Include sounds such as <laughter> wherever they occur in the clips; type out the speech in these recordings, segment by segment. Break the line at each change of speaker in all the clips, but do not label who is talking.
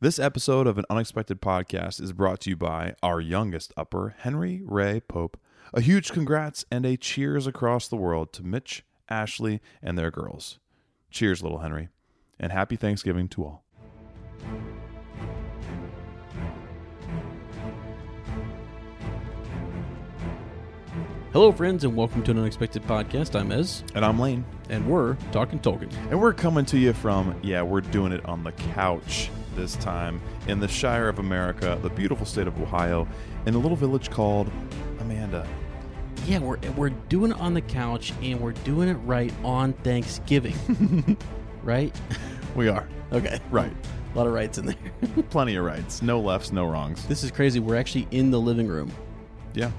This episode of an unexpected podcast is brought to you by our youngest upper, Henry Ray Pope. A huge congrats and a cheers across the world to Mitch, Ashley, and their girls. Cheers, little Henry, and happy Thanksgiving to all.
Hello, friends, and welcome to an unexpected podcast. I'm Ez,
And I'm Lane,
and we're talking Tolkien.
and we're coming to you from, yeah, we're doing it on the couch this time in the Shire of America, the beautiful state of Ohio, in a little village called Amanda.
Yeah, we're we're doing it on the couch, and we're doing it right on Thanksgiving, <laughs> right?
We are.
Okay,
Right. <laughs>
a lot of rights in there.
Plenty of rights. No lefts, no wrongs.
<laughs> this is crazy. We're actually in the living room.
Yeah.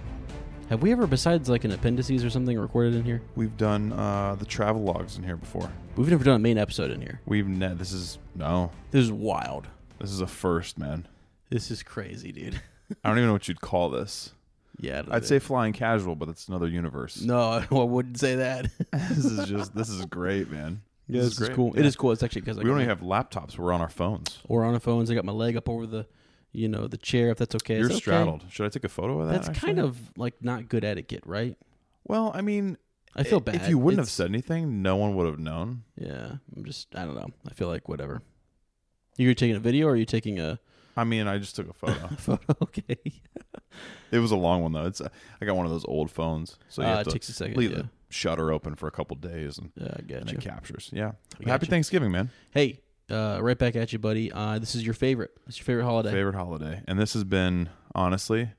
Have we ever, besides like an appendices or something, recorded in here?
We've done uh, the travel logs in here before.
We've never done a main episode in here.
We've ne- this is no,
This is wild.
this is a first, man.
This is crazy, dude.
I don't even know what you'd call this.
yeah, I don't
I'd
know.
say flying casual, but that's another universe.
no. <laughs> I wouldn't say <laughs> that.
<laughs> this is just this is great, man.
Yeah, this, is,
great.
cool. It is cool. It's actually because I
We
got
don't
my-
even have laptops. We're on our phones.
or on the phones. I got my leg up over the, you know, the chair. If that's okay, Is
You're
that okay?
straddled. Should I take a photo of that?
That's kind
actually?
of like not good etiquette, right?
well. I mean,
I feel
i-
bad.
If you wouldn't have
It's-
said anything, no one would have known.
yeah, I'm just, I don't know. I feel like whatever. You're taking a video, or are you taking a
I mean, I just took a
<laughs>
photo.
photo? okay,
it was a long one though. It's uh, I got one of those old phones, so you
Uh,
have
it
to
takes a second,
leave
yeah.
the shutter open for a couple days and,
yeah, I
and
got
it
you.
captures. Yeah.
got
Happy
you.
Thanksgiving, man.
Hey, uh, right back at you, buddy. Uh, this is your favorite. It's your favorite holiday.
favorite holiday and this has been honestly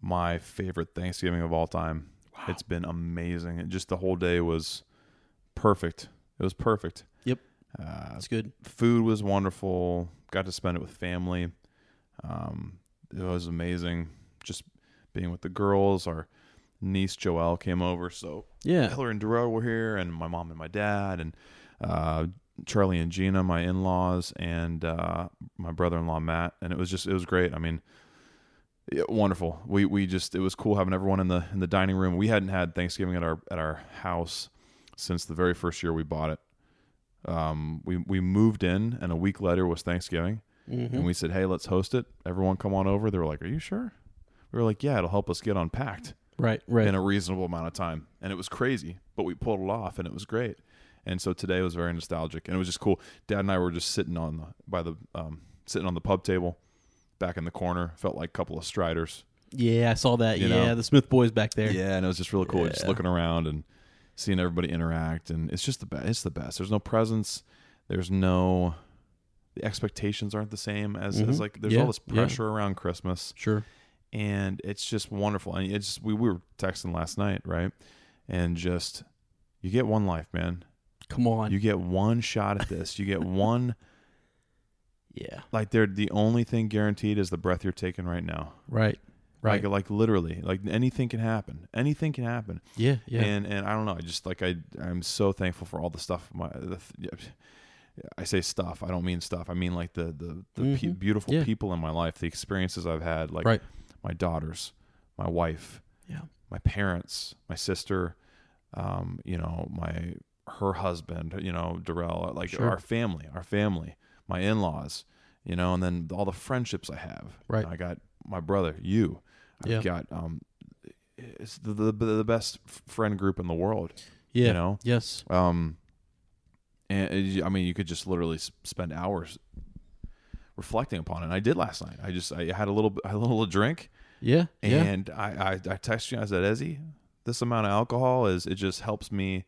my favorite thanksgiving of all time it's been amazing it just the whole day was perfect it was perfect
Yep.
uh,
That's good.
food was wonderful got to spend it with family um, it was amazing just being with the girls our niece joelle came over so
Yeah,
Hillary and Darrell were here, and my mom and my dad, and uh, Charlie and Gina, my in laws, and uh, my brother in law Matt, and it was just it was great. I mean, it, wonderful. We we just it was cool having everyone in the in the dining room. We hadn't had Thanksgiving at our at our house since the very first year we bought it. Um, we we moved in, and a week later was Thanksgiving, and we said, "Hey, let's host it. Everyone, come on over." They were like, "Are you sure?" We were like, "Yeah, it'll help us get unpacked."
right, right.
in a reasonable amount of time. And it was crazy, but we pulled it off and it was great. And so today was very nostalgic and it was just cool. Dad and I were just sitting on the by the um, sitting on the pub table back in the corner. Felt like a couple of striders.
yeah, I saw that.
You
Yeah,
know.
the Smith boys back there.
Yeah, and it was just really cool. Just looking around and seeing everybody interact and it's just the best it's the best. There's no presence. There's no the expectations aren't the same as, as like there's
Mm-hmm. Yeah,
all this
yeah.
pressure around Christmas
Sure.
and it's just wonderful. And it's just, we, we were texting last night, right? And just you get one life, man.
Come on.
You get one shot at this.
<laughs>
You get one
yeah.
like they're the only thing guaranteed is the breath you're taking right now.
Right. Right.
Like like literally, like anything can happen. Anything can happen.
yeah. Yeah.
And and I don't know. I just like I I'm so thankful for all the stuff. My the, th- I say stuff. I don't mean stuff. I mean like the the, the pe-
Mhm.
beautiful
Yeah.
people in my life, the experiences I've had, like
Right.
my daughters, my wife,
yeah.
my parents, my sister, um, you know, my her husband, you know, Darrell, like
Sure.
our family, our family, my in laws, you know, and then all the friendships I have.
Right.
I got my brother, you. I've
Yeah.
got um, it's the, the the best f- friend group in the world.
Yeah.
You know,
Yes.
um, and it- I mean, you could just literally s- spend hours reflecting upon it. And I did last night. I just I had a little a little drink.
Yeah. Yeah.
And I, I, I text you, I said, Ezzy, this amount of alcohol is, it just helps me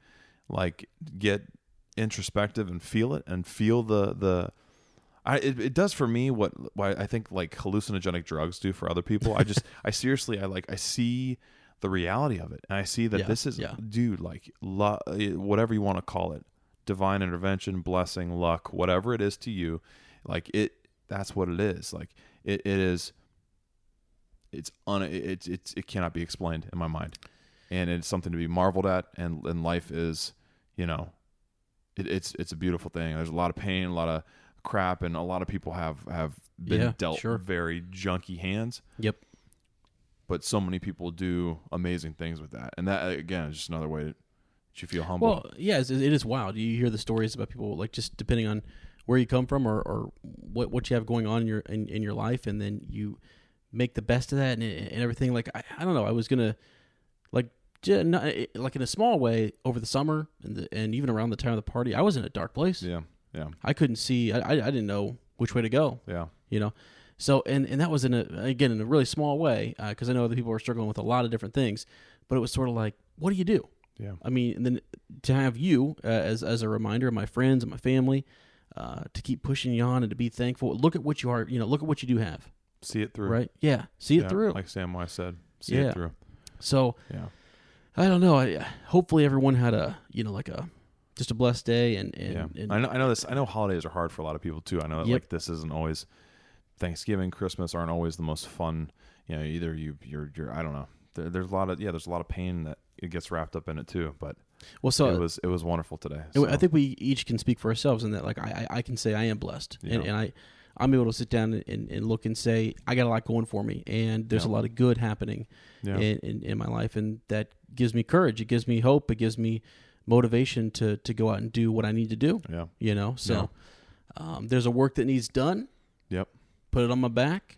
like get introspective and feel it and feel the, the, I, it, it does for me what, why I think like hallucinogenic drugs do for other people. I
<laughs>
just, I seriously, I like, I see the reality of it. And I see that
Yeah,
this is,
yeah.
dude, like, lo- eh, whatever you want to call it, divine intervention, blessing, luck, whatever it is to you, like it, that's what it is. Like it, it is. It's un. It's it's it cannot be explained in my mind, and it's something to be marveled at. And and life is, you know, it, it's it's a beautiful thing. There's a lot of pain, a lot of crap, and a lot of people have have been
Yeah,
dealt
sure.
very junky hands.
Yep.
But so many people do amazing things with that, and that again is just another way that you feel humble.
Well, yeah, it's, it is wild. You hear the stories about people like just depending on where you come from or, or what what you have going on in your in, in your life, and then you make the best of that and, and everything. Like I, I don't know, I was gonna like j- not, eh, like in a small way over the summer and the, and even around the time of the party, I was in a dark place.
yeah, yeah,
I couldn't see. I, I I didn't know which way to go
yeah.
you know so and and that was in a again in a really small way because i know other people were struggling with a lot of different things but it was sort of like what do you do
Yeah.
i mean and then to have you uh, as as a reminder of my friends and my family uh, to keep pushing you on and to be thankful look at what you are you know look at what you do have
See it through.
right yeah see it
Yeah,
through
Like Sam Wise said, see
Yeah.
it through.
so
Yeah.
i don't know I, hopefully everyone had a you know like a just a blessed day and and,
yeah.
and
I know I know this I know holidays are hard for a lot of people too. I know that
Yep.
like this isn't always Thanksgiving, Christmas aren't always the most fun. You know, either you you're you're I don't know. There, there's a lot of yeah, there's a lot of pain that it gets wrapped up in it too, but
well so
it was it was wonderful today.
And
so,
I think we each can speak for ourselves in that, like I, I I can say I am blessed, and,
Yeah.
and I, I'm able to sit down and, and look and say I got a lot going for me, and there's a
Yeah.
lot of good happening
Yeah.
in, in in my life, and that gives me courage, it gives me hope, it gives me motivation to to go out and do what I need to do,
yeah.
you know. So, um, there's a work that needs done.
Yep.
Put it on my back.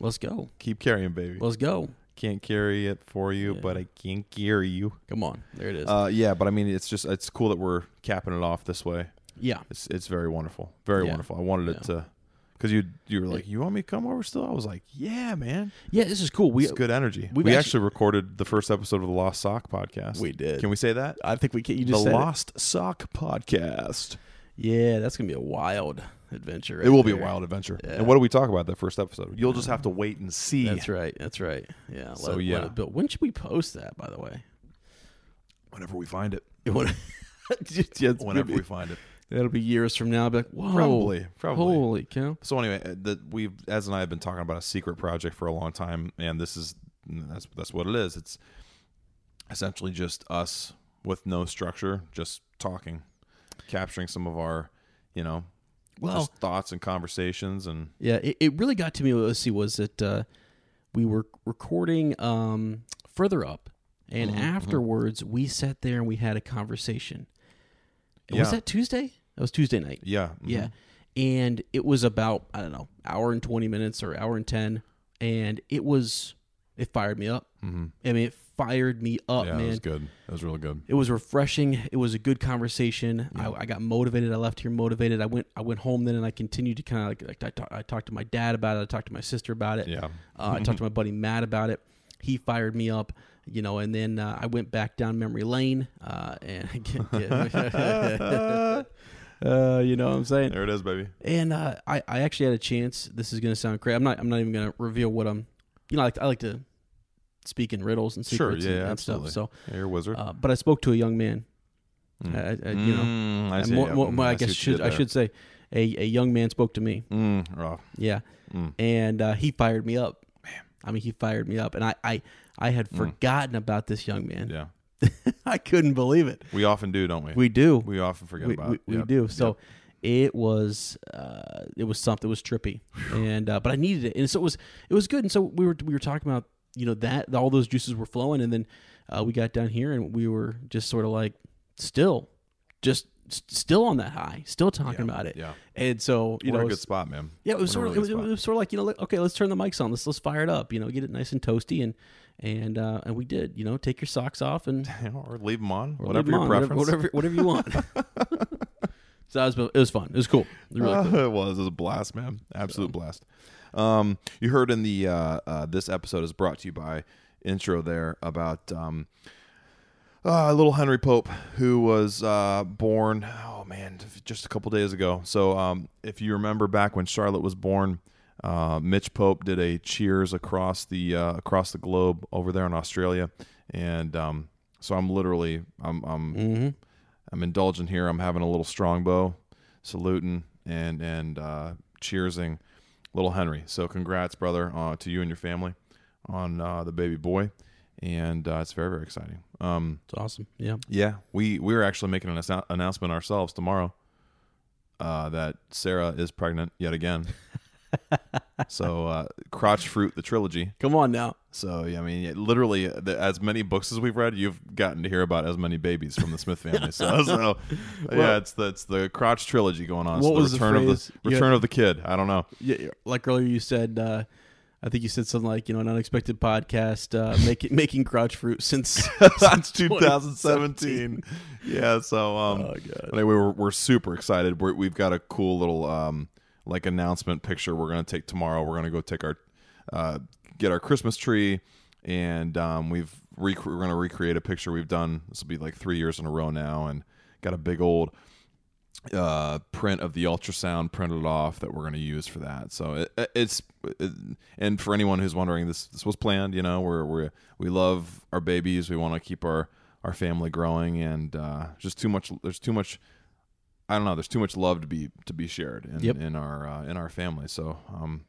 Let's go.
Keep carrying, baby.
Let's go.
Can't carry it for you, but I can carry you.
Come on. There it is.
Uh, yeah, but I mean, it's just it's cool that we're capping it off this way.
yeah.
It's it's very wonderful, very
Yeah.
wonderful. I wanted it to, because you you were like, you want me to come over still? I was like, yeah, man.
Yeah. This is cool. We
It's good energy. We
we've
actually,
actually-
recorded the first episode of the Lost Sock podcast.
We did.
Can we say that?
I think we can. You
The
just said it.
Lost Sock podcast.
Yeah, that's gonna be a wild adventure.
it
right
will be a
there. Mm.
wild adventure. And what do we talk about that first episode? You'll just have to wait and see.
That's right. That's right. Yeah. Let,
So,
let
yeah.
it build. When should we post that? By the way, <laughs>
Whenever we find it.
it <laughs> would.
Whenever we find it.
that'll be years from now. I'll be like, whoa,
Probably, probably.
holy cow.
So anyway, uh, the, we've as and I have been talking about a secret project for a long time, and this is that's that's what it is. It's essentially just us with no structure, just talking, capturing some of our, you know,
Well-
just thoughts and conversations, and
Yeah, it, it really got to me. Let's see, was that uh, we were recording um, further up, and
Mm-hmm,
afterwards we sat there and we had a conversation. And Was
Yeah.
that Tuesday? That was Tuesday night.
yeah, mhm.
Yeah. And it was about, I don't know, hour and 20 minutes or hour and 10. And it was, it fired me up. Mm-hmm. I mean, it fired me up,
yeah,
Oh, man.
it was good. It was really good.
It was refreshing. It was a good conversation. I, I got motivated. I left here motivated. I went. I went home then, and I continued to kind of like, like I, ta- I talked to my dad about it. I talked to my sister about it. <laughs>
Yeah. Mm-hmm.
Uh, I talked to my buddy Matt about it. He fired me up, you know. And then uh, I went back down memory lane, uh, and <laughs> uh, you know what I'm saying.
There it is, baby.
And uh, I, I actually had a chance. This is going to sound crazy. I'm not. I'm not even going to reveal what I'm. You know, I like, I like to speak in riddles and
Sure,
secrets
yeah,
and, and
absolutely.
stuff.
Yeah, You're a wizard.
So, uh, but I spoke to a young man. I, I- I- you know,
Hmm. Mm, I
and
see,
more,
yeah,
more-
mm,
I,
I see what
guess
you
should
did
I
there.
should say a, a young man spoke to me.
Mm, rough.
Yeah, and uh, he fired me up. I mean, he fired me up, and I I, I had forgotten about this young man.
Hmm. Yeah,
<laughs> I couldn't believe it.
we often do, don't we?
We do.
we often forget
we,
about.
we,
it.
we
Yep.
do. So it was uh, it was something. It was trippy, and uh, but I needed it, and so it was it was good. And so we were we were talking about you know that all those juices were flowing, and then uh, we got down here and we were just sort of like still, just s- still on that high, still talking about it.
yeah.
And so you
We're
know
in a
it
good
was-
spot, man.
yeah, it was
We're
sort
in
of
a really
it was,
good
it
spot.
was sort of like you know like, okay, let's turn the mics on, let's let's fire it up, you know, get it nice and toasty, and and uh, and we did, you know, take your socks off and
You know, or leave them on,
or
whatever
leave 'em
your
on,
preference.
whatever, whatever, whatever
<laughs>
you want. so it was, it was fun. It was cool. It was really cool.
Uh, <laughs> it was, it was a blast, man, absolute blast. Um, you heard in the uh, uh, this episode is brought to you by intro there about um, uh, little Henry Pope who was uh, born. Oh man, just a couple days ago. So um, if you remember back when Charlotte was born. Uh, Mitch Pope did a cheers across the uh, across the globe over there in Australia, and um, so I'm literally I'm I'm
Mm-hmm.
I'm indulging here. I'm having a little strongbow, saluting and and uh, cheersing little Henry. So congrats, brother, uh, to you and your family on uh, the baby boy, and uh, it's very very exciting. Um,
It's awesome. Yeah.
yeah, we we are actually making an annou- announcement ourselves tomorrow uh, that Sarah is pregnant yet again. so uh, crotch fruit the trilogy.
Come on now.
So yeah, I mean, yeah, literally, the, as many books as we've read, you've gotten to hear about as many babies from the Smith family.
<laughs>
So, so yeah, it's the it's the crotch trilogy going on. It's
What
the
was the
return
phrase?
of the
You-
return of the kid? I don't know.
Yeah, yeah, like earlier you said, uh, I think you said something like you know an unexpected podcast uh, making <laughs> making crotch
<laughs>
fruit since <laughs>
That's 2017. yeah. So um,
Oh, God.
anyway, we're we're super excited. We're, we've got a cool little um like announcement picture. We're gonna take tomorrow. We're gonna go take our uh get our Christmas tree, and um we've rec- we're gonna recreate a picture we've done. This will be like three years in a row now, and got a big old uh, print of the ultrasound printed off that we're going to use for that. So it, it's it, and for anyone who's wondering, this this was planned. You know, we're we we love our babies. We want to keep our our family growing, and uh, just too much. There's too much. I don't know. There's too much love to be to be shared in,
Yep.
in our uh, in our family. So um,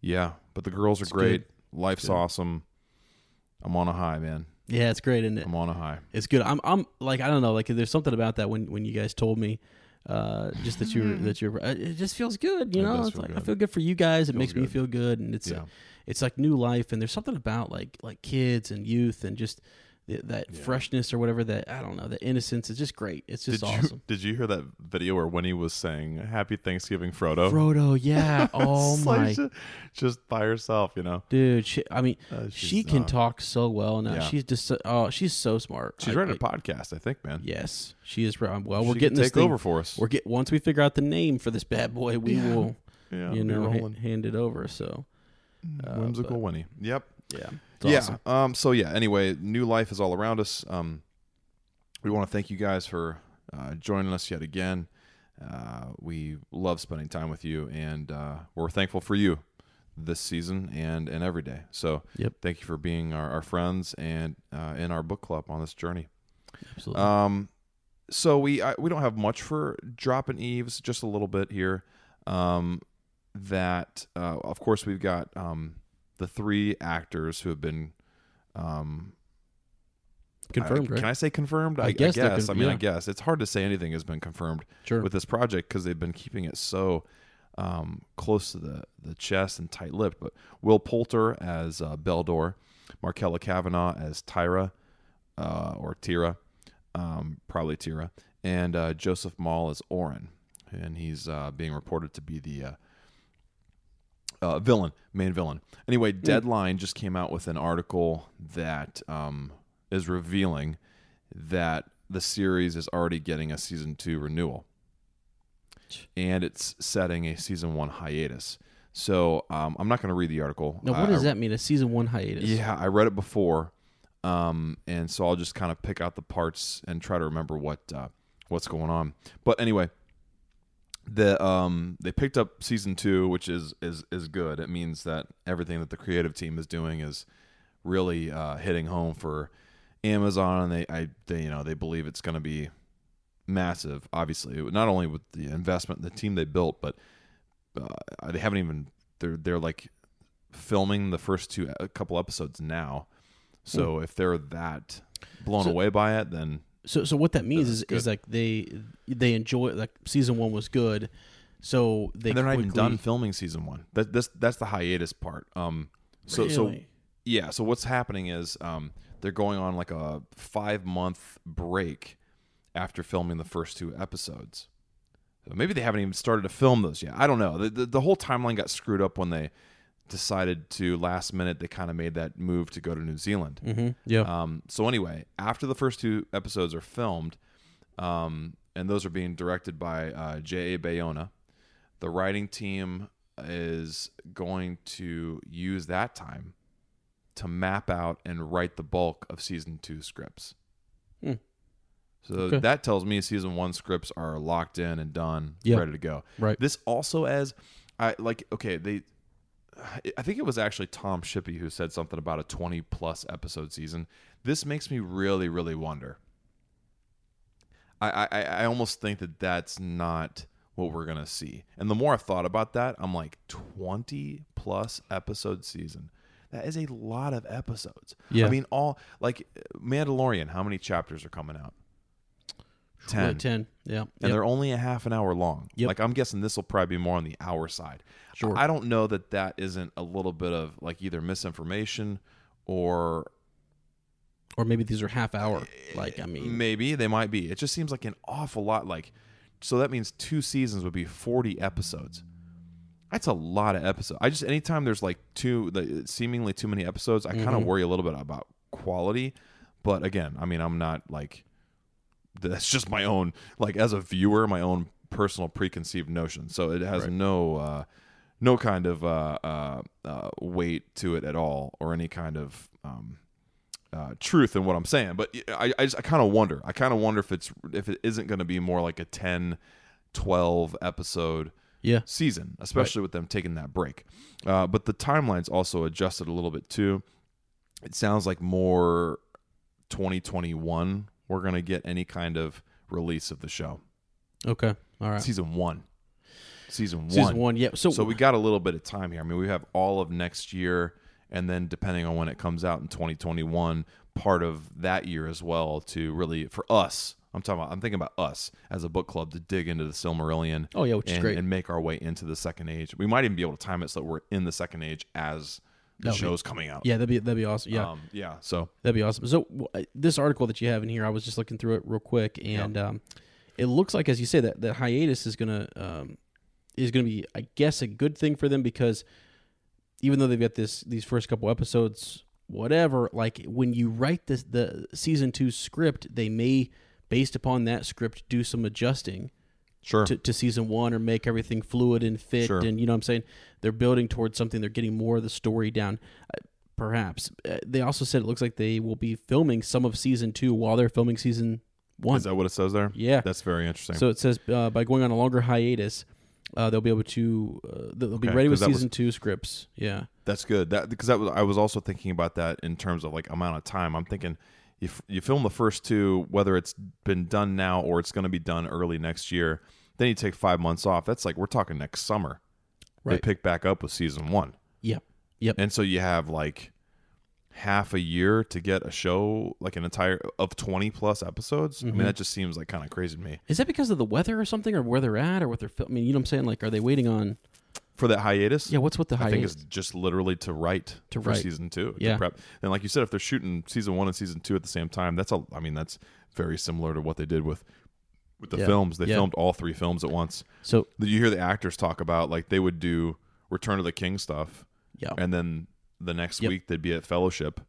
yeah. But the girls are
It's
great.
good.
Life's awesome. I'm on a high, man.
yeah, it's great, isn't it?
I'm on a high.
It's good. I'm I'm like I don't know like there's something about that when when you guys told me. Uh, just that you're that you're. uh, It just feels good, you
Mm-hmm. It
know.
does
It's
feel
like I
good.
feel good for you guys. It makes me
good.
feel good, and it's
Yeah.
a, it's like new life. And there's something about like like kids and youth and just th- that freshness or whatever that I don't know that innocence. is just great. It's just
Did
awesome.
you did you hear that video where Winnie was saying "Happy Thanksgiving, <laughs> Frodo"?
Frodo, yeah. <laughs> Oh
It's
my
like ju- just by herself, you know.
dude she, i mean
Uh,
she
she's,
can
uh,
talk so well now
yeah.
she's just so, oh she's so smart
She's
I-
running a
I-
podcast, I think, man.
yes she is right well
She
we're
could
getting this
take
thing-
over for us.
we're get once we figure out the name for this bad boy we will
yeah, be
you know ha-
rolling.
hand it over so uh,
whimsical Winnie. Yep.
but, yeah it's
yeah.
awesome.
Um. So yeah. Anyway, new life is all around us. Um. We want to thank you guys for uh, joining us yet again. Uh, we love spending time with you, and uh, we're thankful for you this season and and every day. So
Yep.
thank you for being our, our friends and uh, in our book club on this journey.
absolutely
Um, so we I, we don't have much for dropping eaves, just a little bit here. Um, that uh, of course we've got um the three actors who have been um
confirmed
I,
right
Can I say confirmed?
I guess
I,
they're
guess.
con-
I mean, I
yeah.
guess it's hard to say anything has been confirmed
sure
with this project because they've been keeping it so um, close to the, the chest and tight lipped. But Will Poulter as uh, Beldor, Markella Kavanaugh as Tyra uh, or Tira, um, probably Tira, and uh, Joseph Maul as Oren. And he's uh, being reported to be the uh, uh, villain, main villain. Anyway,
Hmm.
Deadline just came out with an article that um, is revealing that the series is already getting a season two renewal, and it's setting a season one hiatus. So um, I'm not going to read the article.
now
I-
what does
I-
that mean a season one hiatus
uh, yeah, I read it before, um, and so I'll just kind of pick out the parts and try to remember what uh, what's going on. But anyway, the um, they picked up season two, which is is is good. It means that everything that the creative team is doing is really uh, hitting home for Amazon, and they I they you know they believe it's going to be massive. Obviously, not only with the investment, the team they built, but uh, they haven't even they're they're like filming the first two a couple episodes now. So if they're that blown
Hmm. So-
away by it, then
so so what that means is,
good.
is like they they enjoy like season one was good so they
and they're not even
quickly-
done filming season one. That this that's the hiatus part. Um, so so
Really?
yeah. So what's happening is um, they're going on like a five month break after filming the first two episodes. So maybe they haven't even started to film those yet. I don't know. The, the, the whole timeline got screwed up when they decided to last minute. They kind of made that move to go to New Zealand.
Mhm. yeah
Um, so anyway, after the first two episodes are filmed, um, and those are being directed by uh, J.A. Bayona, the writing team is going to use that time to map out and write the bulk of season two scripts.
Hmm.
So
Okay.
that tells me season one scripts are locked in and done,
Yeah.
ready to go.
Right.
This also as I like okay, they I think it was actually Tom Shippey who said something about a 20 plus episode season. This makes me really, really wonder. I, I, I almost think that that's not what we're gonna see. And the more I've thought about that, I'm like 20 plus episode season. That is a lot of episodes.
Yeah.
I mean, all like Mandalorian. How many chapters are coming out?
Really,
Ten.
ten. Yeah.
And
Yep.
they're only a half an hour long.
Yep.
Like I'm guessing this will probably be more on the hour side.
Sure.
I don't know that that isn't a little bit of like either misinformation or
Or maybe these are half hour.
Eh,
Like I mean,
maybe they might be. It just seems like an awful lot. Like, so that means two seasons would be forty episodes. That's a lot of episodes. I just anytime there's like two, the, seemingly too many episodes, I kind of worry a little bit about quality. But again, I mean, I'm not like that's just my own like as a viewer, my own personal preconceived notion. So it has no uh, no kind of uh, uh, uh, weight to it at all, or any kind of um, uh, truth in what I'm saying. But I, I just I kind of wonder. I kind of wonder if it's if it isn't going to be more like a 10, 12 episode
yeah.
season, especially with them taking that break. Uh, but the timeline's also adjusted a little bit too. It sounds like more 2021 we're going to get any kind of release of the show.
Okay. All right.
Season 1. Season 1.
Uh, Season one. Yeah. So,
So we got a little bit of time here. I mean, we have all of next year, and then depending on when it comes out in 2021, part of that year as well to really for us. I'm talking about. I'm thinking about us as a book club to dig into the Silmarillion.
Oh, yeah, which is
and,
great.
and make our way into the Second Age. We might even be able to time it so that we're in the Second Age as the
That'll be-
show's coming out.
yeah, that'd be that'd be awesome. Yeah.
um, yeah. So
That'd be awesome. So w- uh, this article that you have in here, I was just looking through it real quick, and um, it looks like, as you say, that that hiatus is gonna um, is gonna be, I guess, a good thing for them because even though they've got this these first couple episodes, whatever, like when you write this the season two script, they may, based upon that script, do some adjusting
sure.
to, to season one or make everything fluid and fit
Sure.
and you know what i'm saying they're building towards something they're getting more of the story down uh, perhaps uh, they also said it looks like they will be filming some of season two while they're filming season one
is that what it says there?
Yeah.
That's very interesting.
so it says uh, by going on a longer hiatus uh, they'll be able to uh, they'll be
Okay,
ready
'cause
with
that was-
season two scripts yeah
That's good. That because that was I was also thinking about that in terms of like amount of time. I'm thinking if you film the first two, whether it's been done now or it's going to be done early next year, then you take five months off. That's like we're talking next summer. They
Right.
pick back up with season one,
yep yep
and so you have like half a year to get a show like an entire of 20 plus episodes. I
Mm-hmm.
mean, that just seems like kind of crazy to me
is that because of the weather or something or where they're at or what they're fil- i mean you know what i'm saying like are they waiting on
for that hiatus.
yeah what's with the
I
hiatus
think it's just literally to write
To
for
write.
season two. to
Yeah.
prep. And like you said, if they're shooting season one and season two at the same time, that's a. I mean, that's very similar to what they did with with the
Yeah.
films. They
Yeah.
filmed all three films at once.
so
You hear the actors talk about like they would do Return of the King stuff,
yeah
and then the next
Yep.
week they'd be at Fellowship,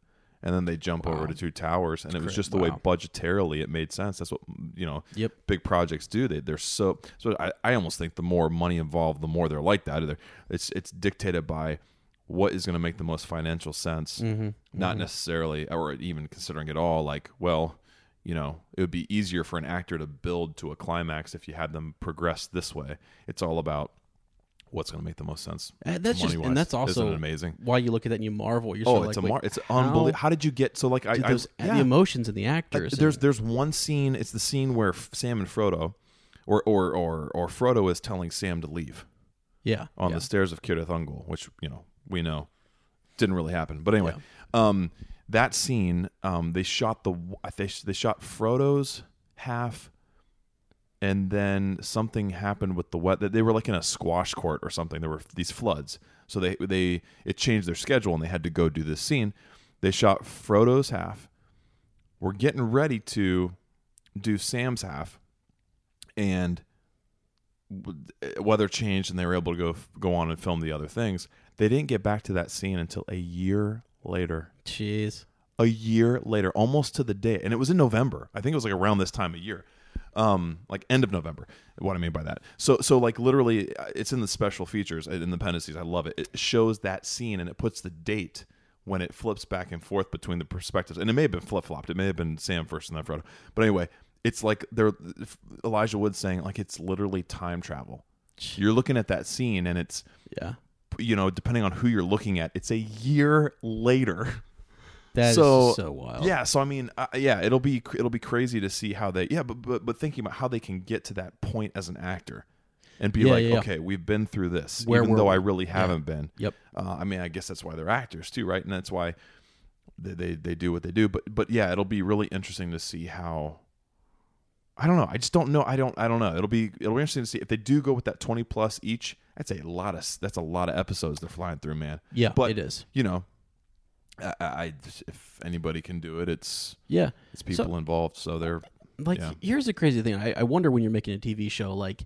and then they jump over to Two Towers, and it was
great.
just the way
Wow.
budgetarily it made sense. That's what you know.
Yep.
Big projects do they? They're so so. I, I almost think the more money involved, the more they're like that. Either it's it's dictated by what is going to make the most financial sense,
Mm-hmm.
not necessarily or even considering it all. Like well. You know, it would be easier for an actor to build to a climax if you had them progress this way. It's all about what's going to make the most sense.
Uh, that's just
money-wise.
and that's also
Isn't it amazing.
why you look at that and you marvel. You're
Oh,
sort of
it's
like,
a
wait,
mar- it's
how
unbelievable. How did you get so like I,
did
I
those-
yeah.
the emotions and the
Like,
actors.
there's there's one scene. It's the scene where F- Sam and Frodo, or or or or Frodo is telling Sam to leave
and- yeah
on
yeah.
the stairs of Kirith Ungol, which you know we know didn't really happen. But anyway, um, that scene um, they shot the I think they shot Frodo's half, and then something happened with the wet that they were like in a squash court or something. There were these floods, so they they it changed their schedule and they had to go do this scene. They shot Frodo's half. We're getting ready to do Sam's half, and weather changed and they were able to go go on and film the other things. They didn't get back to that scene until a year later.
Jeez.
A year later, almost to the day, and it was in November. I think it was like around this time of year, um, like end of November. What I mean by that. So so like literally, uh, it's in the special features uh, in the appendices. I love it. It shows that scene and it puts the date when it flips back and forth between the perspectives. And it may have been flip flopped. It may have been Sam first and then Frodo. But anyway. It's like they're Elijah Wood saying like it's literally time travel you're looking at that scene and it's
Yeah.
you know depending on who you're looking at it's a year later <laughs>
That is
so
so wild.
yeah so i mean uh, yeah it'll be it'll be crazy to see how they yeah but, but but thinking about how they can get to that point as an actor and be
Yeah,
like,
yeah, yeah.
okay, we've been through this,
Where
even
were
though
we?
I really haven't been.
Yep.
Uh, I mean, I guess that's why they're actors too, right? And that's why they, they they do what they do. But but yeah, it'll be really interesting to see how. I don't know. I just don't know. I don't. I don't know. It'll be it'll be interesting to see if they do go with that twenty plus each. That's a lot of that's a lot of episodes they're flying through, man.
Yeah,
But-
it is.
You know, I, I- I if anybody can do it, it's
Yeah.
it's people involved. So they're
like
Yeah.
here's the crazy thing I, I wonder when you're making a tv show like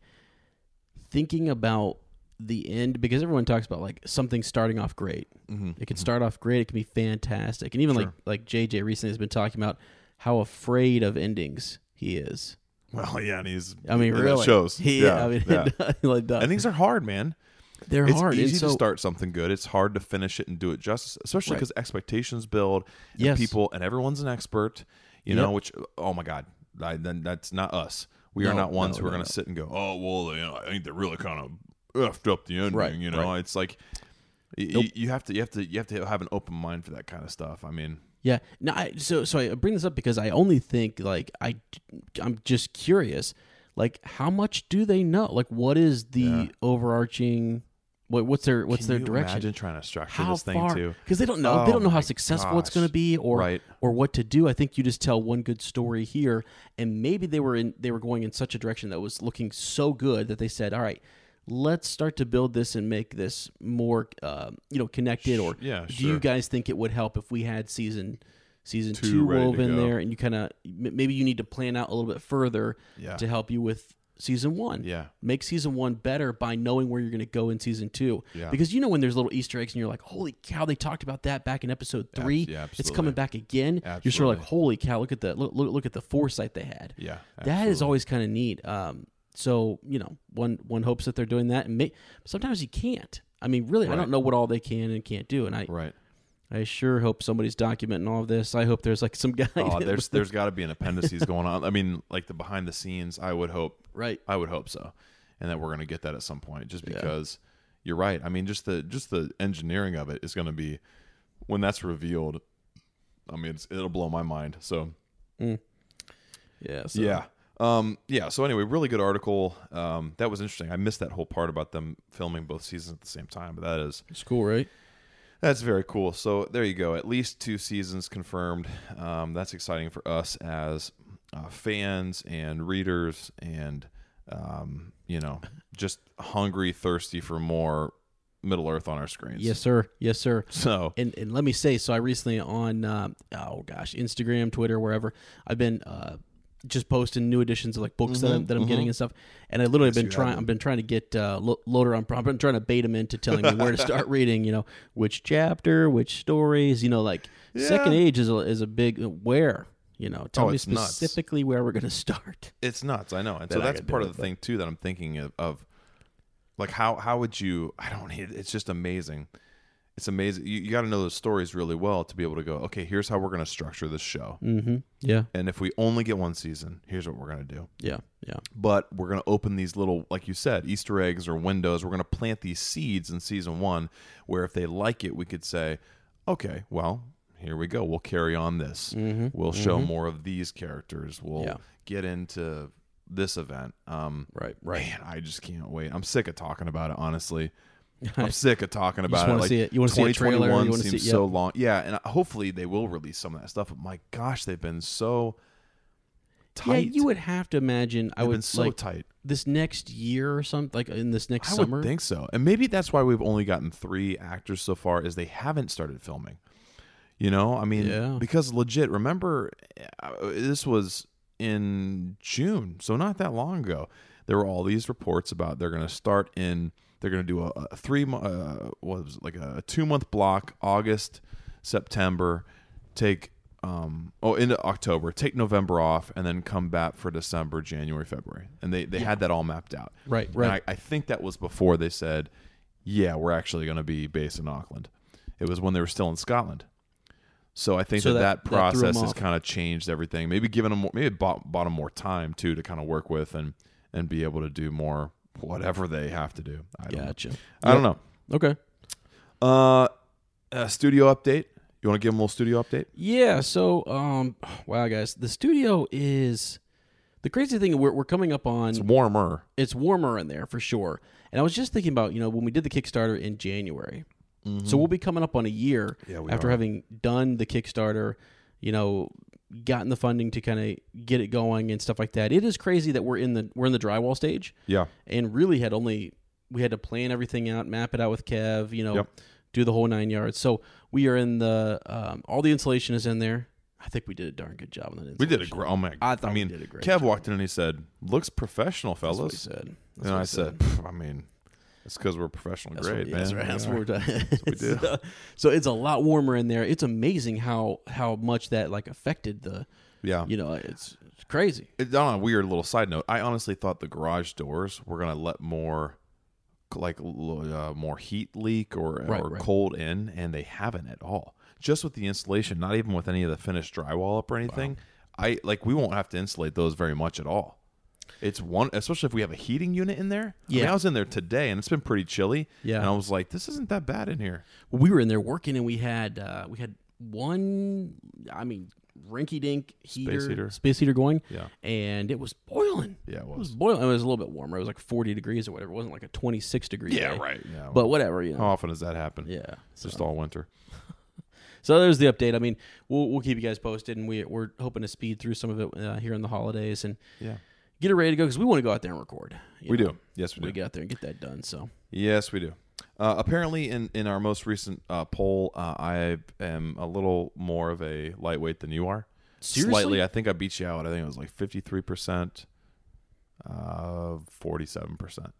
thinking about the end because everyone talks about like something starting off great
Mm-hmm,
it can start off great it can be fantastic and even like like jj recently has been talking about how afraid of endings he is
well, yeah, and he's
i mean
and it
really
shows
<laughs> he,
yeah,
i mean
yeah.
<laughs> like that.
and these are hard, man.
they're
it's
hard
easy
and so
to start something good. It's hard to finish it and do it justice, especially
Right.
because expectations build. And
Yes.
people and everyone's an expert. You know, which oh my god, I, then that's not us. We are
No,
not ones
no,
who are
no,
going to sit and go, oh well, you know, I think they really kind of effed up the ending.
Right,
You know, it's like. y- y- You have to, you have to, you have to have an open mind for that kind of stuff. I mean,
Yeah. No, I, so so I bring this up because I only think like I I'm just curious like how much do they know? Like what is the overarching what what's their what's
can
their
you
direction?
Imagine trying to structure
how
this thing
far?
too.
Because they don't know.
Oh
they don't know how
my
successful it's going to
gosh.
be, or
Right.
or what to do. I think you just tell one good story here, and maybe they were in they were going in such a direction that was looking so good that they said, "All right, let's start to build this and make this more, uh, you know, connected." Or
yeah,
do
sure.
you guys think it would help if we had season season
Two
two
ready to
wove in
go.
there, and you kind of maybe you need to plan out a little bit further
Yeah.
to help you with season one
Yeah.
make season one better by knowing where you're going to go in season two.
Yeah.
Because you know when there's little Easter eggs and you're like, holy cow, they talked about that back in episode three.
yeah,
it's coming
absolutely.
back again. You're sort of
Absolutely.
like, holy cow, look at the look look, look at the foresight they had.
Yeah,
That is always kind of neat. Um, so you know, one one hopes that they're doing that, and may, sometimes you can't. I mean, really, I
Right.
don't know what all they can and can't do, and I <laughs>
right.
I sure hope somebody's documenting all of this. I hope there's like some <laughs> guy.
Oh,
that-
there's there's got to be an appendices going on. I mean, like the behind the scenes. I would hope.
Right.
I would hope so, and that we're gonna get that at some point. Just because you're right. I mean, just the just the engineering of it is gonna be when that's revealed. I mean, it's, it'll blow my mind. So
yeah, so-
yeah. Um, yeah. So anyway, really good article. Um, that was interesting. I missed that whole part about them filming both seasons at the same time, but that is
it's cool, right?
that's very cool. So there you go. At least two seasons confirmed. Um, that's exciting for us as uh, fans and readers, and um, you know, just hungry, thirsty for more Middle Earth on our screens.
Yes, sir. Yes, sir.
So
and and let me say, so I recently on um oh gosh, Instagram, Twitter, wherever, I've been uh, just posting new editions of like books
Mm-hmm,
that I'm, that I'm getting and stuff. And I literally been trying, I've been trying to get uh, lo- loader on. I've been trying to bait him into telling me where
<laughs>
to start reading. You know, which chapter, which stories. You know, like Second Age is a, is a big uh, where. You know, tell
Oh,
me
it's nuts.
specifically where we're going to start.
it's nuts. I know, and so
I
that's
could do
part
it,
of the thing too that I'm thinking of, of. Like how how would you? I don't. need It's just amazing. It's amazing. You, you got to know those stories really well to be able to go. Okay, here's how we're going to structure this show.
Mm-hmm. Yeah,
And if we only get one season, here's what we're going to do.
yeah, yeah.
but we're going to open these little like you said easter eggs or windows we're going to plant these seeds in season one where if they like it we could say okay well here we go we'll carry on this we'll show more of these characters we'll
Mm-hmm. Yeah.
get into this event um
Right, right.
man i just can't wait i'm sick of talking about it
<laughs>
honestly i'm sick of talking about it
wanna
like
see it. You wanna see a trailer, you
2021
wanna see-
seems
yep.
so long yeah and hopefully they will release some of that stuff but my gosh they've been so tight
Yeah, you would have to imagine. I
they've
would
been so
like
tight
this next year or something, like in this next
I
summer.
would think so, and maybe that's why we've only gotten three actors so far, is they haven't started filming. You know, I mean,
Yeah.
because legit, remember, uh, this was in June, so not that long ago. There were all these reports about they're going to start in, they're going to do a, a three, mo- uh, what was it, like a two month block, August, September, take. Um, oh, into October, take November off, and then come back for December, January, February, and they they had that all mapped out.
Right,
And
right.
I- I think that was before they said, "Yeah, we're actually going to be based in Auckland." It was when they were still in Scotland. So I think
So
that, that,
that- that threw 'em
process has
off.
kind of changed everything. Maybe given them more, maybe it bought, bought them more time too to kind of work with and and be able to do more whatever they have to do. I don't,
Gotcha.
I don't know.
Okay.
Uh, uh, studio update. You
<sighs>
want to give them a little studio update?
Yeah. So, um, wow, guys, the studio is The crazy thing we're we're coming up on
It's warmer.
it's warmer in there for sure. And I was just thinking about, you know, when we did the Kickstarter in January. So we'll be coming up on a year after having done the Kickstarter, you know, gotten the funding to kind of get it going and stuff like that. It is crazy that we're in the we're in the drywall stage
Yeah.
and really had only we had to plan everything out, map it out with Kev, you know,
Yep.
do the whole nine yards. So we are in the um, all the insulation is in there. I think we did a darn good job on that.
We did a
insulation.
great. Oh my!
I thought
I
we
mean,
did a great
Kev walked in and he said, "Looks professional,
That's what
fellas."
he said. That's
and
what
I
he
said, "Pff, "I mean, it's because we're professional
That's
grade,
what,
man.
That's right. That's
Yeah.
what we're doing.
we do.
<laughs> so, so it's a lot warmer in there. It's amazing how how much that like affected the.
Yeah.
You know, it's, it's crazy.
It- on a weird little side note, I honestly thought the garage doors were gonna let more, like l- uh, more heat leak or
Right,
or
right.
cold in, and they haven't at all. Just with the insulation, not even with any of the finished drywall up or anything. I like we won't have to insulate those very much at all. It's one, especially if we have a heating unit in there. I, mean,
Yeah.
I was in there today and it's been pretty chilly.
Yeah.
and I was like, this isn't that bad in here.
We were in there working, and we had uh we had one. I mean, rinky dink heater,
heater.
space heater going.
Yeah.
and it was boiling.
Yeah, it
It was boiling. It was a little bit warmer. It was like forty degrees or whatever. It wasn't like a twenty six degree. day.
Yeah,
But whatever, you know.
how often does that happen?
Yeah.
It's just all winter.
So there's the update. I mean, we'll, we'll keep you guys posted, and we, we're hoping to speed through some of it uh, here in the holidays and
Yeah.
get it ready to go because we want to go out there and record. you
We
know.
do. Yes, we do.
We get out there and get that done. So
Yes, we do. Uh, apparently, in, in our most recent uh, poll, uh, I am a little more of a lightweight than you are.
Seriously?
Slightly. I think I beat you out. I think it was like 53%, uh, 47%.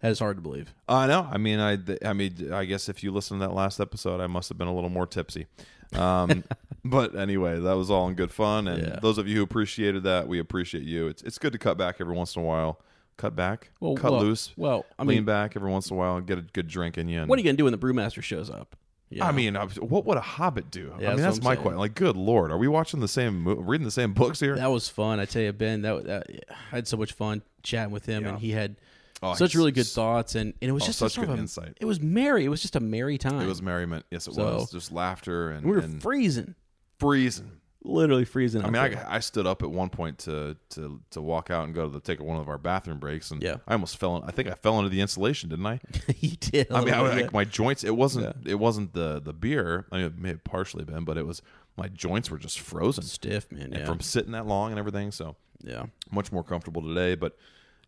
that is hard to believe.
I know. I mean, I, th- I mean, I guess if you listened to that last episode, I must have been a little more tipsy.
<laughs>
Um, but anyway, that was all in good fun. And
Yeah.
those of you who appreciated that, we appreciate you. It's it's good to cut back every once in a while. Cut back,
Well,
cut
well-
loose.
well, I
lean
mean-
back every once in a while and get a good drink in you. And,
What are you gonna do when the brewmaster shows up? Yeah.
I mean, I was- what would a hobbit do? I
Yeah,
mean,
that's what
that's,
I'm
my
saying.
question. Like, good lord, are we watching the same, mo- reading the same books here?
that was fun. I tell you, Ben, that, that I had so much fun chatting with him, and he had
Oh,
such
he's-
really good thoughts, and, and it was
Oh,
just
such
sort of
good
a-
insight.
It was merry. It was just a merry time.
It was merriment. Yes, it
So-
was. Just laughter and,
we were
and
freezing,
freezing.
literally freezing.
I mean, I, I stood up at one point to, to to walk out and go to the, take one of our bathroom breaks, and
Yeah.
I almost fell. In, I think I fell into the insulation, didn't I?
<laughs> he did. a
I mean, I,
little
was-
bit. <laughs>
like my joints. It wasn't. It wasn't the the beer. I mean, it may have partially been, but it was my joints were just frozen
stiff, man. Yeah,
from sitting that long and everything. So
yeah.
much more comfortable today. But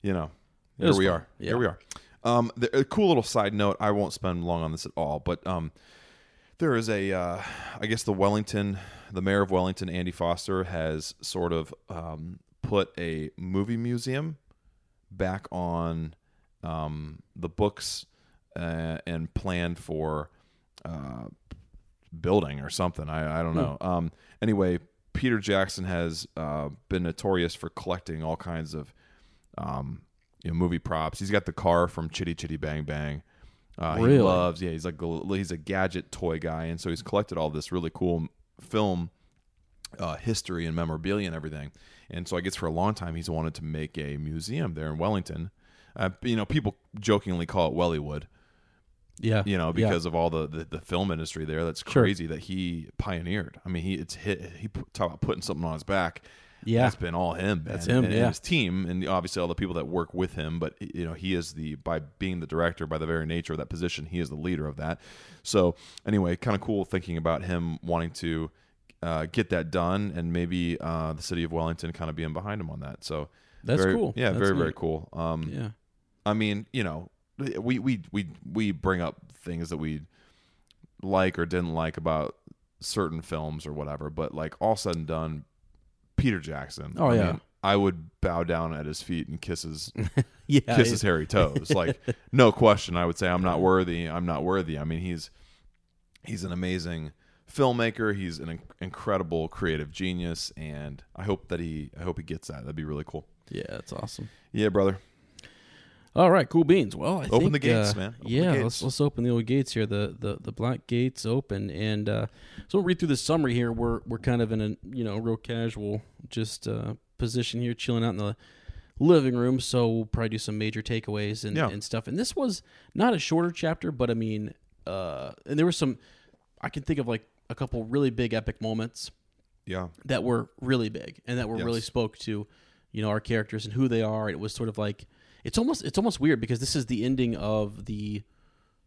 you know,
It
here
was
we
fun.
are.
Yeah.
Here we are. Um, the, a cool little side note. I won't spend long on this at all, but um, there is a, uh, I guess the Wellington, the mayor of Wellington, Andy Foster, has sort of um, put a movie museum back on um, the books uh, and planned for uh, building or something. I, I don't know. Um, anyway, Peter Jackson has uh, been notorious for collecting all kinds of um, you know, movie props. He's got the car from Chitty Chitty Bang Bang. Uh, He
Really?
loves, yeah. He's like a- he's a gadget toy guy, and so he's collected all this really cool film uh, history and memorabilia and everything. And so I guess for a long time he's wanted to make a museum there in Wellington. Uh, you know, people jokingly call it Wellywood,
Yeah.
you know,
Yeah.
because of all the, the, the film industry there. That's
Sure.
crazy that he pioneered. I mean, he it's hit. He p- talk about putting something on his back.
Yeah.
that's been all him.
That's
man,
him,
and,
yeah.
and his team, and obviously all the people that work with him. But you know, he is the by being the director by the very nature of that position, he is the leader of that. So anyway, kind of cool thinking about him wanting to. Uh, get that done, and maybe uh, the city of Wellington kind of being behind him on that. So
That's
very-
cool.
Yeah,
That's
very very
neat.
cool. Um,
Yeah.
I mean, you know, we we we we bring up things that we like or didn't like about certain films or whatever, but like all said and done, Peter Jackson.
Oh,
I
yeah.
mean, I would bow down at his feet and kiss his
<laughs> Yeah.
kiss
it-
his
<laughs>
hairy toes. Like no question, I would say I'm not worthy. I'm not worthy. I mean, he's he's an amazing filmmaker. He's an in- incredible creative genius, and I hope that he I hope he gets that. That'd be really cool.
yeah, that's awesome.
Yeah, brother.
All right, cool beans. Well, I
Open the
think,
gates,
uh,
man. Open the
yeah,
gates.
let's let's open the old gates here. The the, the black gates open, and uh, so we'll read through the summary here. We're we're kind of in a you know real casual just uh, position here, chilling out in the living room. So we'll probably do some major takeaways and,
Yeah.
and stuff. And this was not a shorter chapter, but I mean, uh, and there was some. I can think of like a couple really big epic moments
Yeah.
that were really big and that were really spoke to you know our characters and who they are. It was sort of like it's almost it's almost weird because this is the ending of the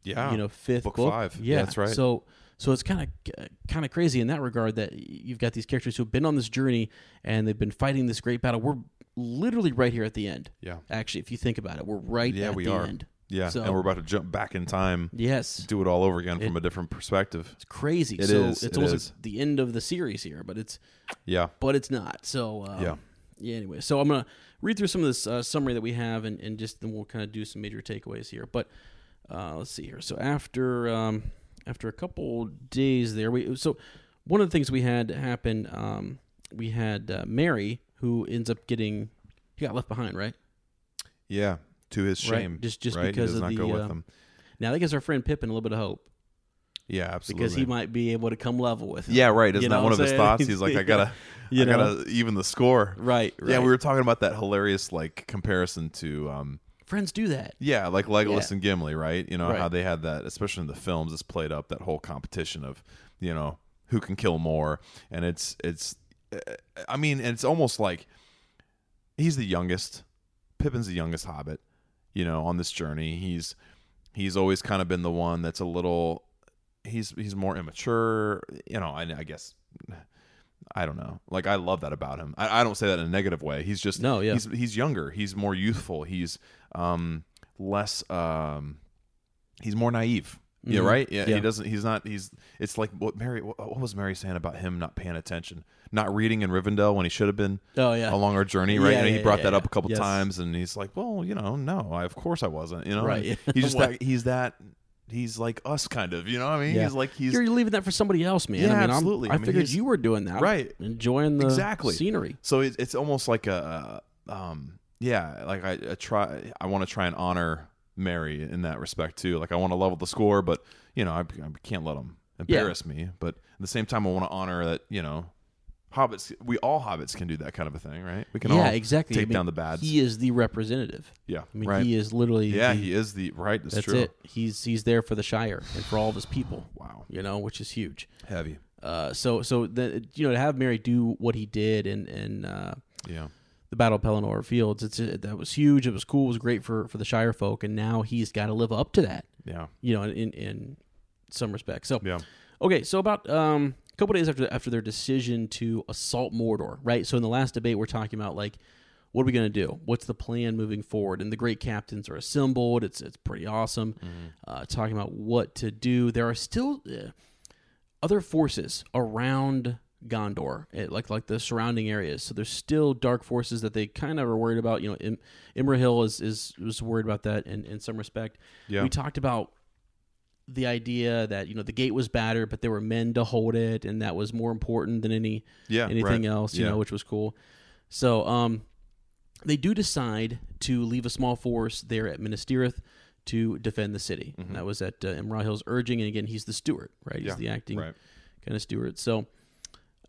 Yeah.
you know fifth
book
book,
five.
Yeah,
Yeah, that's right.
So so it's kind of kind of crazy in that regard that you've got these characters who've been on this journey and they've been fighting this great battle. We're literally right here at the end.
Yeah.
Actually, if you think about it, we're right
Yeah,
at
we
the
are.
end.
Yeah.
So-
and we're about to jump back in time,
Yes.
do it all over again from a different perspective.
It's crazy.
It
so
is, it
it's almost
is.
Like the end of the series here, but it's
Yeah.
but it's not. So uh,
Yeah.
yeah. Anyway, so I'm gonna read through some of this uh, summary that we have, and, and just then we'll kind of do some major takeaways here. But uh, let's see here. So after um, after a couple days there, we so one of the things we had happen, um, we had uh, Mary who ends up getting he got left behind, right?
Yeah. To his
Right.
shame.
Just- just
right?
because
he does
of
not
the,
go with
uh,
them.
Now that gives our friend Pippin a little bit of hope
Yeah, absolutely.
because he might be able to come level with.
<laughs>
Him.
Yeah, right. Isn't
You
that
know
one
what
of
I'm
his
saying?
thoughts?
<laughs>
He's like, I gotta,
You
I gotta even the score.
Right, right.
Yeah, we were talking about that hilarious like comparison to, um,
friends do that.
yeah, like Legolas
Yeah.
and Gimli, right? You know
Right.
how they had that, especially in the films, it's played up that whole competition of, you know, who can kill more, and it's it's, uh, I mean, it's almost like he's the youngest. Pippin's the youngest hobbit, you know, on this journey. He's he's always kind of been the one that's a little he's he's more immature, you know, I, I guess I don't know. Like I love that about him. I, I don't say that in a negative way. He's just
No, yeah.
he's he's younger, he's more youthful, he's um less um he's more naive. Yeah,
Mhm.
right? Yeah,
Yeah.
he doesn't he's not he's it's like what Mary what, what was Mary saying about him not paying attention, not reading in Rivendell when he should have been
Oh yeah.
along our journey, right?
Yeah,
You know,
yeah,
he brought
yeah,
that up
yeah.
a couple
Yes.
times, and he's like, "Well, you know, no, I, of course I wasn't." You know,
Right. <laughs>
And He's just
Wow.
that. He's that. He's like us, kind of. You know what I mean?
Yeah.
He's like he's
You're leaving that for somebody else, man.
Yeah,
I mean, I'm-
absolutely.
i
I mean,
figured
he's-
you were doing that,
Right.
Enjoying the
Exactly.
scenery.
so it's, it's almost like a um yeah like I, I try I want to try and honor Mary in that respect too. Like I want to level the score, but you know I, I can't let him embarrass me. But at the same time, I want to honor that you know. Hobbits, we all hobbits can do that kind of a thing, right? We can all
yeah, exactly. I
take
mean,
down the bads.
He is the representative.
yeah,
I mean,
right.
he is literally.
yeah,
the-
he is the right. That's,
that's
true.
it. He's he's there for the Shire and for all of his people.
Wow,
You know, which is huge.
heavy.
Uh, so so that you know to have Mary do what he did and and uh,
Yeah.
the Battle of Pelennor Fields, it's it, that was huge. It was cool. It was great for for the Shire folk, and now he's got to live up to that.
Yeah.
You know, in in some respects. So
Yeah.
Okay, so about um, a couple days after after their decision to assault Mordor, right? So in the last debate, we're talking about like, what are we going to do? What's the plan moving forward? And the great captains are assembled. It's it's pretty awesome. Uh, talking about what to do. There are still uh, other forces around Gondor, eh, like like the surrounding areas. So there's still dark forces that they kind of are worried about. You know, Im- Imrahil is is was worried about that in in some respect.
Yeah.
We talked about the idea that you know the gate was battered, but there were men to hold it, and that was more important than any
Yeah.
anything
Ah, right.
else, you
Yeah.
know, which was cool. So um, they do decide to leave a small force there at Ministereth to defend the city. And that was at uh, Imrahil's urging, and again, he's the steward, right? He's
Mm-hmm. Yeah,
the acting
right.
kind of steward. So,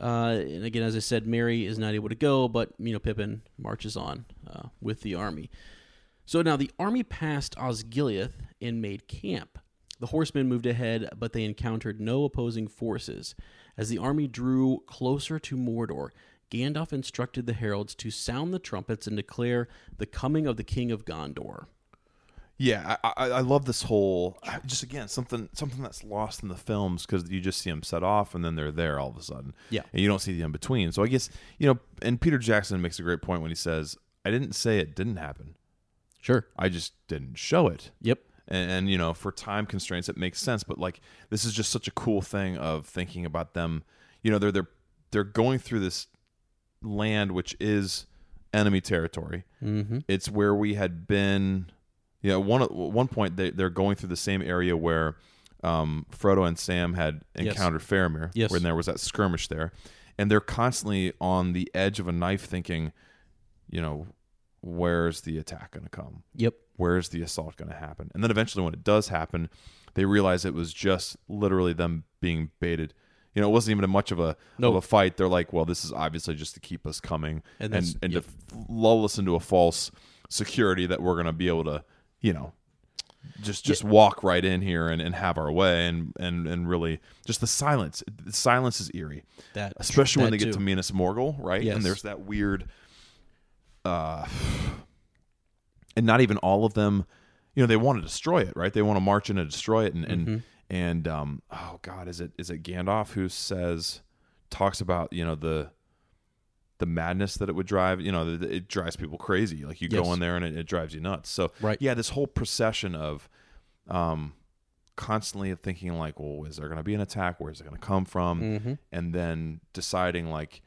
uh, and again, as I said, Mary is not able to go, but you know, Pippin marches on uh, with the army. So now the army passed Osgiliath and made camp. The horsemen moved ahead, but they encountered no opposing forces. As the army drew closer to Mordor, Gandalf instructed the heralds to sound the trumpets and declare the coming of the king of Gondor.
Yeah, I, I, I love this whole just again something something that's lost in the films because you just see them set off and then they're there all of a sudden.
Yeah.
and you don't see the in between. So I guess you know, and Peter Jackson makes a great point when he says, "I didn't say it didn't happen.
Sure.
I just didn't show it."
Yep.
and, and you know for time constraints it makes sense but like this is just such a cool thing of thinking about them you know they're they're they're going through this land which is enemy territory mm-hmm. it's where we had been you know one at one point they, they're going through the same area where um, Frodo and Sam had encountered Faramir
Yes.
when there was that skirmish there and they're constantly on the edge of a knife thinking you know where's the attack going to come
Yep.
where's the assault going to happen? And then eventually, when it does happen, they realize it was just literally them being baited. You know, it wasn't even a much of a of a fight. They're like, well, this is obviously just to keep us coming
And
and
that's-
and, to f- lull us into a false security that we're going to be able to, you know, just just walk right in here and, and have our way and and and really just the silence. The silence is eerie
That
especially when
that
they get
too.
to Minas Morgul, right?
Yes.
And there's that weird. uh, and not even all of them. You know, they want to destroy it, right? They want to march in and destroy it, and
Mm-hmm.
and and um, oh god, is it is it Gandalf who says talks about you know the the madness that it would drive you know it, it drives people crazy like you
Yes.
go in there and it, it drives you nuts so
Right.
yeah this whole procession of um constantly thinking like well is there going to be an attack where is it going to come from and then deciding like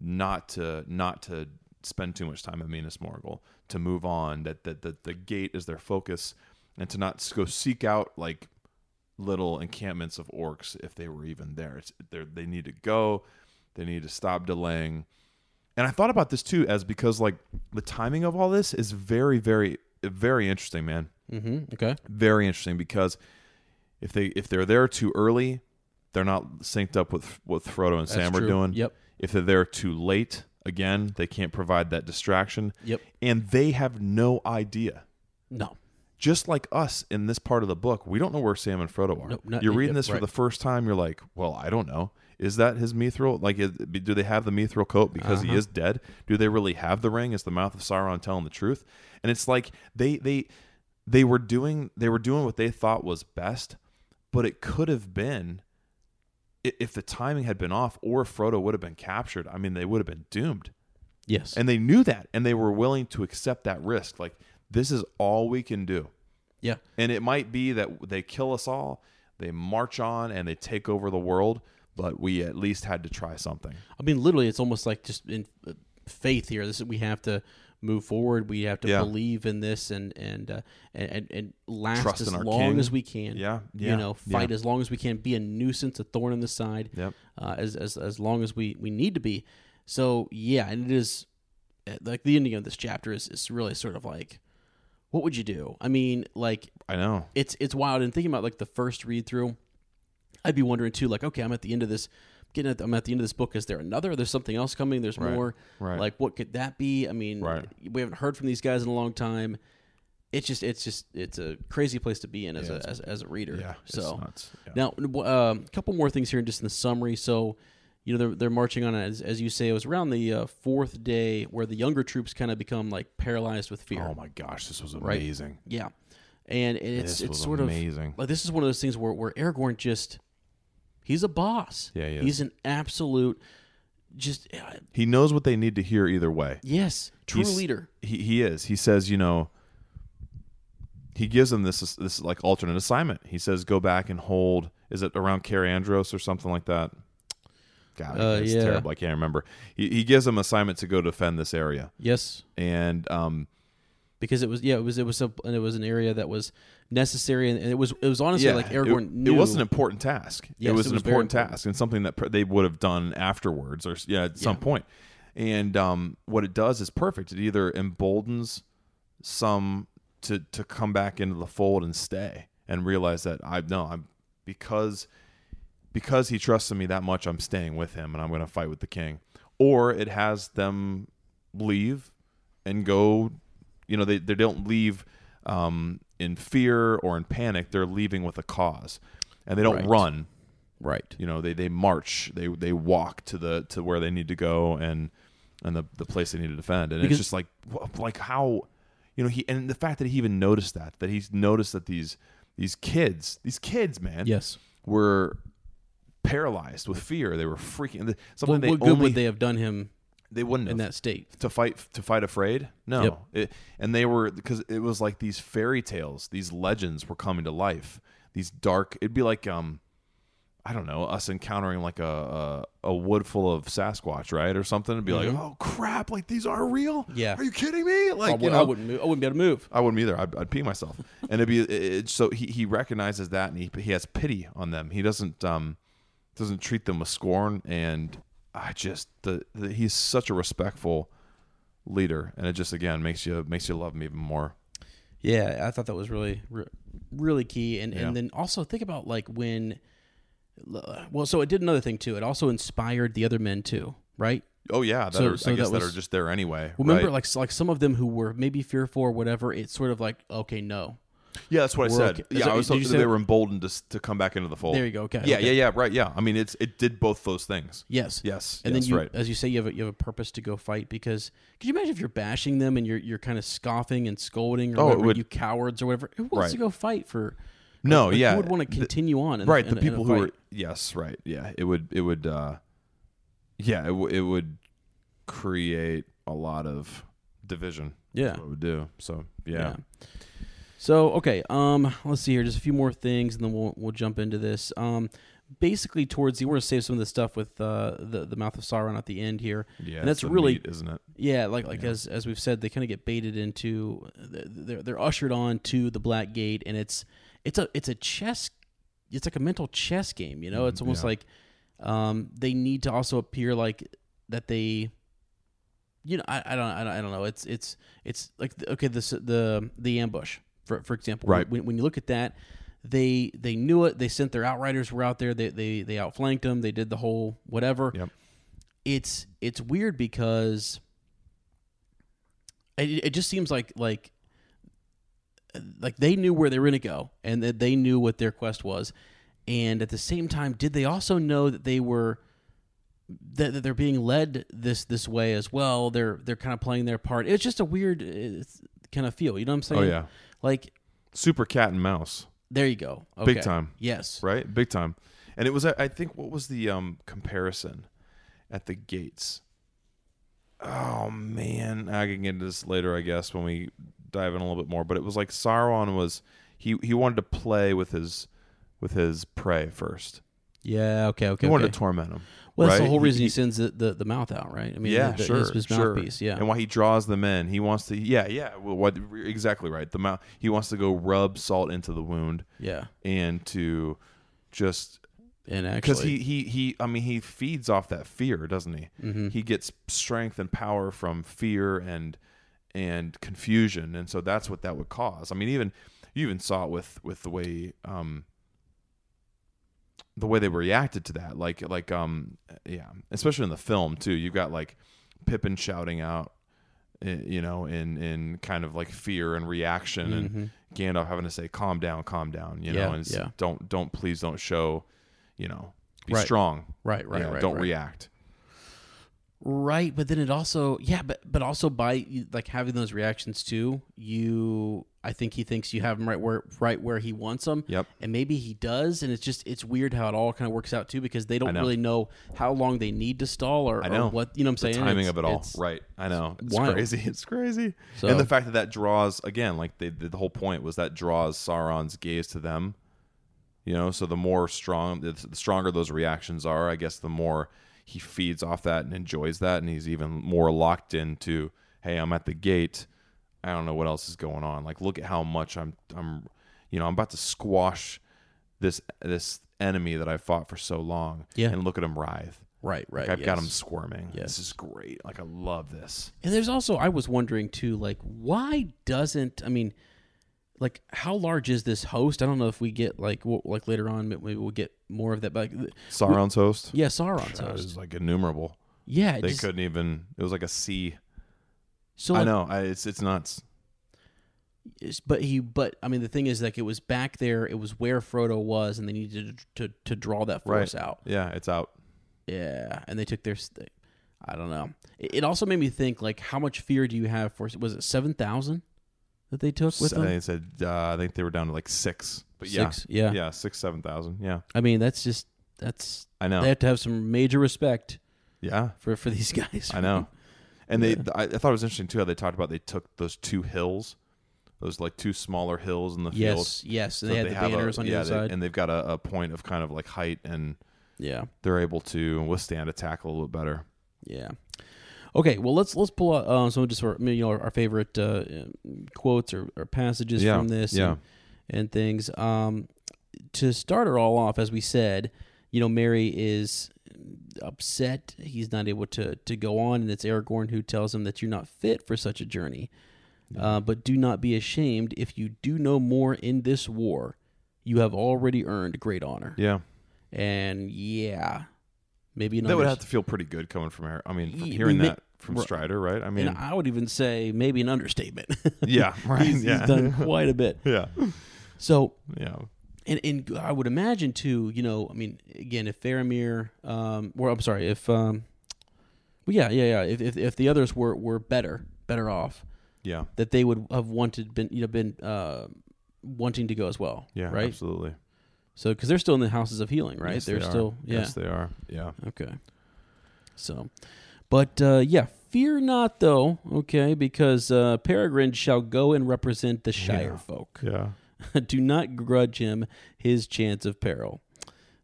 not to not to spend too much time at Minas Morgul to move on that that that the gate is their focus and to not s- go seek out like little encampments of orcs if they were even there it's they they need to go they need to stop delaying and I thought about this too as because like the timing of all this is very very very interesting man
Mm-hmm. Okay.
very interesting because if they if they're there too early, they're not synced up with what Frodo and Sam
true.
are doing.
Yep.
If they're there too late, again, they can't provide that distraction.
Yep.
And they have no idea.
No.
Just like us in this part of the book, we don't know where Sam and Frodo are.
Nope, not-
you're reading
yep,
this for
right.
the first time. You're like, well, I don't know. Is that his mithril? Like, is, do they have the mithril coat because
Uh-huh.
he is dead? Do they really have the ring? Is the mouth of Sauron telling the truth? And it's like they they they were doing they were doing what they thought was best, but it could have been i- if the timing had been off or if Frodo would have been captured. I mean, they would have been doomed.
Yes.
And they knew that, and they were willing to accept that risk. Like, this is all we can do.
yeah.
And it might be that they kill us all, they march on, and they take over the world, but we at least had to try something.
I mean, literally, it's almost like just in uh, faith here. This we have to move forward. We have to
Yeah.
believe in this and and uh, and- and and last
Trust
as
in our
long
king.
as we can.
Yeah,
You
yeah,
know, fight
yeah.
as long as we can. Be a nuisance, a thorn in the side.
Yep.
Uh, as as as long as we we need to be. So yeah, and it is uh, like the ending of this chapter is is really sort of like, what would you do? I mean, like
I know.
it's it's wild. And thinking about like the first read through, I'd be wondering too, like, okay, I'm at the end of this. Getting at the, I'm at the end of this book. Is there another? There's something else coming. There's
Right,
more.
right.
Like, what could that be? I mean,
Right.
we haven't heard from these guys in a long time. It's just, it's just, it's a crazy place to be in as a as, as a reader.
Yeah. it's
So
nuts. Yeah.
now, w- um, a couple more things here, just in the summary. So, you know, they're, they're marching on as as you say. It was around the uh, fourth day where the younger troops kind of become like paralyzed with fear.
Oh my gosh, this was amazing.
Yeah, and it's
This
it's
was
sort
amazing.
of like this is one of those things where where Aragorn just he's a boss.
Yeah, he is.
he's an absolute just uh,
He knows what they need to hear either way.
yes, true
He's-
leader.
He he is. He says, you know, he gives them this this like alternate assignment. He says, go back and hold. Is it around Carandros or something like that? God,
Uh,
it's
yeah.
terrible. I can't remember. He, he gives them assignment to go defend this area,
Yes,
and um,
because it was yeah it was it was a, and it was an area that was necessary and, and it was it was honestly like
it-
Aragorn
It,
knew
was an important task.
Yes,
it was
it
an
was very
important
important.
task and something that pr- they would have done afterwards or s- yeah, at some point. And um, what it does is perfect. It either emboldens some to to come back into the fold and stay and realize that I no I'm because because he trusts in me that much I'm staying with him and I'm going to fight with the king. Or it has them leave and go you know they, they don't leave um, in fear or in panic they're leaving with a cause and they don't
Right.
run
right.
you know they, they march they they walk to the to where they need to go and and the, the place they need to defend and
Because-
it's just like wh- like how you know he and the fact that he even noticed that that he's noticed that these these kids these kids man
Yes.
were paralyzed with fear they were freaking something
What,
they
what good
only
would they have done him
they wouldn't
in
have
that state?
to fight to fight afraid no
Yep.
it, and they were because it was like these fairy tales these legends were coming to life these dark it'd be like um i don't know us encountering like a a, a wood full of sasquatch right or something and be like oh crap like these are real
Mm-hmm. Yeah.
are you kidding me like
I,
you
would,
know,
I wouldn't move. I wouldn't be able to move.
I wouldn't either. I'd, I'd pee myself. And it'd be it, it- so he, he recognizes that and he he has pity on them. He doesn't um doesn't treat them with scorn. And I just the, the he's such a respectful leader, and it just again makes you makes you love him even more.
Yeah, I thought that was really, re- really key. And
Yeah.
and then also think about like when, uh, well, so it did another thing too. It also inspired the other men too, right?
Oh yeah, that
So-
are,
so
I guess
that
that,
was-
are just there anyway.
Remember,
right?
like like some of them who were maybe fearful or whatever. It's sort of like okay, no,
Yeah, that's what I
We're
said.
okay-
Yeah,
so
I was
did you
hoping
say-
they were emboldened to, s- to come back into the fold.
There you go. Okay.
Yeah,
okay.
yeah, yeah. Right. Yeah. I mean, it's it did both those things.
Yes.
Yes,
And
yes,
then you, uh,
right.
as you say, you have a, you have a purpose to go fight because could you imagine if you're bashing them and you're you're kind of scoffing and scolding or
Oh, it
whatever,
would-
you cowards or whatever? Who wants
Right.
to go fight for?
No,
like,
yeah.
Who would want to continue on? In,
right
in
the
a- in a
people who
fight?
are yes right yeah it would it would uh yeah it, w- it would create a lot of division
Yeah.
That's what it would do so yeah,
So okay, um, let's see here, just a few more things, and then we'll we'll jump into this. Um, basically, towards the we're gonna save some of the stuff with uh, the the mouth of Sauron at the end here.
Yeah,
and
it's
that's
the
really
meat, isn't it
yeah, like like as as we've said, they kind of get baited into they're they're ushered on to the Black Gate, and it's it's a it's a chess, it's like a mental chess game. You know, it's almost
Mm, yeah.
like um, they need to also appear like that they. You know, I, I don't, I don't, I don't know. It's, it's, it's like the- okay, this the the ambush for for example.
Right.
When, when you look at that, they they knew it. They sent their outriders were out there. They they they outflanked them. They did the whole whatever
Yep.
it's it's weird because it, it just seems like like like they knew where they were going to go and that they knew what their quest was and at the same time did they also know that they were that, that they're being led this this way as well they're they're kind of playing their part it's just a weird kind of feel you know what i'm saying
oh yeah
like
super cat and mouse
there you go
Big
Okay.
time.
yes
right big time and it was i I think what was the um comparison at the gates oh man i can get into this later i guess when we dive in a little bit more but it was like sauron was he he wanted to play with his with his prey first
yeah okay okay
He wanted
okay.
to torment him.
well that's
right?
the whole reason he,
He,
sends the, the, the mouth out right i mean
yeah,
the- the-
sure,
his, his
sure.
mouthpiece yeah
And why he draws them in, he wants to. Yeah, yeah. Well, what exactly right? The mouth. He wants to go rub salt into the wound
yeah
and to just
and actually
because he he he. I mean, he feeds off that fear, doesn't he?
Mm-hmm.
He gets strength and power from fear and and confusion, and so that's what that would cause. I mean, even you even saw it with with the way um the way they reacted to that like like um yeah especially in the film too you've got like pippin shouting out i- you know in in kind of like fear and reaction and gandalf having to say calm down calm down you
Mm-hmm. Yeah,
know and s-
yeah.
don't don't please don't show you know be
Right.
strong
Right,
you
right,
know,
right,
don't
right.
react
Right, but then it also yeah, but but also by like having those reactions too, you I think he thinks you have him right where right where he wants him.
Yep.
And maybe he does, and it's just it's weird how it all kind of works out too because they don't
know.
really know how long they need to stall or,
I know
or what you know what I'm
the
saying.
timing
It's-
of it all,
it's-
right? I know it's
wild.
crazy. <laughs> It's crazy,
So-
and the fact that that draws again, like the, the whole point was that draws Sauron's gaze to them. You know, so the more strong, the stronger those reactions are, I guess, the more he feeds off that and enjoys that, and he's even more locked into, hey, I'm at the gate. I don't know what else is going on. Like, look at how much I'm, I'm, you know, I'm about to squash this this enemy that I fought for so long.
Yeah.
and look at him writhe.
Right, right.
Like, I've got
yes.
him squirming.
Yes.
This is great. Like I love this.
And there's also I was wondering too, like why doesn't I mean, like how large is this host? I don't know if we get like w- like later on maybe we'll get more of that. But like,
Sauron's host.
yeah, Sauron's
It
host.
was like innumerable.
Yeah, it
They
just-
couldn't even. It was like a sea.
So
I
like,
know. I, it's it's nuts.
Yes, but he but i mean the thing is like it was back there it was where frodo was and they needed to to, to draw that force out
Yeah, it's out.
yeah and they took their st- i don't know it, it also made me think like how much fear do you have for was it 7000 that they took with
I think
them
they said. Uh, I think they were down to like six. But yeah,
Six, yeah.
yeah, six seven thousand. Yeah,
i mean that's just that's
I know.
they have to have some major respect
yeah,
for for these <laughs> guys
I know. And they, I, I thought it was interesting too how they talked about they took those two hills, those like two smaller hills in the field.
yes yes and
so
they had the
have a-
banners on
yeah,
either
they-
side
and they've got a, a point of kind of like height, and
yeah
they're able to withstand attack a little bit better.
Yeah. Okay, well let's let's pull out um, some of just our, you know, our favorite uh, quotes or, or passages
Yeah,
from this
yeah.
and, and things. Um, to start it all off, as we said, you know Mary is upset; he's not able to to go on, and it's Aragorn who tells him that you're not fit for such a journey. Uh, but do not be ashamed if you do no more in this war. You have already earned great honor,
Yeah.
and yeah, maybe an
That would
unders-
have to feel pretty good coming from Aaron. I mean, from
Ye-
hearing
ma-
that from
Right.
Strider, right? I mean,
and I would even say maybe an understatement.
<laughs>
<laughs>
yeah, right,
he's,
yeah, <laughs>
he's done quite a bit.
yeah,
So
yeah,
and and I would imagine too. You know, I mean, again, if Faramir, um, or I'm sorry, if um, well, yeah, yeah, yeah. If if, if the others were were better, better off,
yeah,
that they would have wanted been you know been uh, wanting to go as well.
yeah,
Right.
absolutely.
So because they're still in the houses of healing, right?
Yes,
they're
they are.
still yeah.
Yes, they are. Yeah,
Okay. So, but uh, yeah, fear not though. Okay, because uh, Peregrine shall go and represent the Shire
Yeah.
folk. <laughs>
yeah,
Do not grudge him his chance of peril.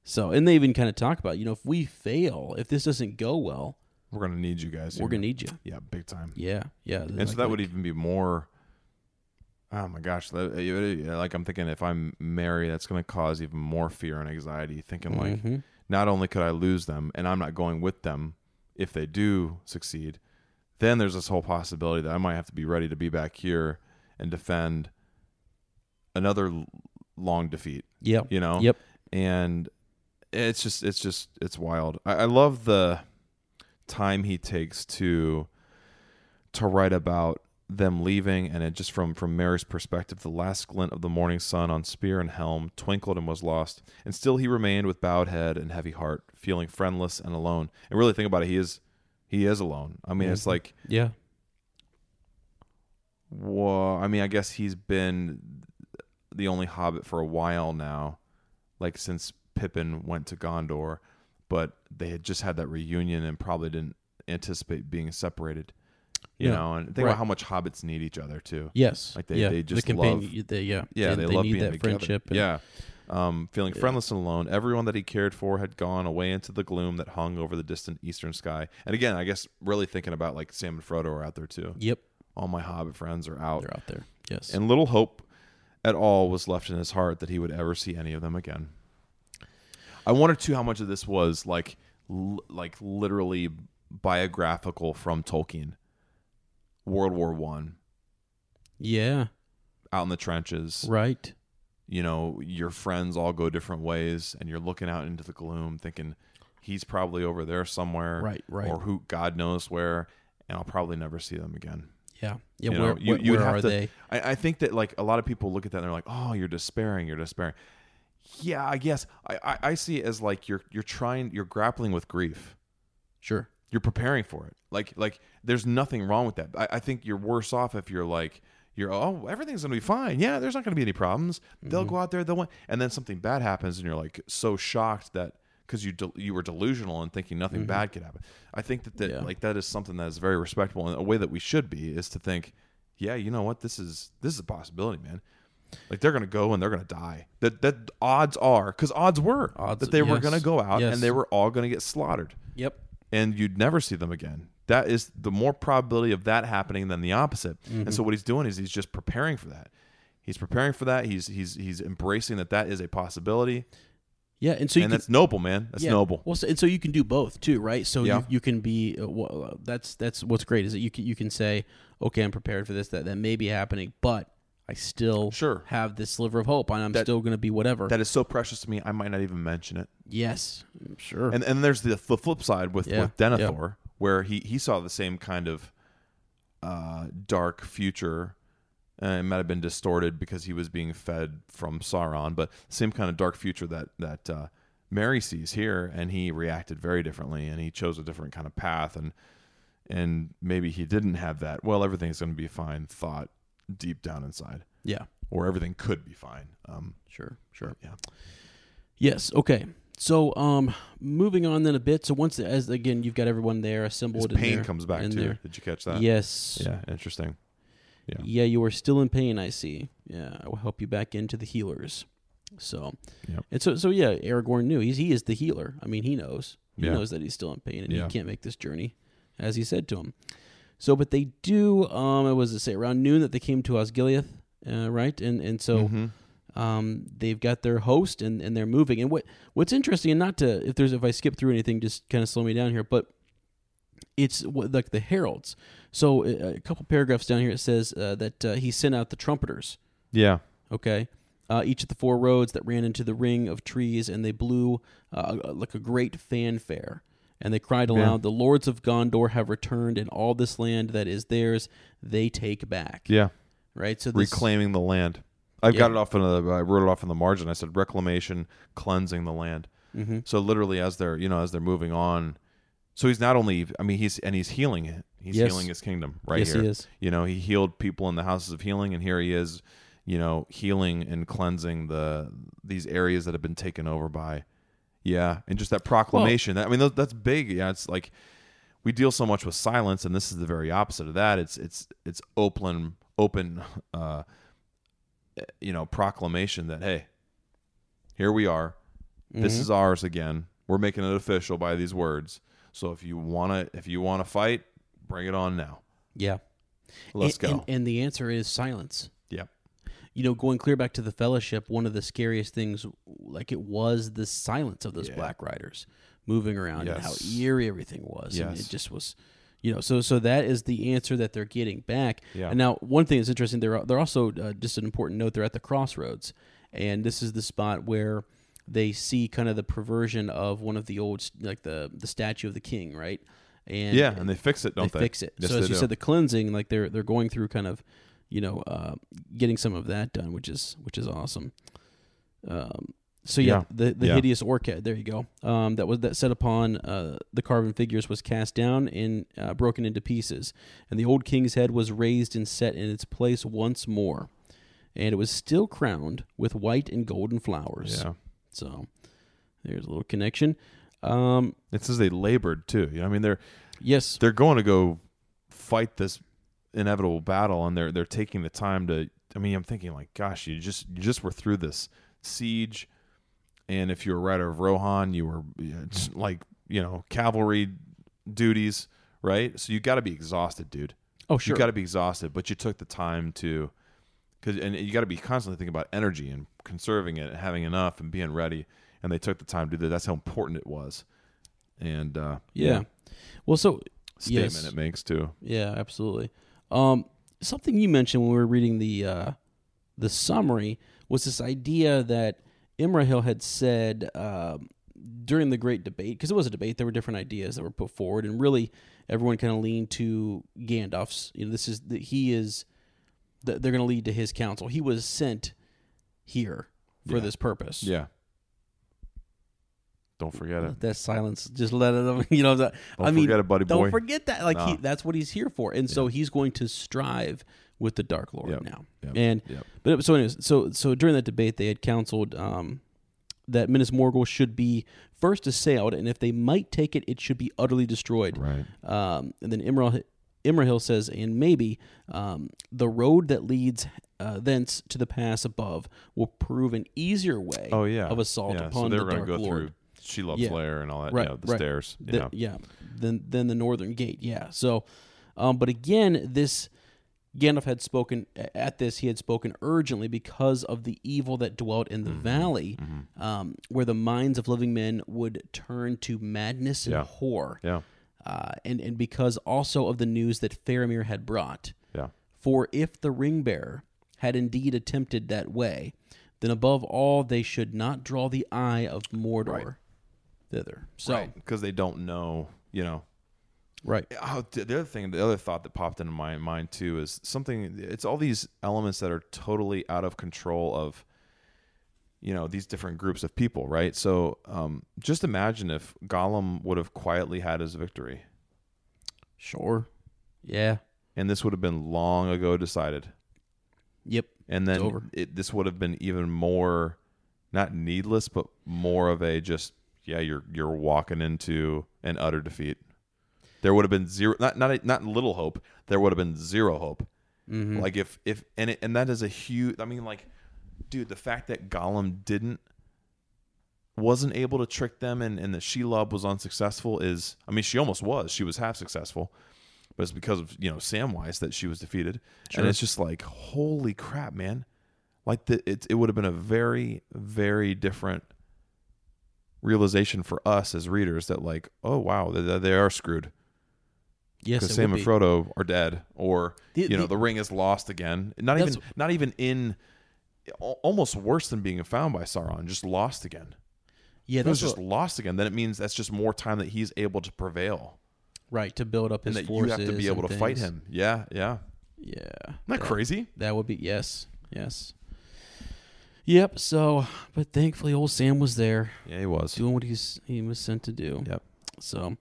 So, and they even kind of talk about, you know, if we fail, if this doesn't go well,
we're gonna need you guys.
we're
here.
gonna need you.
yeah, big time.
Yeah, yeah.
and so that would even be more. Oh my gosh! That, it- it- like I'm thinking, if I'm Mary, that's going to cause even more fear and anxiety. Thinking like,
Mhm.
not only could I lose them, and I'm not going with them if they do succeed, then there's this whole possibility that I might have to be ready to be back here and defend another l- long defeat.
Yep.
You know.
Yep.
And it's just, it's just, it's wild. I, I love the time he takes to to write about them leaving and it just from from Mary's perspective the last glint of the morning sun on spear and helm twinkled and was lost and still he remained with bowed head and heavy heart feeling friendless and alone and really think about it he is he is alone i mean it's
Mm-hmm.
like
Yeah.
whoa i mean i guess he's been the only hobbit for a while now like since pippin went to gondor but they had just had that reunion and probably didn't anticipate being separated you
Yeah.
know and think
Right.
about how much hobbits need each other too
Yes.
Like, they-
yeah.
they just
the companion,
love-
you- They, yeah.
yeah,
and
they, love
need
being
that
together.
friendship. and-
yeah, um, feeling friendless and alone. Everyone that he cared for had gone away into the gloom that hung over the distant eastern sky. And again, I guess really thinking about like Sam and Frodo are out there too.
Yep.
All my Hobbit friends are out,
They're out there. Yes.
and little hope at all was left in his heart that he would ever see any of them again. I wonder too how much of this was like, l- like literally biographical from Tolkien, World War One,
yeah.
out in the trenches,
Right.
you know your friends all go different ways and you're looking out into the gloom thinking he's probably over there somewhere
Right, right.
or who god knows where and i'll probably never see them again
Yeah. Yeah.
you
where
know, you,
where,
you would
where
have
are
to,
they?
I, I think that like a lot of people look at that and they're like oh you're despairing you're despairing yeah i guess i i, I see it as like you're you're trying you're grappling with grief
Sure.
you're preparing for it. Like like there's nothing wrong with that. I, I think you're worse off if you're like you're oh everything's gonna be fine. Yeah, there's not gonna be any problems. They'll
Mm-hmm.
go out there. They'll win. And then something bad happens, and you're like so shocked that because you del you were delusional and thinking nothing bad could happen. I think that that
Mm-hmm. Yeah.
like that is something that is very respectable and a way that we should be is to think, yeah, you know what, this is this is a possibility, man. Like they're gonna go and they're gonna die. That that odds are because odds were
Odds-
that they were
yes,
gonna go out
yes.
and they were all gonna get slaughtered
Yep.
and you'd never see them again. That is the more probability of that happening than the opposite. And
Mm-hmm.
so what he's doing is he's just preparing for that. He's preparing for that. He's he's he's embracing that that is a possibility,
Yeah. And so you
and
can
that's noble, man. That's
Yeah.
noble.
Well, so, and so you can do both too, right? So
Yeah.
you, you can be uh, well, uh, that's that's what's great is that you can you can say, okay, I'm prepared for this that that may be happening, but I still
Sure.
have this sliver of hope, and I'm still going to be whatever.
That is so precious to me. I might not even mention it.
yes, Mm, sure.
<laughs> And and there's the, the flip side with
Yeah.
with Denethor, where he he saw the same kind of uh, dark future. Uh, it might have been distorted because he was being fed from Sauron, but same kind of dark future that that uh, Mary sees here, and he reacted very differently, and he chose a different kind of path, and and maybe he didn't have that. Well, everything's going to be fine. Thought deep down inside,
yeah,
or everything could be fine. Um,
sure, sure.
yeah,
Yes. Okay. So, um, moving on then a bit. So once as again, you've got everyone there
his
assembled. in
pain
there-
comes back
in
too. Uh,
there.
Did you catch that?
Yes.
yeah, interesting. Yeah.
Yeah, you are still in pain, I see. Yeah, I will help you back into the healers. So,
Yep.
and so, so yeah, Aragorn knew he's he is the healer. I mean, he knows he
Yeah.
knows that he's still in pain and
Yeah.
he can't make this journey, as he said to him. So, but they do. Um, it was to say around noon that they came to Osgiliath, uh, right? And and so,
Mhm.
um, they've got their host and, and they're moving. And what what's interesting, and not to if there's if I skip through anything, just kind of slow me down here, but it's what, like the heralds. So uh, a couple paragraphs down here, it says uh, that uh, he sent out the trumpeters.
Yeah.
Okay. Uh, each of the four roads that ran into the ring of trees, and they blew uh, like a great fanfare. And they cried aloud, The lords of Gondor have returned, and all this land that is theirs they take back.
Yeah.
Right? So this,
Reclaiming the land. I've got
Yeah.
it off in the. I wrote it off in the margin. I said reclamation, cleansing the land.
Mhm.
So literally, as they're you know as they're moving on, so he's not only I mean he's and he's healing it. He's
Yes.
healing his kingdom right
Yes,
here.
he is.
You know he healed people in the houses of healing, and here he is, you know healing and cleansing the these areas that have been taken over by, yeah, and just that proclamation. that, I mean tho- that's big. Yeah, it's like we deal so much with silence, and this is the very opposite of that. It's it's it's open open. <laughs> Uh, eh, you know proclamation that hey here we are
Mm-hmm.
this is ours again we're making it official by these words so if you want to if you want to fight bring it on now
Yeah.
let's
And-
go
and- and the answer is silence.
yep
you know, going clear back to the fellowship, one of the scariest things, like it was the silence of those
Yeah.
black riders moving around and how
Yes.
eerie everything was. And
Yes.
it just was, you know, so so that is the answer that they're getting back.
Yeah.
And now, one thing that's interesting, they're they're also uh, just an important note. They're at the crossroads, and this is the spot where they see kind of the perversion of one of the old, like the the statue of the king, right? And
yeah and they fix it don't they,
they fix it.
Yes,
so
they
as you
do.
said, the cleansing, like they're they're going through kind of, you know, uh, getting some of that done, which is which is awesome. Um, so yeah, the the
Yeah.
hideous orca. There you go. Um, that was that set upon uh, the carven figures was cast down and uh, broken into pieces, and the old king's head was raised and set in its place once more, and it was still crowned with white and golden flowers.
yeah
So there's a little connection. Um,
it says they labored too you know i mean they're
yes,
they're going to go fight this inevitable battle and they're they're taking the time to I mean I'm thinking like gosh you just you just were through this siege and if you were rider of Rohan you were yeah, just like you know cavalry duties right so you got to be exhausted dude
oh sure,
you got to be exhausted but you took the time to cause, and you got to be constantly thinking about energy and conserving it and having enough and being ready and they took the time to do that that's how important it was and uh
yeah. Well, so
statement
Yes.
it makes too
Yeah, absolutely. Um, something you mentioned when we were reading the uh, the summary was this idea that Imrahil had said um during the great debate, because it was a debate, there were different ideas that were put forward, and really everyone kind of leaned to Gandalf's. You know, this is that he is that they're going to lead to his counsel. He was sent here for
Yeah.
this purpose.
Yeah. Don't forget it. Oh,
Let That silence, just let it. <laughs> You know, that,
Don't
I mean,
forget it, buddy
don't
boy.
forget that. Like he,
Nah.
that's what he's here for, and so he's going to strive with the Dark Lord
Yep.
now.
Yep.
And
Yep.
but it- so anyways, so so during that debate, they had counseled um, that Minas Morgul should be first assailed, and if they might take it, it should be utterly destroyed.
Right.
Um, and then Imrahil, Imrahil says, and maybe um, the road that leads uh, thence to the pass above will prove an easier way
Oh yeah.
of assault
yeah.
upon
so they
the
were gonna
Dark
go
Lord.
through She Loves
Yeah.
Lair and all that.
Right,
Yeah. The
right.
stairs.
The-
yeah.
yeah. Then then the northern gate. Yeah. So, um, but again, this Gandalf had spoken at this. He had spoken urgently because of the evil that dwelt in the
Mm-hmm.
valley, um, where the minds of living men would turn to madness and
Yeah.
horror,
Yeah.
uh, and and because also of the news that Faramir had brought.
Yeah.
For if the ring bearer had indeed attempted that way, then above all they should not draw the eye of Mordor thither. So
Because they don't know, you know.
right.
Oh, the the other thing, the other thought that popped into my mind too is something. It's all these elements that are totally out of control of, you know, these different groups of people, right? So, um, just imagine if Gollum would have quietly had his victory,
Sure. Yeah.
and this would have been long ago decided.
Yep.
and then
over.
It, this would have been even more not needless but more of a just yeah you're you're walking into an utter defeat there would have been zero not not a, not little hope there would have been zero hope like if if and it, and that is a huge i mean like dude the fact that gollum didn't wasn't able to trick them and, and that Shelob was unsuccessful is I mean she almost was she was half successful but it's because of you know Samwise that she was defeated and it's just like holy crap man like the, it it would have been a very very different realization for us as readers that like oh wow they, they are screwed
Yes.
because
it
Sam
would
and
be.
Frodo are dead, or
The-
you know
the-
the, ring is lost again. Not even
That's-
not even in al- almost worse than being found by Sauron, just lost again.
Yeah,
If it was
that's
just
what-
lost again. Then it means that's just more time that he's able to prevail
right to build up his
and that you
forces
have to be
and
able to fight
things.
him. Yeah, yeah.
Yeah,
Isn't that
that-
crazy?
That would be yes, yes. Yep. So, but thankfully, old Sam was there
Yeah, he was.
doing what he's he was sent to do.
Yep.
So,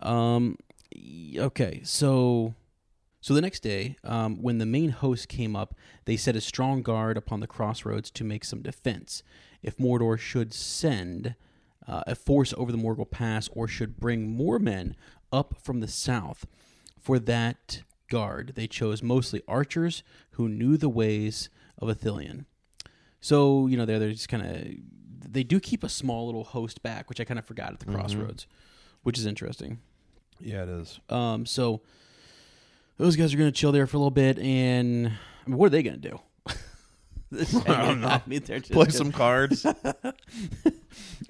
um, y- okay, so. So the next day, um, when the main host came up, they set a strong guard upon the crossroads to make some defense. If Mordor should send uh, a force over the Morgul Pass or should bring more men up from the south, for that guard they chose mostly archers who knew the ways of Athelion. So you know they're they're just kind of they do keep a small little host back, which I kind of forgot
Mm-hmm.
at the crossroads, which is interesting.
Yeah, it is.
Um, so those guys are gonna chill there for a little bit, and I mean, what are they gonna do?
<laughs>
<laughs> I, mean, I mean, they're just,
Play some
<laughs>
cards.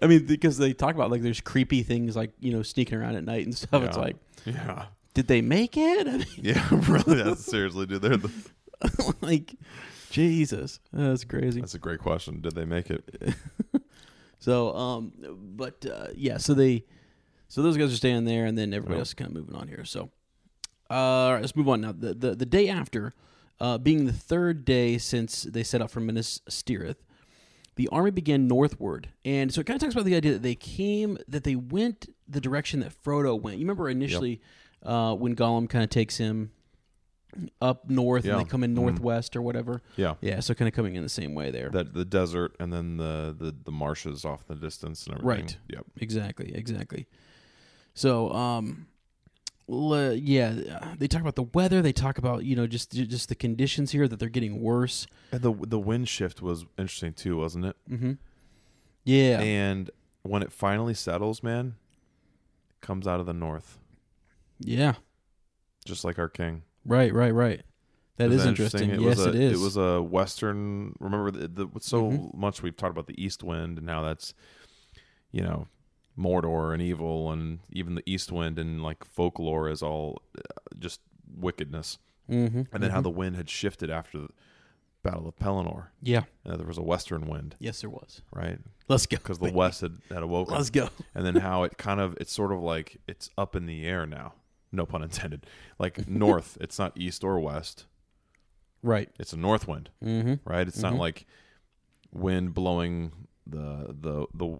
I mean, because they talk about like there's creepy things like you know sneaking around at night and stuff. It's
Yeah.
like,
yeah.
did they make it? <laughs> I mean,
Yeah, <laughs> really. That's seriously, dude. They're the,
like, Jesus, that's crazy.
that's a great question. Did they make it?
So, um, but uh, yeah, so they, so those guys are staying there, and then everybody else is kind of moving on here. So, uh, all right, let's move on now. The the, the day after, uh, being the third day since they set out for Minas Tirith, the army began northward, and so it kind of talks about the idea that they came, that they went the direction that Frodo went. You remember initially, uh, when Gollum kind of takes him up north,
Yeah.
and they come in
Mhm.
northwest or whatever.
Yeah.
Yeah, so kind of coming in the same way there.
That the desert and then the, the the marshes off in the distance and everything.
Right.
Yep.
Exactly, exactly. So, um, le- yeah, they talk about the weather. They talk about you know just just the conditions here that they're getting worse.
And the the wind shift was interesting too, wasn't it?
Mm-hmm. Yeah,
And when it finally settles, man, it comes out of the north,
yeah,
just like our king.
right, right, right. That
Isn't
is interesting.
It
yes,
was a,
it is.
It was a western. Remember, the, the, so
Mhm.
much we've talked about the east wind and how that's, you know, Mordor and evil, and even the east wind and like folklore is all uh, just wickedness.
mm-hmm.
And then how the wind had shifted after the Battle of Pelennor.
yeah,
Uh, there was a western wind,
yes, there was.
right?
Let's go.
Because
<laughs>
the west had, had awoken.
Let's go.
and then how it kind of it's sort of like it's up in the air now no pun intended
<laughs>
like north it's not east or west
Right.
it's a north wind
Mm-hmm.
right it's not like wind blowing the the the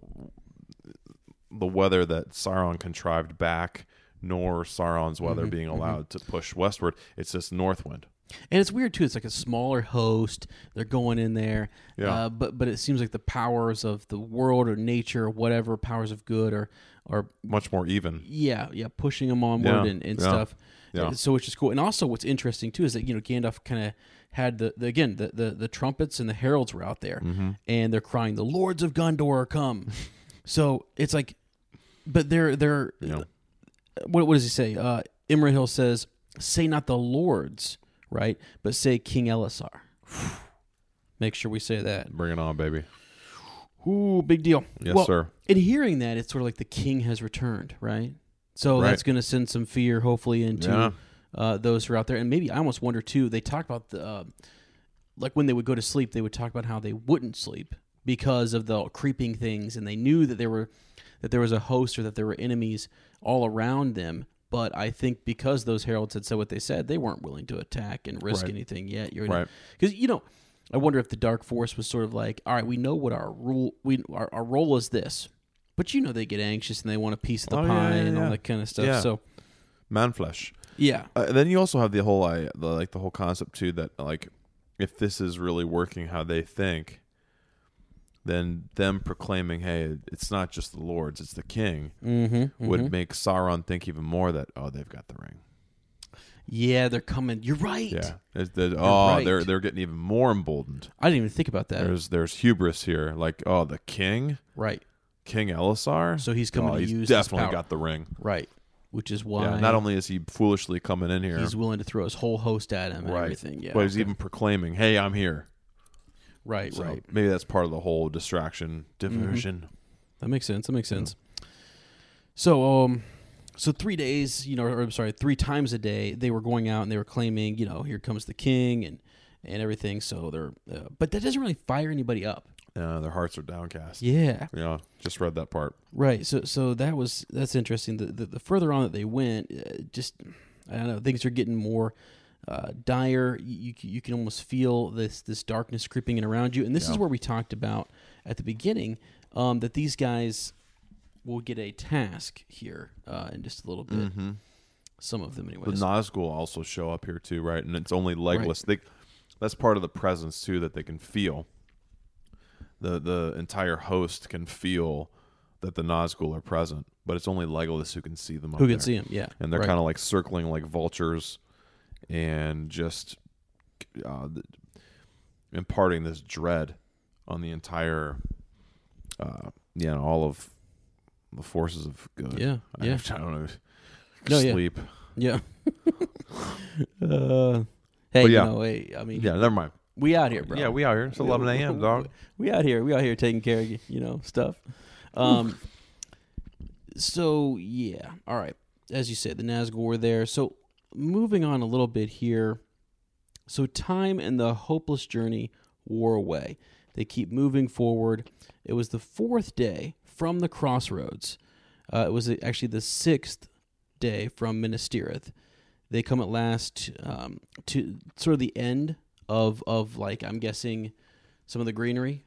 the weather that Sauron contrived back nor Sauron's weather
Mm-hmm.
being allowed to push westward it's this north wind
And it's weird too. It's like a smaller host. They're going in there,
Yeah.
Uh, but but it seems like the powers of the world or nature or whatever powers of good or or
much more even
yeah, yeah, pushing them onward
Yeah,
and, and
yeah,
stuff.
yeah.
So which is cool. And also, what's interesting too is that you know Gandalf kind of had the, the again the, the the trumpets and the heralds were out there,
Mm-hmm.
and they're crying, "The Lords of Gondor are come."
<laughs>
so it's like, but they're they're
you know
what what does he say? Uh, Imrahil says, "Say not the lords, right, but say King
<sighs>
Elisar." Make sure we say that.
bring it on baby
Ooh, big deal.
yes
Well,
sir
in hearing that, it's sort of like the king has returned, right? So
Right.
that's going to send some fear, hopefully, into
Yeah.
uh, those who are out there. And maybe I almost wonder too. They talk about the uh, like when they would go to sleep, they would talk about how they wouldn't sleep because of the creeping things, and they knew that there were that there was a host or that there were enemies all around them. But I think because those heralds had said what they said, they weren't willing to attack and risk
Right.
anything yet. You're
Right.
because you know, I wonder if the dark force was sort of like, all right, we know what our rule, we our, our role is this, but you know they get anxious and they want a piece of the
Oh, yeah,
pie
yeah,
and
yeah.
all that kind of stuff.
Yeah.
So
man flesh
yeah,
Uh, then you also have the whole I the, like the whole concept too that like if this is really working how they think, then them proclaiming, "Hey, it's not just the lords, it's the king,"
mm-hmm.
would make Sauron think even more that oh, they've got the ring.
yeah, they're coming. You're right.
Yeah, It's the- oh,
right. Uh,
they're they're getting even more emboldened.
I didn't even think about that.
There's there's hubris here, like oh, the king,
right,
King Elisar.
So he's coming
oh,
to
he's
use his
definitely
power.
got the ring.
right, which is why
Yeah, not only is he foolishly coming in here,
he's willing to throw his whole host at him and
right,
everything. Yeah,
but he's
okay.
even proclaiming, "Hey, I'm here."
right,
So
right.
maybe that's part of the whole distraction diversion.
That makes sense. That makes sense. So, um, so three days, you know, or I'm sorry, three times a day, they were going out and they were claiming, you know, here comes the king and and everything. So they're, uh, but that doesn't really fire anybody up.
Uh, their hearts are downcast.
Yeah.
Yeah, just read that part.
Right. So so that was that's interesting. The the, the further on that they went, uh, just I don't know, things are getting more uh, dire. You you you can almost feel this this darkness creeping in around you. And this is
Yeah.
where we talked about at the beginning um, that these guys will get a task here uh, in just a little bit.
Mm-hmm.
Some of them,
The
anyways.
Nazgul also show up here too, right? And it's only legless. They, that's part of the presence too that they can feel. The the entire host can feel that the Nazgul are present, but it's only Legolas who can see them. Up
Who can
there.
see him? Yeah.
and they're
right.
kind of like circling like vultures and just uh, th- imparting this dread on the entire uh you know all of the forces of good
Yeah,
I,
yeah.
I don't know
No, yeah.
sleep <laughs>
yeah. <laughs> uh, hey,
yeah.
you know, hey, I mean,
yeah. never mind
we out here, bro.
yeah we out here it's
Yeah,
11 a.m
we-
dog
We out here. We out here taking care of you you know stuff. Um. so yeah. All right. As you said, the Nazgul were there. So moving on a little bit here. So time and the hopeless journey wore away. They keep moving forward. It was the fourth day from the crossroads. Uh, it was actually the sixth day from Ministereth. They come at last um, to sort of the end of of like I'm guessing some of the greenery.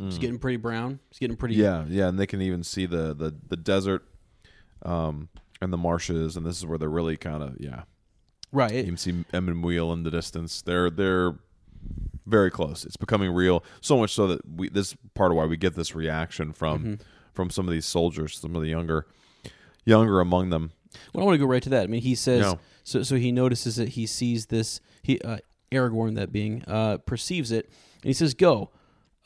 It's getting pretty brown. It's getting pretty
Mm. Hmm. yeah yeah and they can even see the the, the desert um and the marshes and this is where they're really kind of yeah
right.
You can see Emin Wheel in the distance. They're they're very close. It's becoming real. So much so that we this is part of why we get this reaction from
Mm-hmm.
from some of these soldiers, some of the younger younger among them.
Well, I want to go right to that. I mean, he says
No.
so. So he notices it. He sees this. He uh, Aragorn, that being, uh, perceives it, and he says, "Go,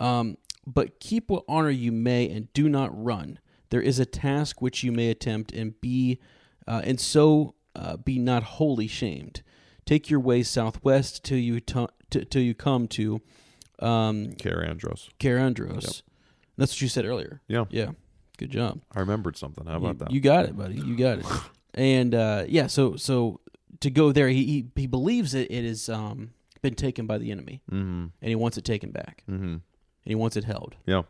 um, but keep what honor you may, and do not run. There is a task which you may attempt, and be, uh, and so uh, be not wholly shamed. Take your way southwest till you to, t- till you come to um,
Care Andros.
Carandros. That's what you said earlier.
Yeah.
Yeah, good job."
I remembered something. How
you,
about that?
you got it, buddy.
<sighs>
You got it. and uh, yeah, so so to go there, he he, he believes it it has um, been taken by the enemy,
mm-hmm.
and he wants it taken back, and
Mm-hmm.
he wants it held.
Yeah.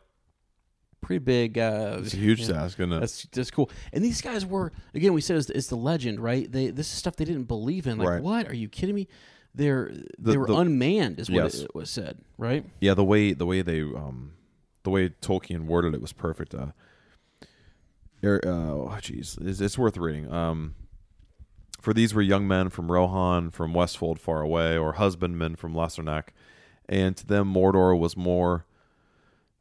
Pretty big. Uh,
It's a huge
yeah.
task, isn't it?
That's that's cool. And these guys were again. We said it's, it's the legend, right? They this is stuff they didn't believe in. Like,
Right.
what are you kidding me? They're they
The-
were
the-
unmanned, is what
Yes.
it, it was said, right?
yeah, the way the way they um the way Tolkien worded it was perfect. Uh er- uh, oh jeez. It's, it's worth reading. Um for these were young men from Rohan, from Westfold far away, or husbandmen from Lacernac, and to them Mordor was more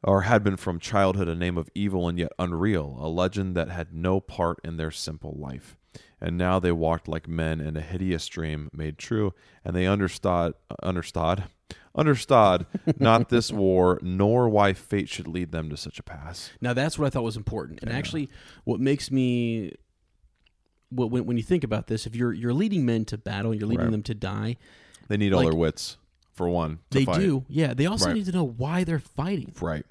or had been from childhood a name of evil and yet unreal, a legend that had no part in their simple life. And now they walked like men in a hideous dream made true, and they understood, understood, <laughs> understood not
<laughs>
this war, nor why fate should lead them to such a pass.
Now that's what I thought was important, and actually, what makes me what when, when you think about this, if you're you're leading men to battle, you're leading
Right.
them to die.
They need all
Like-
their wits, for one. To
They
fight.
do, yeah. They also
Right.
need to know why they're fighting.
right?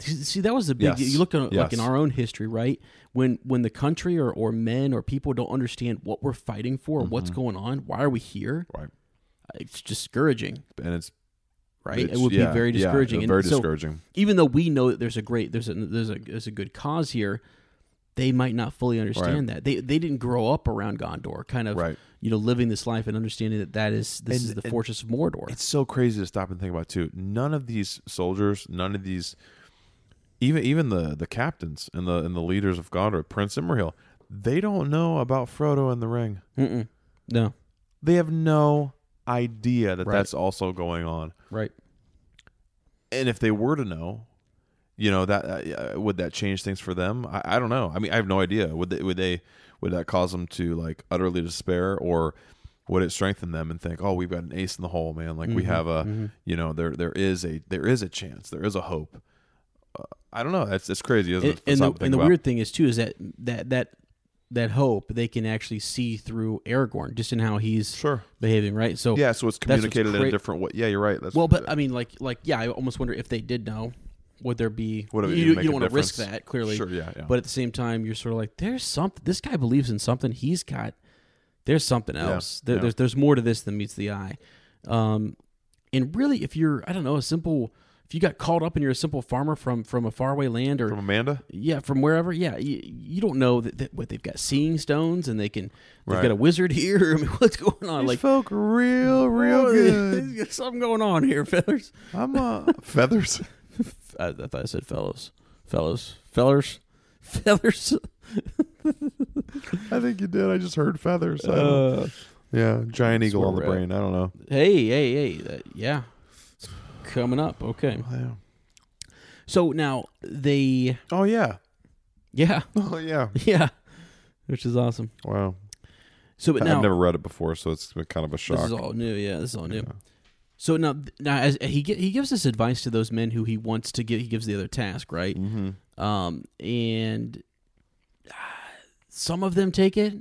See, that was a big.
Yes.
You look at like
Yes.
in our own history, right? When when the country or, or men or people don't understand what we're fighting for, what's going on, why are we here?
Mm-hmm. Right.
It's discouraging,
And it's
right?
it's-
it would
yeah,
be very
yeah,
discouraging. And
very
so,
discouraging.
even though we know that there's a great there's a there's a there's a good cause here, they might not fully understand that. They they didn't grow up around Gondor, kind of
Right.
you know living this life and understanding that that is this
And-
is the
and
fortress of Mordor.
It's so crazy to stop and think about too. None of these soldiers, none of these, even even the the captains and the and the leaders of Gondor, Prince Imrahil, they don't know about Frodo and the Ring.
Mm-mm. No,
They have no idea that
Right.
that's also going on.
right?
And if they were to know, you know that uh, would that change things for them? I, I don't know. I mean, I have no idea. Would they, would they would that cause them to like utterly despair or? Would it strengthen them and think, oh, we've got an ace in the hole, man? Like
Mm-hmm,
we have a, you know, there there is a there is a chance, there is a hope. Uh, I don't know. That's it's crazy, isn't
And,
it?
and
Stop
the,
and think
and the
about.
weird thing is too is that that that that hope they can actually see through Aragorn just in how he's
sure,
behaving, right? So
yeah. So it's
what's
communicated in
cra-
a different way. Yeah, you're right. That's
Well, but I mean, like, like, yeah, I almost wonder if they did know, would there be?
Would it
you,
even
you
make
don't
a
want to risk
difference?
that clearly,
Sure, yeah, yeah.
But at the same time, you're sort of like, there's something. This guy believes in something. He's got. There's something else. There,
yeah.
There's there's more to this than meets the eye, um, and really, if you're, I don't know, a simple if you got called up and you're a simple farmer from from a faraway land or
From Amanda?
yeah, from wherever. Yeah, you, you don't know that, that what they've got seeing stones and they can they've
Right.
got a wizard <laughs> here. I mean, what's going on? like
folk real, real
<laughs>
good.
there's something going on here, fellas.
I'm uh <laughs> feathers.
I, I thought I said fellows, fellows, fellers, <laughs> fellers.
I think you did. I just heard feathers. I don't-
Uh,
yeah, giant eagle
where
on the
we're at.
brain. I don't know.
hey, hey, hey. That, yeah, coming up. Okay.
Yeah.
So now they,
Oh yeah. <laughs>
yeah, <laughs>
Oh yeah.
yeah, which is awesome.
Wow.
So, but
I-
now
I've never read it before, so it's been kind of a shock.
This is all new. Yeah, this is all new.
Yeah.
So now, now as he gi- he gives this advice to those men who he wants to give, he gives the other task, right?
mm-hmm.
Um, and ah, some of them take it.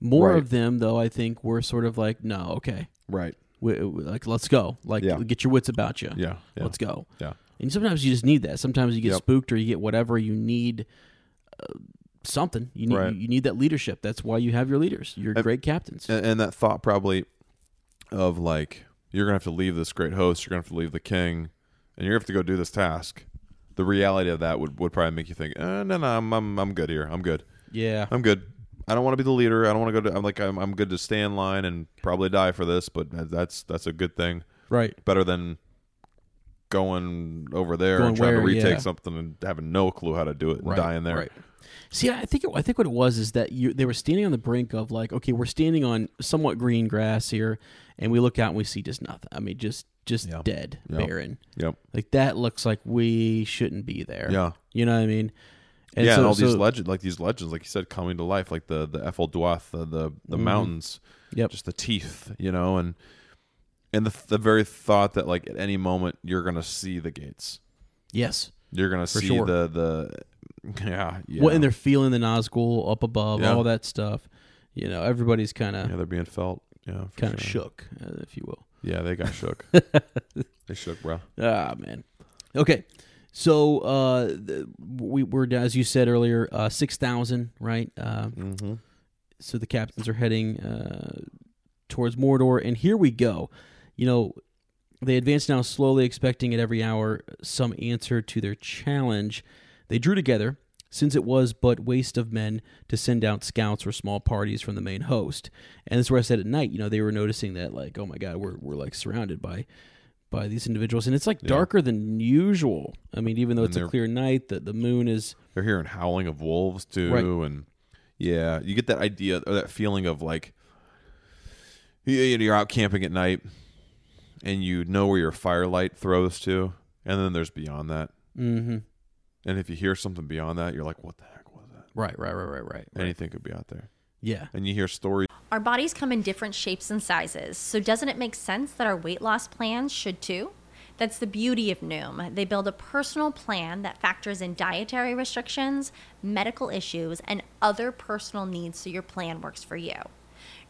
More
Right.
of them, though, I think, were sort of like, no, okay,
Right.
we, we- like let's go, like
Yeah.
get your wits about you,
Yeah. yeah.
let's go.
Yeah.
And sometimes you just need that. Sometimes you get
Yep.
spooked or you get whatever you need. Uh, something you need.
Right.
You need that leadership. That's why you have your leaders. Your
And-
great captains.
and, and that thought probably of like you're gonna have to leave this great host you're gonna have to leave the king and you're gonna have to go do this task the reality of that would, would probably make you think uh, no no I'm, I'm, I'm good here i'm good
yeah.
i'm good i don't want to be the leader i don't want to go to i'm like I'm, I'm good to stay in line and probably die for this but that- that's that's a good thing
Right.
better than going over there
Going
and trying
where,
to retake
yeah.
something and having no clue how to do it and dying there
Right. See, I think it, I think what it was is that you they were standing on the brink of like, okay, we're standing on somewhat green grass here, and we look out and we see just nothing. I mean, just just
Yeah.
dead,
Yeah.
barren.
yep
Like that looks like we shouldn't be there.
yeah
you know what I mean. And
yeah,
so,
and all
so-
these legend, like these legends, like you said, coming to life, like the the Ethel Dwath, the the, the mountains,
Mm-hmm. Yep.
just the teeth, you know, and and the the very thought that like at any moment you're gonna see the gates,
yes.
you're gonna see
sure.
the the <laughs> yeah yeah,
Well, and they're feeling the Nazgul up above,
Yeah.
all that stuff. You know, everybody's kind of
yeah they're being felt yeah for
kind of
sure.
shook, uh, if you will.
yeah they got
<laughs>
shook they shook bro
Ah, man. Okay. So uh, th- we were, as you said earlier, uh, 6,000, right? Uh,
mm-hmm.
so the captains are heading uh, towards Mordor, and here we go. You know, they advance now slowly, expecting at every hour some answer to their challenge. They drew together, since it was but waste of men to send out scouts or small parties from the main host. And this is where I said at night, you know, they were noticing that, like, oh my God, we're we're like surrounded by by these individuals, and it's like darker than usual. I mean, even though it's a
they're-
clear night, the the moon is
they're hearing howling of wolves too
Right.
and yeah you get that idea or that feeling of like you- you know, you're out camping at night and you know where your firelight throws to and then there's beyond that
mm-hmm.
and if you hear something beyond that you're like what the heck was that
right, right, right, right, right, right.
anything could be out there
Yeah,
and you hear stories
Our bodies come in different shapes and sizes, so doesn't it make sense that our weight loss plans should too? That's the beauty of Noom. They build a personal plan that factors in dietary restrictions, medical issues, and other personal needs so your plan works for you.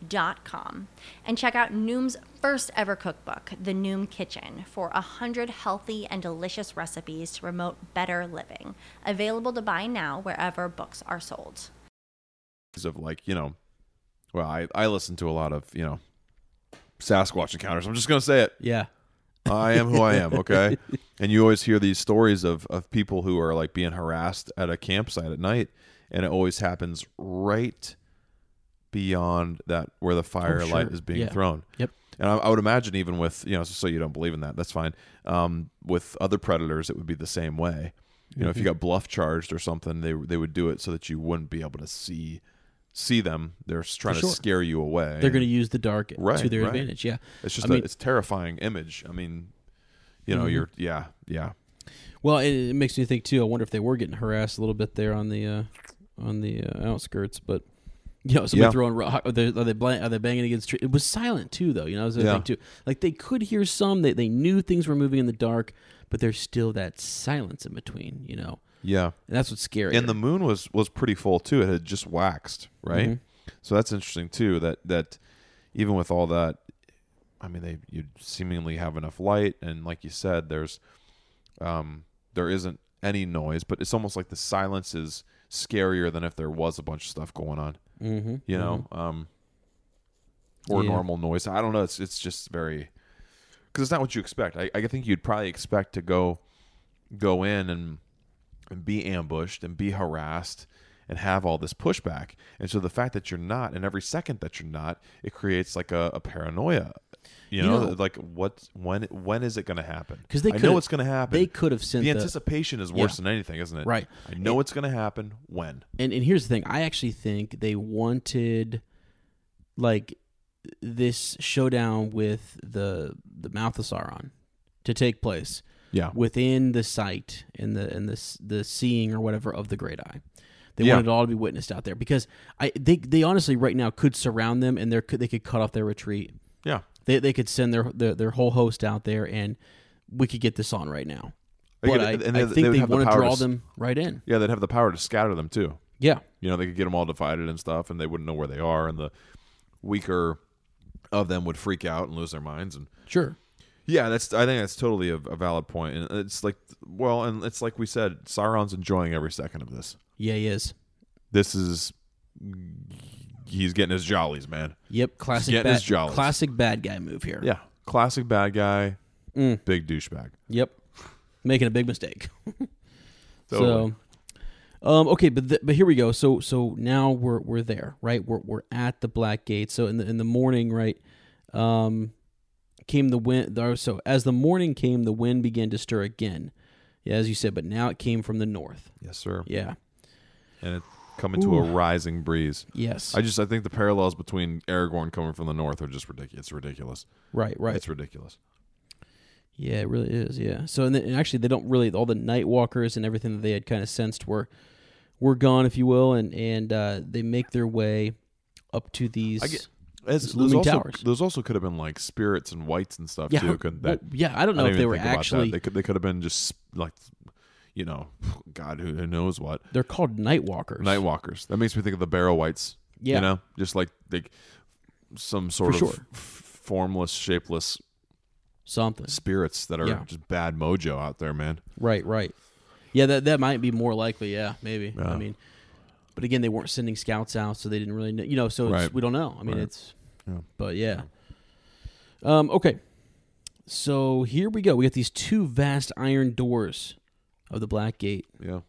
noom.com and check out Noom's first ever cookbook, The Noom Kitchen, for 100 healthy and delicious recipes to promote better living. Available to buy now wherever books are sold.
of like you know well i i listen to a lot of you know sasquatch encounters i'm just gonna say it
yeah.
I am who I am,
<laughs>
okay? and you always hear these stories of of people who are like being harassed at a campsite at night and it always happens right beyond that where the firelight
Oh, sure.
is being
Yeah.
thrown.
Yep.
And I, I would imagine even with, you know, so you don't believe in that, that's fine. Um, with other predators it would be the same way. You know, if you
Mm-hmm.
got bluff charged or something, they they would do it so that you wouldn't be able to see see them. They're s- trying
sure.
to scare you away.
They're going to use the dark to
Right,
their
right.
advantage. Yeah.
It's just
I
a,
mean- Mm-hmm.
it's terrifying image. I mean, you know, you're yeah, yeah.
Well, it, it makes me think too. I wonder if they were getting harassed a little bit there on the uh, on the uh, outskirts, but You know, somebody
Yeah.
throwing rock. Are they are they, bla- are they banging against trees? It was silent too, though. You know, it was the other
Yeah.
thing too. Like they could hear some. They they knew things were moving in the dark, but there's still that silence in between. You know,
Yeah.
and that's what's scary.
and the moon was was pretty full too it had just waxed right
Mm-hmm.
so that's interesting too that that even with all that i mean they you seemingly have enough light and like you said there's um there isn't any noise but it's almost like the silence is scarier than if there was a bunch of stuff going on
mm-hmm.
you know um or
Yeah.
normal noise i don't know it's it's just very because it's not what you expect I, I think you'd probably expect to go go in and and be ambushed and be harassed and have all this pushback and so the fact that you're not and every second that you're not it creates like a, a paranoia you,
You
know,
know-
like what when when is it going to happen
'Cause they
i
could've-
know it's going to happen
they could have sent
the
the-
anticipation is worse than anything isn't it
Right.
i know it's going to happen when
and and here's the thing i actually think they wanted like this showdown with the the mouth of sauron to take place
yeah
within the sight and the and the s- the seeing or whatever of the great eye they
Yeah.
wanted it all to be witnessed out there because i they they honestly right now could surround them and they could they could cut off their retreat
yeah
they they could send their their, their whole host out there and we could get this on right now
They
but
could-
I,
and they-
I
they
think
would
they
have the
want to
power to
draw
s-
them right in
Yeah, they'd have the power to scatter them too.
yeah
You know, they could get them all divided and stuff, and they wouldn't know where they are, and the weaker of them would freak out and lose their minds. And
sure
yeah, that's I think that's totally a, a valid point. And it's like, well, and it's like we said, Sauron's enjoying every second of this.
yeah he is
This is he's getting his jollies, man.
Yep, classic
getting
bad,
his jollies.
classic bad guy move here.
Yeah, classic bad guy,
Mm.
big douchebag.
Yep. Making a big mistake.
Totally.
So um okay, but th- but here we go. So so now we're we're there, right? We're we're at the black gate. So in the in the morning, right? Um came the wind there so as the morning came the wind began to stir again. Yeah, as you said, but now it came from the north.
Yes, sir.
Yeah.
And it coming to a rising breeze.
Yes.
I just I think the parallels between Aragorn coming from the north are just ridiculous. It's ridiculous.
right, right.
It's ridiculous.
Yeah, it really is. Yeah. So and, then, and actually, they don't really all the night walkers and everything that they had kind of sensed were were gone, if you will, and and uh, they make their way up to these.
I get- As,
Those
those
looming
also,
towers.
Those also could have been like spirits and whites and stuff
yeah,
too. Could that?
well, yeah. I don't know
didn't even
if they were
think about that.
actually.
They could. They could have been just like, you know, <sighs> God who, who knows what.
They, are called night walkers.
Nightwalkers. That makes me think of the Barrow Whites.
Yeah.
You know, just like like some sort
For
of
sure.
f- formless, shapeless
Something.
spirits that are
Yeah.
just bad mojo out there, man.
Right. Right. Yeah. That that might be more likely. Yeah. Maybe. I
Yeah.
mean, but again, they weren't sending scouts out, so they didn't really know. You know. So it's,
Right.
we don't know. I mean,
Right.
it's.
Yeah.
But yeah. Um, okay. So here we go. We got these two vast iron doors of the Black Gate.
Yeah.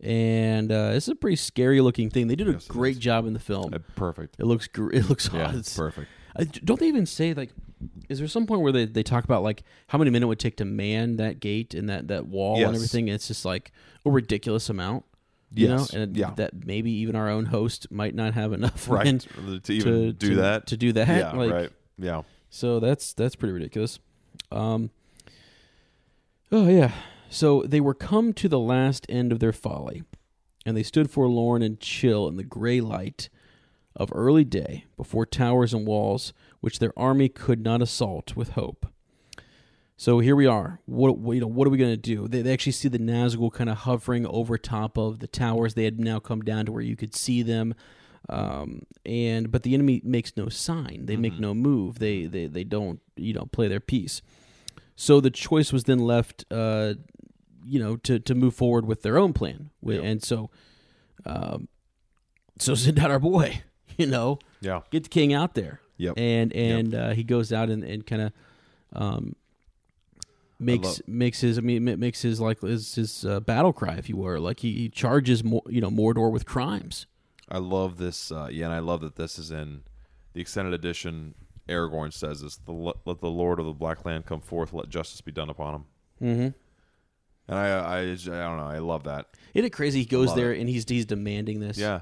And uh, this is a pretty scary looking thing. They did a
Yes, it
great
is.
job in the film.
Uh, Perfect.
It looks gr- it looks
Yeah.
<laughs> odd.
It's perfect.
I, don't they even say like is there some point where they, they talk about like how many men it would take to man that gate and that, that wall
Yes.
and everything? And it's just like a ridiculous amount. You
Yes.
know? And
Yeah.
that maybe even our own host might not have enough
Right.
<laughs> men
to even
to
do
to-
that.
To do that.
yeah.
like,
right. Yeah.
so that's that's pretty ridiculous. Um, oh yeah. So they were come to the last end of their folly, and they stood forlorn and chill in the gray light of early day before towers and walls which their army could not assault with hope. So here we are. What what- you know? What are we going to do? They, they actually see the Nazgul kind of hovering over top of the towers. They had now come down to where you could see them, um, and but the enemy makes no sign. They
Mm-hmm.
make no move. They they they don't you know play their piece. So the choice was then left, uh, you know, to to move forward with their own plan. Wi- And so, um, so <laughs> send out our boy. You know,
Yeah.
get the king out there.
Yep.
And and uh, he goes out and, and kind of um, makes
love-
makes his I mean ma- makes his like his, his uh, battle cry if you were like he, he charges Mo- you know Mordor with crimes.
I love this. Uh, yeah, and I love that this is in the extended edition. Aragorn says this: the, lo- "Let the Lord of the Black Land come forth. Let justice be done upon him." Mm-hmm. And I, I, just- I don't know. I love that.
Isn't it crazy? He goes
Love
there and he's he's demanding this.
Yeah,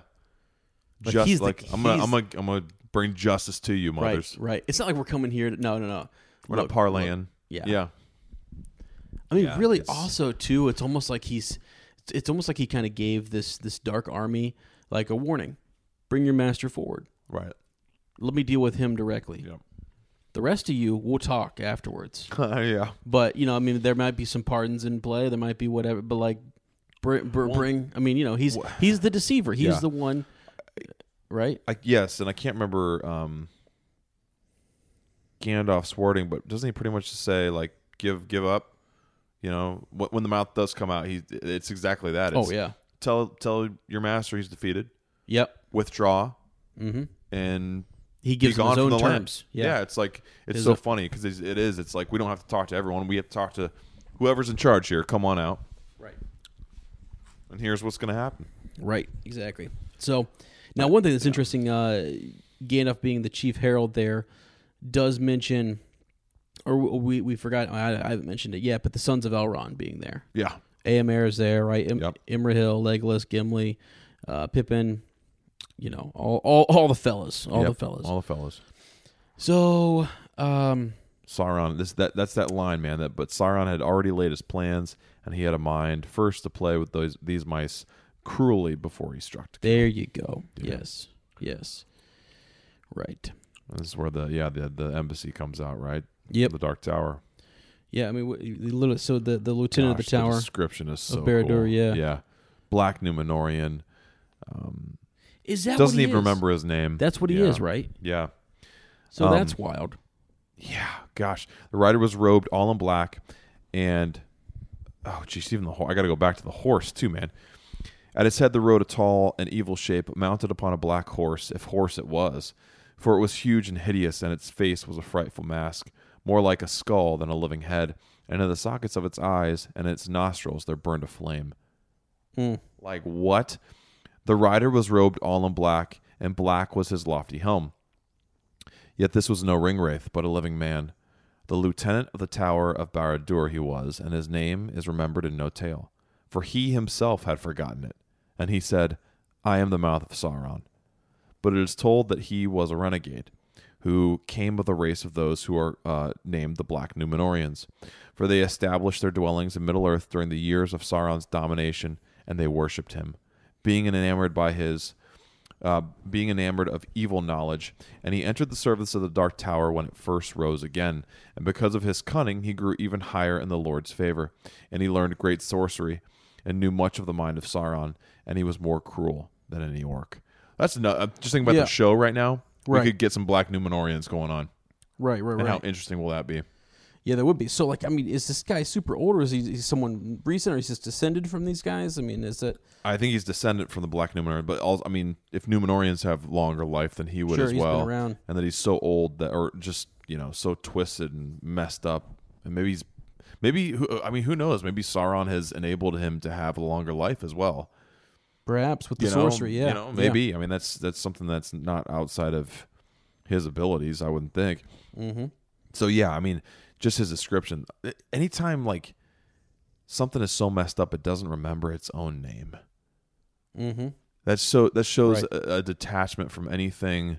But
just
he's the-
like I'm gonna,
he's-
I'm gonna, I'm gonna bring justice to you,
Right.
mothers.
Right. It's not like we're coming here. To, no. No. No.
We're
Look,
not parlaying.
yeah.
yeah,
I mean,
Yeah,
really.
it's-
Also, too, it's almost like he's. It's almost like he kind of gave this this dark army like a warning. Bring your master forward.
Right. <laughs>
Let me deal with him directly.
Yep.
The rest of you, we'll talk afterwards.
yeah.
But you know, I mean, there might be some pardons in play. There might be whatever. But like, bring, br- bring. I mean, you know, he's he's the deceiver. He's
Yeah.
the one, right?
I, yes, and I can't remember um, Gandalf's wording, but doesn't he pretty much just say like give give up? You know, wh- when the mouth does come out, he it's exactly that. It's,
oh yeah.
Tell tell your master he's defeated.
Yep.
Withdraw
Mm-hmm.
and
He gives
be
them
gone
his own
from the land.
terms.
Yeah.
Yeah.
it's like it's
His
so
own-
funny because it is. It's like we don't have to talk to everyone. We have to talk to whoever's in charge here. Come on out,
Right.
and here's what's going to happen.
Right. Exactly. So, now one thing that's interesting, uh, Gandalf being the chief herald there, does mention, or we we forgot. I, I haven't mentioned it yet, but the sons of Elrond being there.
Yeah,
Aemir is there, right? Im-
Yep.
Imrahil, Legolas, Gimli, uh, Pippin, you know, all, all, all the fellas, all the
Yep,
fellas.
all the fellas.
so, um,
Sauron, this that that's that line, man. That but Sauron had already laid his plans, and he had a mind first to play with those these mice cruelly before he struck. to kill.
there you go. Yes, yes, right.
This is where the yeah the the embassy comes out, right?
Yep.
the Dark Tower.
Yeah, I mean, w- you literally. So the the lieutenant
Gosh,
of the tower.
description is so
Barad-dûr,
cool.
yeah.
yeah. Black Numenorean
is that
doesn't
what he
even
is?
remember his name.
That's what he
Yeah.
is, right?
Yeah.
So
Um,
that's wild.
Yeah, gosh, the rider was robed all in black, and oh, geez, even the horse. I got to go back to the horse too, man. At its head, there rode a tall and evil shape mounted upon a black horse, if horse it was, for it was huge and hideous, and its face was a frightful mask, more like a skull than a living head. And in the sockets of its eyes and its nostrils, there burned a flame.
Hmm.
Like what? The rider was robed all in black, and black was his lofty helm. Yet this was no ringwraith, but a living man. The lieutenant of the tower of Barad-dûr he was, and his name is remembered in no tale, for he himself had forgotten it. And he said, I am the mouth of Sauron. But it is told that he was a renegade, who came of the race of those who are uh, named the Black Numenorians, for they established their dwellings in Middle Earth during the years of Sauron's domination, and they worshipped him, being enamored by his uh, being enamored of evil knowledge, and he entered the service of the Dark Tower when it first rose again. And because of his cunning, he grew even higher in the Lord's favor, and he learned great sorcery, and knew much of the mind of Sauron, and he was more cruel than any orc. That's no, I'm just thinking about
Yeah.
the show right now.
Right.
We could get some Black Numenorians going on,
Right, right,
and
right.
how interesting will that be?
Yeah, there would be. So, like, I mean, is this guy super old, or is he he's someone recent, or he's just descended from these guys? I mean, is that
I think he's descendant from the Black Numenorian, but also, I mean, if Numenorians have longer life than he would
Sure,
as
he's been
well,
around.
and that he's so old that, or just you know, so twisted and messed up, and maybe he's, maybe who- I mean, who knows? Maybe Sauron has enabled him to have a longer life as well.
perhaps with the
You know,
sorcery? Yeah,
you know,
Yeah.
maybe. I mean, that's that's something that's not outside of his abilities. I wouldn't think.
Mm-hmm.
So yeah, I mean, just his description. Anytime like something is so messed up, it doesn't remember its own name.
Mm-hmm.
That's so that shows
Right.
a, a detachment from anything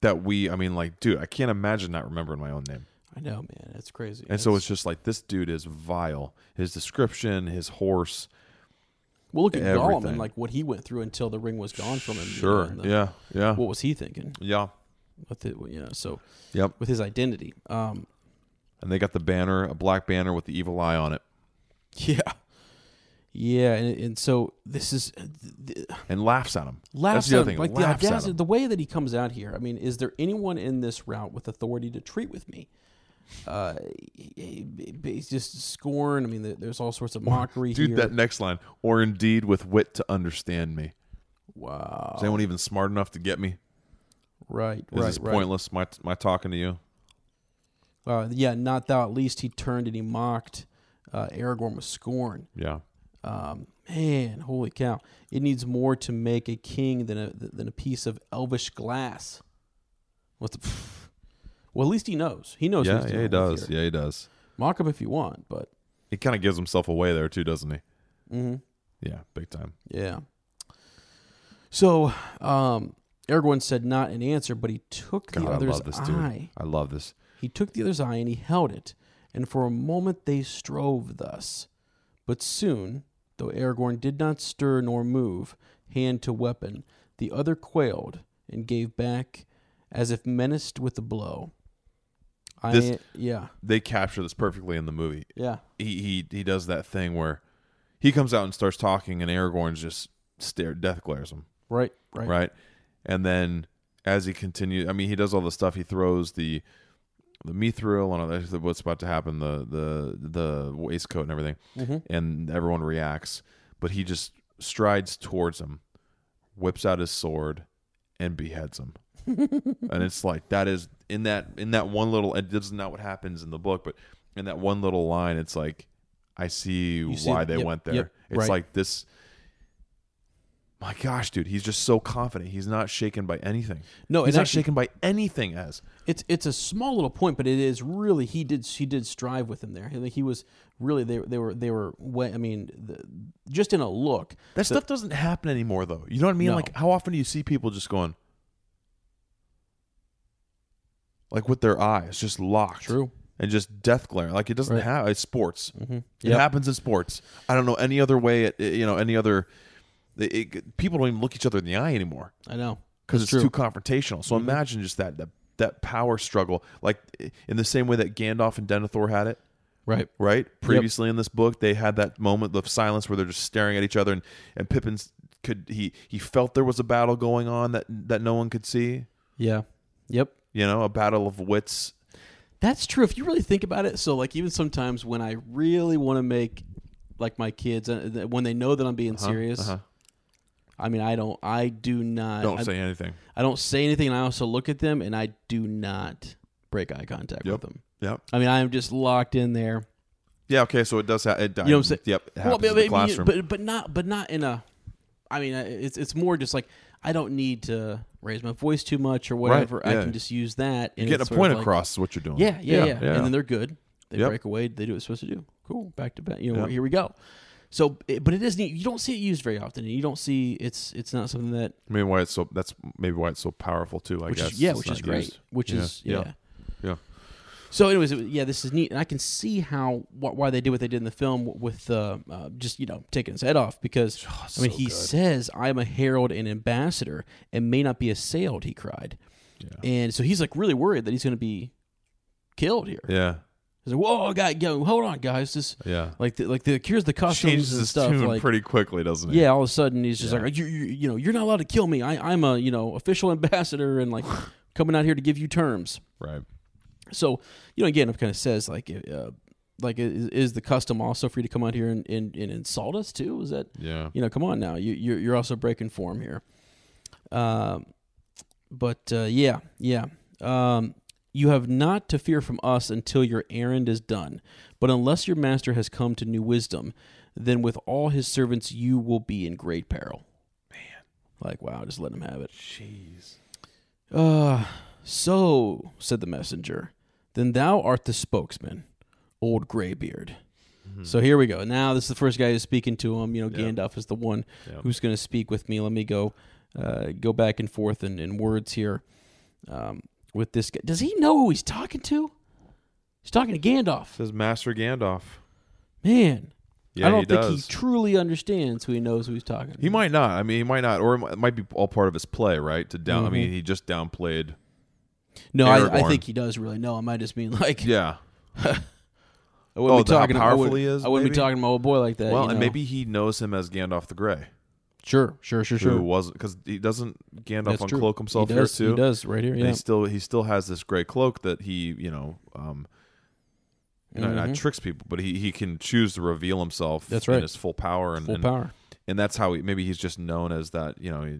that we I mean like dude, I can't imagine not remembering my own name.
I know, man. That's crazy.
And so it's just like this dude is vile. His description, his horse.
well, look at Gollum
everything.
and like what he went through until the ring was gone from him. you know,
Sure.
and the-
Yeah. Yeah.
What was he thinking?
yeah.
With it, you know, so
Yep.
with his identity. Um. <laughs>
And they got the banner, a black banner with the evil eye on it.
Yeah. Yeah, and, and so this is th-
And laughs at him. That's
laughs
the
at
other
him,
thing.
like the
laughs at
audacity,
him.
the way that he comes out here. I mean, is there anyone in this route with authority to treat with me? Uh, he- he- he's just scorn. I mean, there- there's all sorts of mockery
Dude,
here.
that next line. Or indeed with wit to understand me.
wow.
Is anyone even smart enough to get me?
Right.
Is
Oh. right.
this
right.
pointless? My my talking to you?
Uh, yeah. Not thou. At least he turned and he mocked uh, Aragorn with scorn.
Yeah.
Um, man, holy cow! It needs more to make a king than a than a piece of elvish glass. What the? <sighs> pff. Well, at least he knows. He knows. who
Yeah,
he's
yeah, he
dealing with
does.
here.
Yeah, he does.
Mock him if you want, but
He kind of gives himself away there too, doesn't he? Mm-hmm.
mhm,
Yeah, big time.
yeah. So, um, Aragorn said not an answer, but he took the
God, I
other's
love this dude.
eye.
I love this.
He took the other's eye and he held it, and for a moment they strove thus. But soon, though Aragorn did not stir nor move, hand to weapon, The other quailed and gave back as if menaced with the blow. I
This-
yeah.
They capture this perfectly in the movie.
Yeah.
He he he does that thing where he comes out and starts talking, and Aragorn's just stare death glares him.
Right. Right.
right? And then as he continues, I mean, he does all the stuff. He throws the the mithril and all that. What's about to happen? The the the waistcoat and everything,
Mm-hmm.
and everyone reacts. But he just strides towards him, whips out his sword, and beheads
<laughs>
him. and it's like that is in that in that one little. And this is not what happens in the book, but in that one little line, it's like I see
see-
why they
yep,
went there.
yep,
it's
right.
like this. My gosh, dude, he's just so confident. He's not shaken by anything.
No,
he's not
and actually-
shaken by anything. As
It's it's a small little point, but it is really he did he did strive with him there. He, he was really they they were they were way, I mean the, just in a look.
that stuff doesn't happen anymore, though. You know what I mean?
No.
Like, how often do you see people just going, like with their eyes just locked,
True.
and just death glare? Like it doesn't
Right. Mm-hmm.
have. It's sports. It
Yep.
happens in sports. I don't know any other way. It, it- you know any other. It, it- people don't even look each other in the eye anymore.
I know
because it's
true. Mm-hmm.
too confrontational. So imagine just that, that that power struggle, like in the same way that Gandalf and Denethor had it,
right.
right? Previously in this book, they had that moment of silence where they're just staring at each other, and and Pippin's could he he felt there was a battle going on that that no one could see,
Yeah. Yep.
you know, a battle of wits.
That's true. If you really think about it, so like even sometimes when I really want to make like my kids uh, th- when they know that I'm
Uh-huh.
being serious, I mean I don't I do not
Don't
I,
say anything.
I don't say anything, and I also look at them and I do not break eye contact with them.
Yep.
I mean I am just locked in there.
Yeah. Okay. So it does. Ha- it,
You know what I'm saying?
Yep. It happens
but,
in the
but-
classroom.
but but not but not in a. I mean, uh, it's it's more just like I don't need to raise my voice too much or whatever. I
yeah.
can just use that. And
Getting a
it's sort of
point
like-
across is what you're doing.
Yeah, yeah, yeah, And then they're good. They
Yep.
break away. They do what they're supposed to do. Cool. Back to back. You know, here we go. So, it, but it is neat. You don't see it used very often. And you don't see it's it's not something that
maybe why it's so that's maybe why it's so powerful too. I
which
guess
is yeah,
It's
which
not
is great.
used.
Which
Yeah,
is
yeah.
yeah.
yeah.
So, anyways, it, was- yeah, this is neat, and I can see how wh- why they did what they did in the film with uh, uh, just you know taking his head off because I mean he says I am a herald and ambassador and may not be assailed. He cried, and so he's like really worried that he's going to be killed here.
Yeah.
He's like, whoa, guy, yo, hold on, guys, this
Yeah.
like the, like the here's the costumes
changes
and
his
stuff
tune
like.
pretty quickly, doesn't he?
yeah, all of a sudden he's just like you, you, you know, you're not allowed to kill me. I, I'm a, you know, official <laughs> ambassador
<sighs>
and like coming out here to give you terms.
Right.
So, you know, again, it kind of says like, uh, like is, is the custom also for you to come out here and, and, and insult us too? Is that
Yeah.
you know, come on now, you you're, you're also breaking form here. Um, but uh, yeah, yeah. Um, you have not to fear from us until your errand is done. But unless your master has come to new wisdom, then with all his servants you will be in great peril. Man, like wow, just let him have it.
Jeez.
Uh, so, said the messenger, then thou art the spokesman, old graybeard.
Mm-hmm.
So here we go. Now this is the first guy who's speaking to him. You know, Gandalf is the one who's going to speak with me. Let me go, uh, go back and forth in, in words here um, with this guy. Does he know who he's talking to? He's talking to Gandalf.
Says Master Gandalf.
Man,
Yeah,
I don't
he
think
does.
he truly understands who he knows who he's talking.
He might not. I mean, he might not, or it mi- it might be all part of his play, right? To down. I mean,
Mm-hmm.
he just downplayed.
no, I, I
Aragorn.
think he does really know him. I just mean like <laughs>
Yeah.
I wouldn't
Oh,
be
the- how
talking to- I
powerful
would-
he is,
I wouldn't be
maybe?
talking to my old boy like that.
Well,
you
and
know?
maybe he knows him as Gandalf the Grey,
Sure, sure, sure,
who
sure.
wasn't because he doesn't Gandalf
That's true.
uncloak himself
he does,
here too.
He does right here.
And
Yeah.
he still he still has this gray cloak that he you know um you know, not tricks people, but he, he can choose to reveal himself.
Mm-hmm. That's
In
right.
his full power and
Full
and-
power.
and that's how he, maybe he's just known as that you know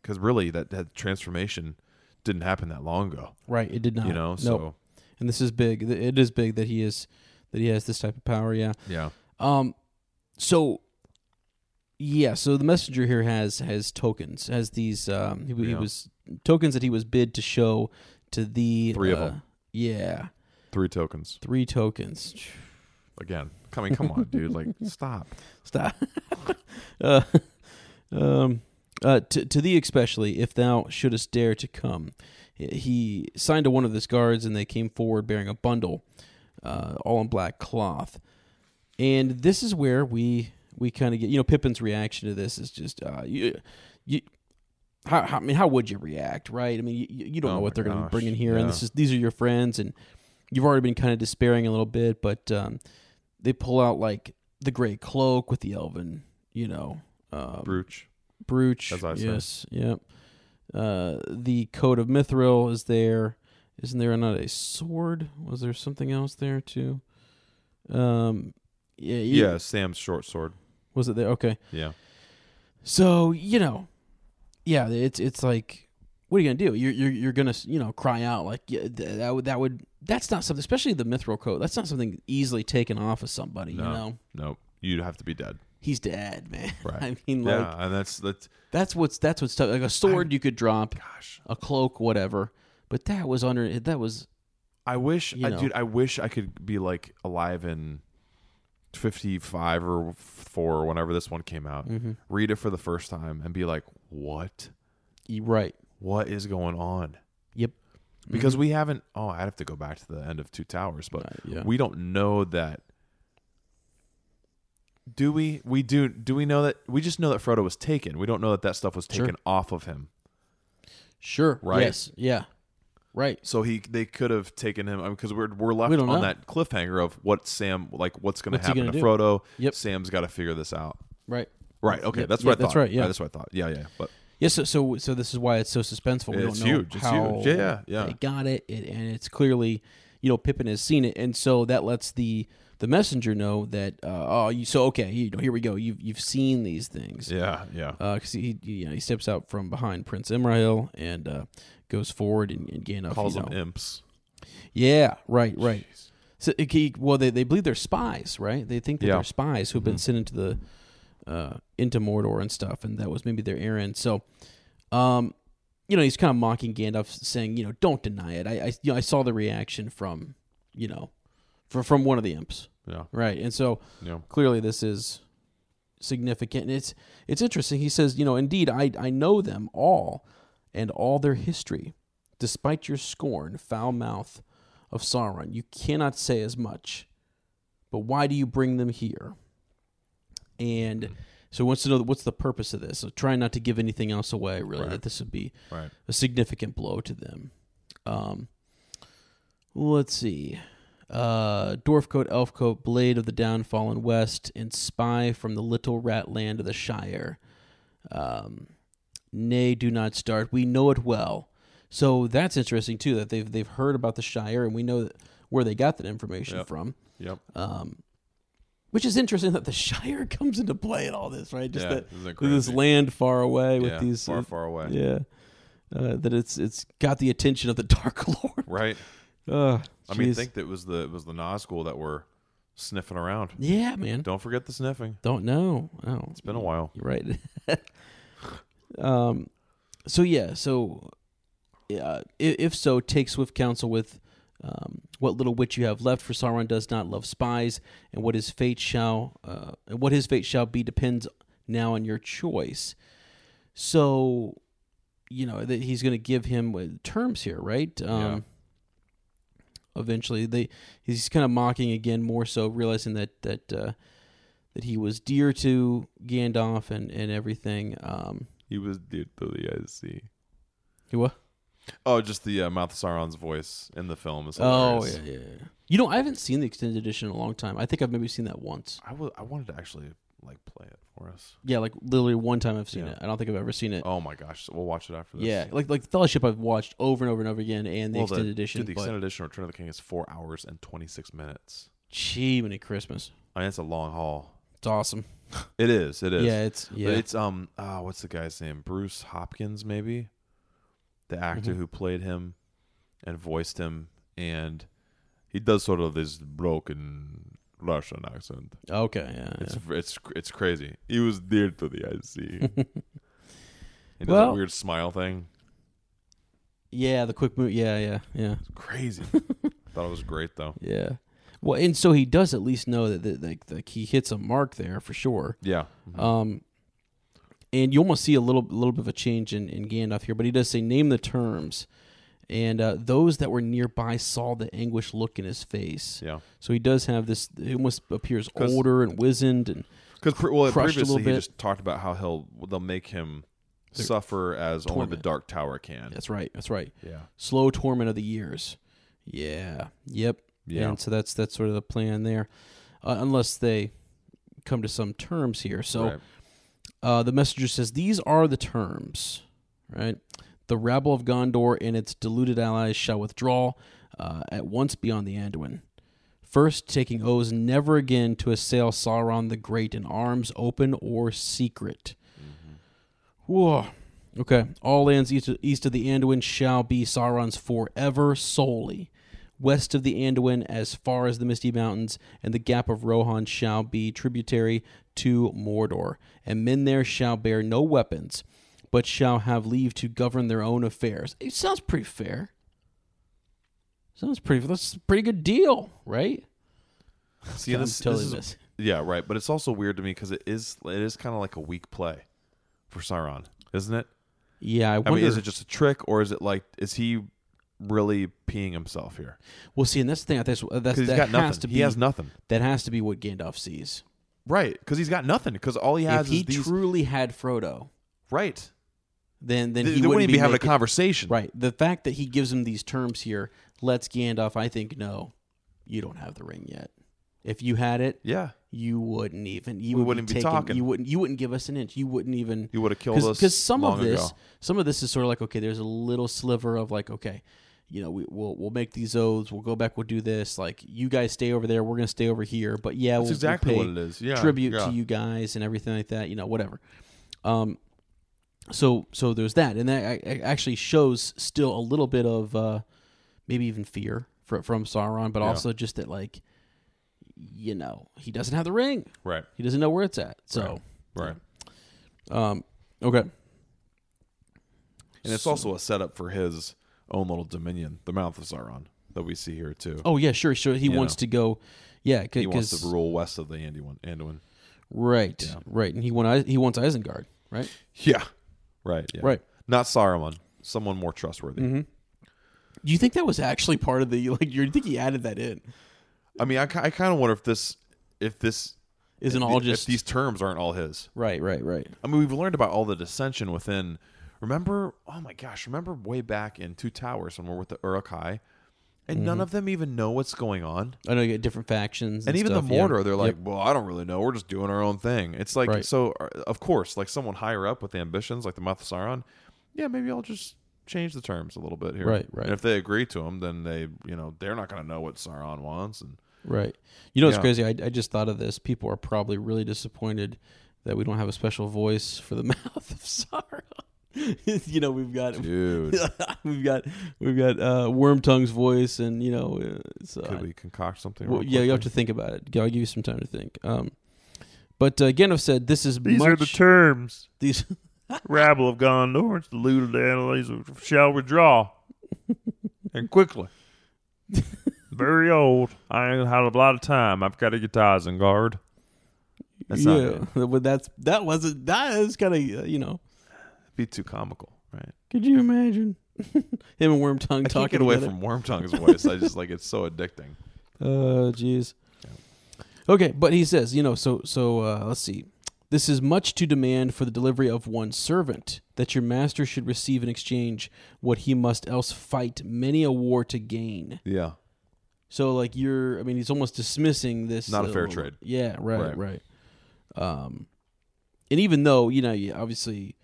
because really that, that transformation didn't happen that long ago
Right. It did not.
you know
Nope.
so
And this is big. Th- It is big that he is that he has this type of power. Yeah.
yeah
Um. So. Yeah. So the messenger here has has tokens. Has these. Um. He, w- he
Yeah.
was tokens that he was bid to show to the
Three of
uh,
them.
Yeah.
three tokens
Three tokens.
again i mean come on dude
<laughs>
like stop
Stop. <laughs> uh, um, uh, to, to thee especially, if thou shouldest dare to come. He signed to one of his guards, and they came forward bearing a bundle, uh, all in black cloth. And this is where we we kind of get, you know, Pippin's reaction to this is just, uh, you, you, how, how I mean, how would you react, right? I mean, you, you don't
Oh
know what
my
they're going to be
gosh,
bringing here, and
yeah.
this is these are your friends, and you've already been kind of despairing a little bit, but um, they pull out like the gray cloak with the elven, you know, uh,
Brooch.
brooch.
as I say.
yes, yep. Uh, the coat of mithril is there. Isn't there not a sword? Was there something else there too? Um, yeah, you-
yeah, Sam's short sword.
Was it there? Okay.
Yeah.
So you know, yeah, it's it's like, what are you gonna do? You're you're, you're gonna you know cry out like yeah, th- that would that would that's not something, especially the mithril coat. That's not something easily taken off of somebody. You
No.
know,
Nope. You'd have to be dead.
he's dead, man. <laughs>
Right.
I mean, like
yeah, and that's that's
that's what's that's what's tough. Like a sword you could drop,
gosh.
a cloak, whatever. But that was under that was
I wish
You
I,
know.
dude, I wish I could be like alive in 55 or 4 or whenever this one came out.
Mm-hmm.
Read it for the first time and be like, "What?
you right.
What is going on?"
Yep.
Because we haven't Oh, I'd have to go back to the end of Two Towers, but
Mm-hmm. Right, yeah.
we don't know that do we we do do we know that we just know that Frodo was taken. We don't know that that stuff was
Sure.
taken off of him.
Sure.
Right.
Yes. Yeah. Right.
So he they could have taken him because we're we're left
We
on
don't know.
that cliffhanger of what Sam like what's going to
What's he
happen to
gonna do?
Frodo.
Yep.
Sam's got to figure this out.
Right.
Right. Okay.
Yep,
That's
yeah,
what I
that's
thought.
right, yeah.
that's what I thought. Yeah. Yeah. But
Yes, so, so so this is why it's so suspenseful. We
It's
don't know
huge, it's
how
huge. Yeah, yeah.
they got it, it, and it's clearly, you know, Pippin has seen it, and so that lets the the messenger know that uh, oh, you so okay, you know, here we go. You've you've seen these things
yeah. Yeah.
because uh, he, he you know, he steps out from behind Prince Imrahil and uh, goes forward and, and Gandalf
Calls
you
them
know-
imps.
Yeah, right, right. So it, he, well, they they believe they're spies, right? They think that
Yeah. Mm-hmm.
they're spies who've been sent into the uh, into Mordor and stuff, and that was maybe their errand. So, um, you know, he's kind of mocking Gandalf, saying, you know, don't deny it. I, I, you know, I saw the reaction from, you know, from from one of the imps,
Yeah.
right? And so,
Yeah.
clearly this is significant and it's it's interesting he says you know indeed i i know them all and all their history despite your scorn foul mouth of sauron you cannot say as much but why do you bring them here and so he wants to know what's the purpose of this so try not to give anything else away really
Right.
that this would be
Right.
a significant blow to them. Um, let's see. Uh, dwarf coat, elf coat, blade of the downfallen west, and spy from the little rat land of the Shire. Um, nay, do not start. We know it well. So that's interesting too. That they've they've heard about the Shire, and we know that where they got that information
Yep.
from.
Yep.
Um, which is interesting that the <laughs> Shire comes into play in all this, right? Just
Yeah,
that
isn't it
this
crazy?
land far away
Yeah,
with these
far
uh,
far away.
yeah. Uh, that it's it's got the attention of the <laughs> Dark Lord.
Right.
Uh,
I mean,
jeez.
think that it was the it was the Nazgul that were sniffing around.
Yeah, man. Don't,
Don't forget the sniffing.
know. Oh,
It's been a while.
you're right. <laughs> um, so yeah, so uh, if, if so, take swift counsel with um, what little wit you have left. For Sauron does not love spies, and what his fate shall uh, and what his fate shall be depends now on your choice. So, you know that he's going to give him uh, terms here, right? Um,
Yeah.
Eventually, they he's kind of mocking again, more so realizing that that uh, that he was dear to Gandalf and and everything. Um,
He was dude to the IC.
he what?
Oh, just the uh, Mouth of Sauron's voice in the film is
Oh
hilarious.
yeah, yeah, yeah. You know, I haven't seen the extended edition in a long time. I think I've maybe seen that once.
I wa- I wanted to actually like play it for us.
Yeah, like literally one time I've seen
Yeah.
it. I don't think I've ever seen it.
Oh my gosh, we'll watch it after this.
yeah, like like Fellowship I've watched over and over and over again, and the extended edition.
Dude, the
but
extended edition of Return of the King is four hours and twenty six minutes.
gee, many Christmas.
I mean, it's a long haul.
It's awesome.
It is. It is.
Yeah, it's
But
yeah.
It's um. Uh, what's the guy's name? Bruce Hopkins, maybe, the actor
Mm-hmm.
who played him and voiced him, and he does sort of this broken Russian accent.
okay, yeah.
It's
yeah.
it's it's crazy. He was dear to the
<laughs>
IC. he does that
Well-
weird smile thing.
Yeah, the quick move. Yeah, yeah, yeah,
Crazy.
<laughs>
Thought it was great though.
yeah. Well, and so he does at least know that, that like like he hits a mark there for sure.
Yeah.
Um, and you almost see a little little bit of a change in, in Gandalf here, but he does say, "Name the terms." And uh, those that were nearby saw the anguish look in his face.
Yeah.
So he does have this. He almost appears
'Cause-
older and wizened, and
Because well,
crushed a
previously
little
he
bit.
just talked about how he'll they'll make him suffer as only the
torment.
Dark Tower can.
That's right. That's right.
Yeah.
Slow torment of the years. Yeah. Yep.
Yeah.
And so that's that's sort of the plan there, uh, unless they come to some terms here. So
Right.
uh, the messenger says these are the terms. Right. The rabble of Gondor and its deluded allies shall withdraw uh, at once beyond the Anduin. First, taking oaths never again to assail Sauron the Great in arms, open or secret. Whoa. Okay. All lands east of, east of the Anduin shall be Sauron's forever solely. West of the Anduin, as far as the Misty Mountains, and the Gap of Rohan shall be tributary to Mordor. And men there shall bear no weapons, but shall have leave to govern their own affairs. It sounds pretty fair. Sounds pretty. That's a pretty good deal, right?
See,
I'm
this,
totally
this is
miss-
yeah, right. But it's also weird to me because it is it is kind of like a weak play for Sauron, isn't it?
Yeah, I
I
wonder.
mean, is it just a trick or is it like is he really peeing himself here?
well, see, and that's the thing. I think that's, that's
Because he's
that
got
has
nothing.
to be
he has nothing.
that has to be what Gandalf sees.
Right, because he's got nothing. Because all he has
if he
is these.
truly had Frodo,
right,
then then
they,
he
they wouldn't even be having a
making-
conversation.
Right. The fact that he gives him these terms here lets Gandalf, I think, know you don't have the ring yet. If you had it,
Yeah,
you wouldn't even you
We
would
wouldn't be
taking-
talking.
You wouldn't you wouldn't give us an inch. You wouldn't even
you would have killed us
because some
long
of this
ago.
some of this is sort of like okay there's a little sliver of like okay you know we, we'll we'll make these oaths we'll go back we'll do this like you guys stay over there we're gonna stay over here but yeah
That's
we'll,
exactly
we'll
what
pay
it is. Yeah,
tribute
yeah.
to you guys and everything like that you know whatever um so so there's that and that a- a- actually shows still a little bit of uh maybe even fear from from Sauron but
Yeah.
also just that like you know he doesn't have the ring
Right,
he doesn't know where it's at so
right.
um okay
And it's also a setup for his own little dominion, the Mouth of Sauron, that we see here too.
Oh yeah, sure, sure. He
You
wants
know.
to go. Yeah,
he wants
because
to rule west of the Anduin. Anduin.
right, right, and he want he wants Isengard, right?
Yeah, right. Yeah.
Right. Mm-hmm.
Not Saruman. Someone more trustworthy.
Do you think that was actually part of the like? You think he added that in?
I mean, I, ki- I kind of wonder if this, if this,
Isn't
if
all
the- if
just
these terms aren't all his.
right, right, right?
I mean, we've learned about all the dissension within. Remember, oh my gosh, remember way back in Two Towers when we're with the Urukai, and
Mm-hmm.
none of them even know what's going on.
I know you get different factions, and,
and even
stuff,
the
yeah.
mortar they're like well i don't really know we're just doing our own thing it's like
Right.
so uh, of course like someone higher up with ambitions like the mouth of sauron yeah maybe i'll just change the terms a little bit here
Right, right.
and if they agree to them then they you know they're not going to know what sauron wants and <laughs>
right. You know what's
Yeah.
crazy? I, I just thought of this. People are probably really disappointed that we don't have a special voice for the <laughs> mouth of Sauron. <laughs> you know, we've got
dude
<laughs> we've got we've got uh, Wormtongue's voice, and you know, uh, it's, uh,
could we concoct something
Well,
real
yeah, you have
quickly?
to think about it. I'll give you some time to think. Um, but uh, Gandalf said, "This is
These
much
are the terms.
<laughs> these
Rabble of Gondor, it's deluded allies shall
<laughs>
withdraw.
and quickly
Very old. I ain't had a lot of time. I've got to get to Isengard.
That's not
yeah." but that's that wasn't that is kind of uh, you know.
be too comical right
Could you imagine <laughs> him and Wormtongue
i can't
talking
get away
together?
from
<laughs>
wormtongue's voice i just like it's so addicting
Oh, jeez. Okay, but he says, you know, so so uh, let's see. This is much to demand for the delivery of one servant that your master should receive in exchange what he must else fight many a war to gain.
yeah
So like you're, I mean, he's almost dismissing this.
Not a fair
little-
trade.
Yeah, right,
Right.
right, Um, and even though you know, you- obviously,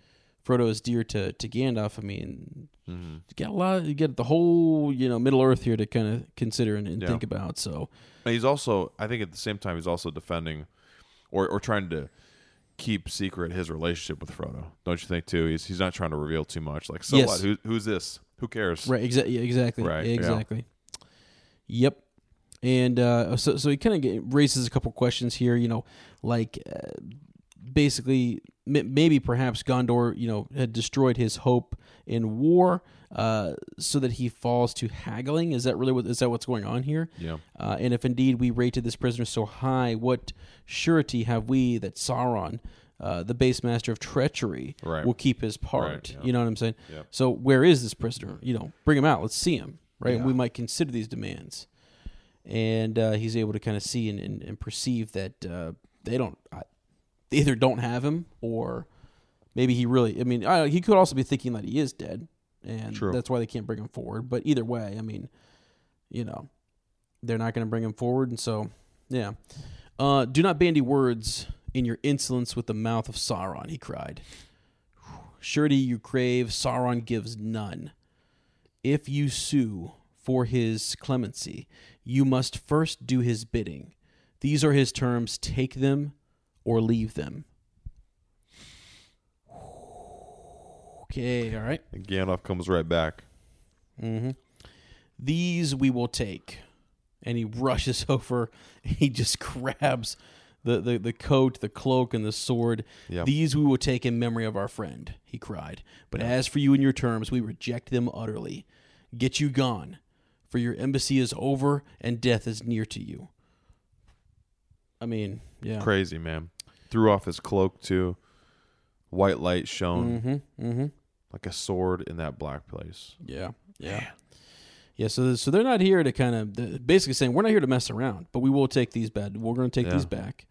Frodo is dear to to Gandalf. I mean,
Mm-hmm.
you got a lot. You get the whole you know Middle Earth here to kind of consider and, and
Yeah.
think about. So
And he's also, I think, at the same time, he's also defending or or trying to keep secret his relationship with Frodo. Don't you think too? He's he's not trying to reveal too much. Like, so
Yes.
what? Who, who's this? Who cares?
right, exactly, exactly,
Right, yeah.
exactly. Yep. And uh, so so he kind of raises a couple questions here. You know, like uh, basically m- maybe perhaps Gondor, you know, had destroyed his hope in war, uh, so that he falls to haggling. Is that really what is that what's going on here?
Yeah.
Uh, and if indeed we rated this prisoner so high, what surety have we that Sauron, uh, the base master of treachery,
Right.
will keep his part?
yeah.
You know what I'm saying?
Yep.
So where is this prisoner? You know, bring him out. Let's see him. Right.
Yeah.
We might consider these demands and uh, he's able to kind of see and, and, and perceive that uh, they don't I, they either don't have him or maybe he really. I mean, I, he could also be thinking that he is dead, and
True.
that's why they can't bring him forward. But either way, I mean, you know, they're not going to bring him forward, and so yeah. Uh, do not bandy words in your insolence with the mouth of Sauron. He cried. Surety you crave, Sauron gives none. If you sue for his clemency, you must first do his bidding. These are his terms take them or leave them. Okay, all right.
And Gandalf comes right back.
Mm-hmm. These we will take. And he rushes <laughs> over. He just grabs the, the, the coat, the cloak, and the sword.
Yeah.
These we will take in memory of our friend, he cried. But as for you and your terms, we reject them utterly. Get you gone, for your embassy is over and death is near to you. I mean, yeah.
Crazy man. Threw off his cloak too. White light shone
Mm-hmm. Mm-hmm.
like a sword in that black place.
Yeah, yeah, yeah. So, so they're not here to kind of basically saying we're not here to mess around, but we will take these bad. We're going to take
Yeah.
these back.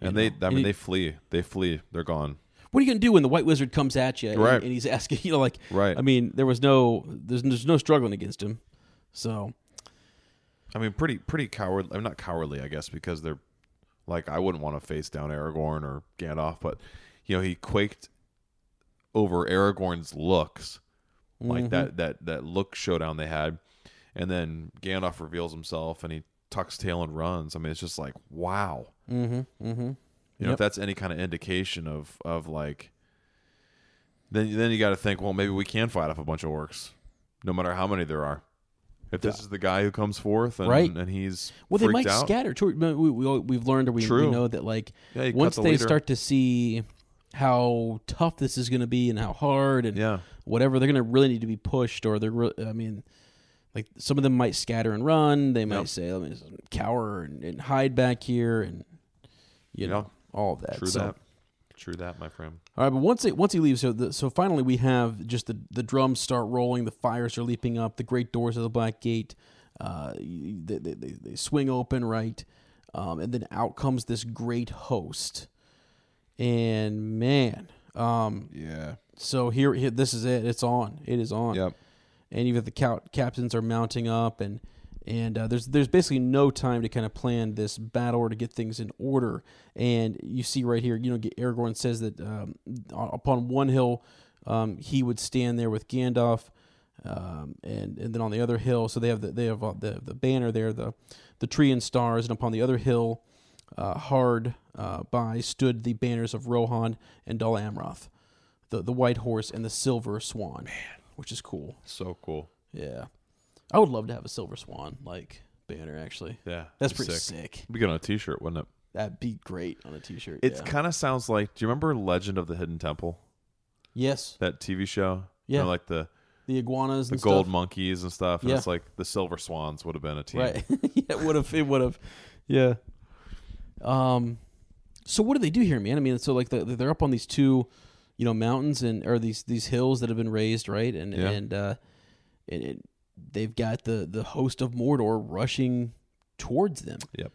you
And
know.
they, I mean,
you-
they flee. They flee. They're gone.
what are you going to do when the White Wizard comes at you and,
Right.
and he's asking, <laughs> you know, like,
Right.
I mean, there was no, there's, there's no struggling against him. So,
I mean, pretty, pretty cowardly. I'm not cowardly, I guess, because they're like I wouldn't want to face down Aragorn or Gandalf, but you know, he quaked over Aragorn's looks, like
Mm-hmm.
that that that look showdown they had, and then Gandalf reveals himself and he tucks tail and runs. I mean, it's just like wow.
mm-hmm, mm-hmm.
You know, if that's any kind of indication of of like, then then you got to think, well, maybe we can fight off a bunch of orcs, no matter how many there are. If this is the guy who comes forth and,
Right.
and he's
well, they
freaked
might
out,
scatter. Too. We, we, we've learned or we, we
True.
know that like
Yeah, you cut
once
the
they
leader.
start to see how tough this is going to be and how hard and
Yeah.
whatever, they're going to really need to be pushed or they're. Re- I mean, like some of them might scatter and run. They might
Yep.
say, "Oh, "Let me just cower and, and hide back here," and you
Yeah.
know all of that.
True
So-
that. True that, my friend.
All right, but once it, once he leaves, so the, so finally we have just the the drums start rolling, the fires are leaping up, the great doors of the Black Gate, uh, they, they, they, they swing open right, um, and then out comes this great host, and man, um,
Yeah.
so here, here this is it, it's on, it is on,
Yep.
and even the cow- captains are mounting up and and uh, there's there's basically no time to kind of plan this battle or to get things in order. And you see right here, you know, Aragorn says that um, u- upon one hill um, he would stand there with Gandalf, um, and and then on the other hill, so they have the they have uh, the the banner there, the the tree and stars, and upon the other hill, uh, hard uh, by stood the banners of Rohan and Dal Amroth, the the white horse and the silver swan, which is cool.
So cool.
Yeah. I would love to have a Silver Swan like banner actually.
Yeah.
That's
be
pretty
sick.
sick.
It'd be good on a t-shirt, wouldn't it?
That'd be great on a t-shirt.
It
yeah.
kind of sounds like. Do you remember Legend of the Hidden Temple?
yes,
That TV show.
Yeah.
You know, like the
the iguanas
the
and
gold
stuff.
monkeys and stuff. And
Yeah.
It's like the Silver Swans would have been a team.
Right. <laughs> yeah, it would have it would have. Yeah. Um so what do they do here, man? I mean, so like the, they're up on these two, you know, mountains and or these these hills that have been raised, right? And
Yeah.
and uh and it, they've got the the host of Mordor rushing towards them.
Yep.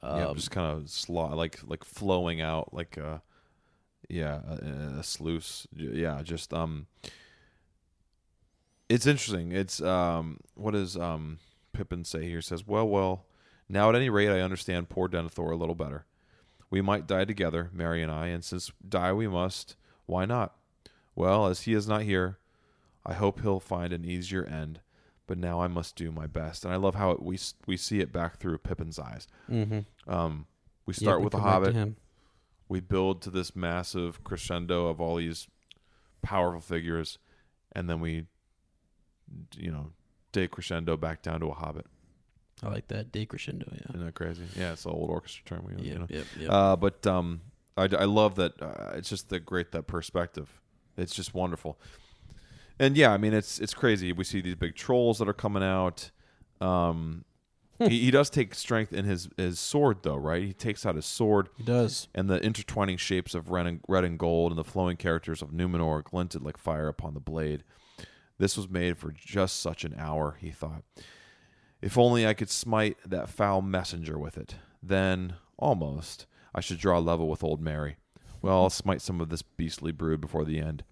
yeah, just kind of slo- like like flowing out like a yeah a, a sluice J- yeah just um it's interesting it's um what does um Pippin say here He says well well now at any rate I understand poor Denethor a little better we might die together Mary and I and since die we must why not well as he is not here I hope he'll find an easier end but now I must do my best and I love how it, we s- we see it back through Pippin's eyes
Mm-hmm.
um, we start with the Hobbit.
him.
We build to this massive crescendo of all these powerful figures, and then we, you know, decrescendo back down to a Hobbit.
I like that decrescendo, yeah.
Isn't that crazy? Yeah, it's an old orchestra term. We, you know.
Yep, yep, yep.
Uh, but um, I, I love that. Uh, it's just the great that perspective. It's just wonderful. And yeah, I mean, it's it's crazy. We see these big trolls that are coming out. Um, he, he does take strength in his his sword though, right? He takes out his sword.
He does.
and the intertwining shapes of red and, red and gold and the flowing characters of Numenor glinted like fire upon the blade. This was made for just such an hour, he thought. If only I could smite that foul messenger with it. Then, almost, I should draw level with old Mary. Well, I'll smite some of this beastly brood before the end.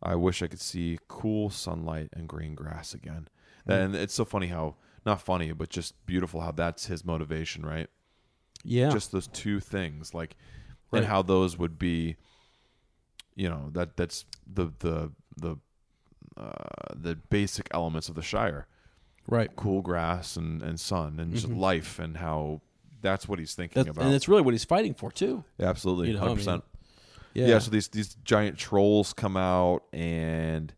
I wish I could see cool sunlight and green grass again. And it's so funny how not funny, but just beautiful how that's his motivation, right?
Yeah.
Just those two things, like,
Right.
and how those would be, you know, that that's the the the uh, the basic elements of the Shire
right.
cool grass and, and sun and just life and how that's what he's thinking
Mm-hmm. That's,
about.
and that's really what he's fighting for too.
Absolutely,
you know, I
hundred
mean,
percent.
Yeah.
Yeah. So these these giant trolls come out and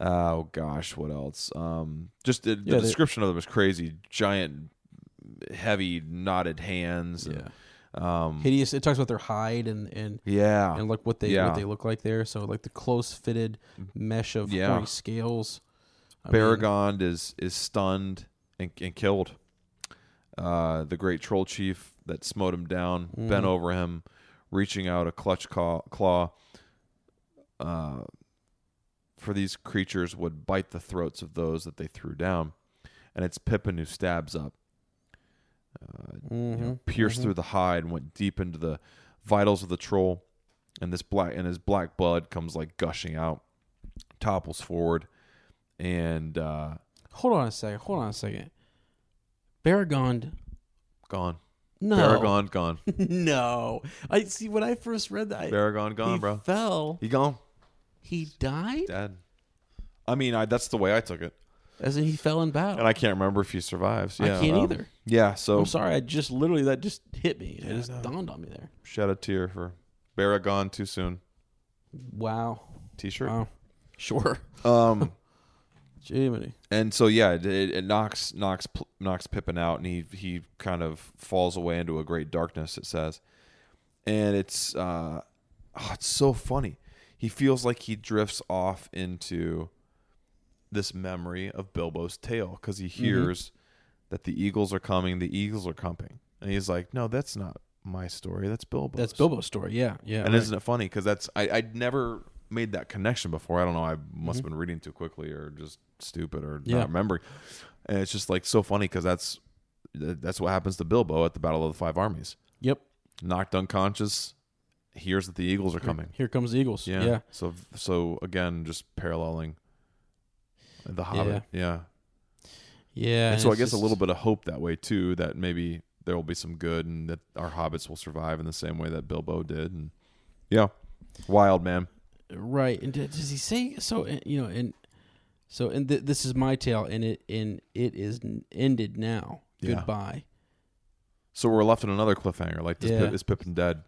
oh gosh, what else? Um, just the, the
Yeah, they-
description of them is crazy. Giant, heavy, knotted hands. and- Mm.
hideous. It talks about their hide and and
yeah.
and like what they
Uh, yeah. Mm.
what they look like there. So like the close fitted mesh of
Yeah.
horny scales. I mean,
Baragond is is stunned and, and killed. Uh, the great troll chief that smote him down
Mm.
bent over him, reaching out a clutch claw. claw uh, for these creatures would bite the throats of those that they threw down, and it's Pippin who stabs up, uh,
mhm.
you know,
Mm-hmm.
pierced through the hide and went deep into the vitals of the troll, and this black and his black blood comes like gushing out, topples forward, and uh,
Hold on a second. Hold on a second. Baragond.
gone.
No.
Baragon gone.
<laughs> No. I see. When I first read that, I,
Baragon
he
gone, bro.
fell.
He gone.
He died.
Dead. I mean, I, that's the way I took it,
As in, he fell in battle.
and I can't remember if he survives.
I
Yeah,
can't
um,
either.
Yeah. So
I'm sorry. I just literally that just hit me. It just dawned on me there.
shed a tear for Baragon too soon.
Wow.
T-shirt.
Wow. Sure. <laughs>
Um.
Jiminy.
and so yeah, it, it, it knocks knocks Pl- knocks Pippin out, and he he kind of falls away into a great darkness. It says, and it's uh, oh, it's so funny. He feels like he drifts off into this memory of Bilbo's tale because
Mm-hmm.
he hears that the eagles are coming. The eagles are coming, and he's like, "No, that's not my story. That's Bilbo's.
That's Bilbo's story. Yeah. Yeah.
And
right.
isn't it funny? Because that's I I'd never made that connection before. I don't know. I must have been reading too quickly or just stupid or
Mm-hmm. Yeah.
not remembering. And it's just like so funny because that's th- that's what happens to Bilbo at the Battle of the Five Armies.
Yep.
Knocked unconscious, hears that the eagles are coming.
Here comes the Eagles.
Yeah.
Yeah. yeah.
So so again, just paralleling the Hobbit. Yeah. And, so I
it's
guess a
just-
little bit of hope that way too. That maybe there will be some good and that our hobbits will survive in the same way that Bilbo did. And yeah, wild man.
right and d- does he say so uh, you know and so and th- this is my tale and it and it is n- ended now
Yeah.
goodbye
So we're left in another cliffhanger. Like this,
Yeah.
Pip, is Pippin dead?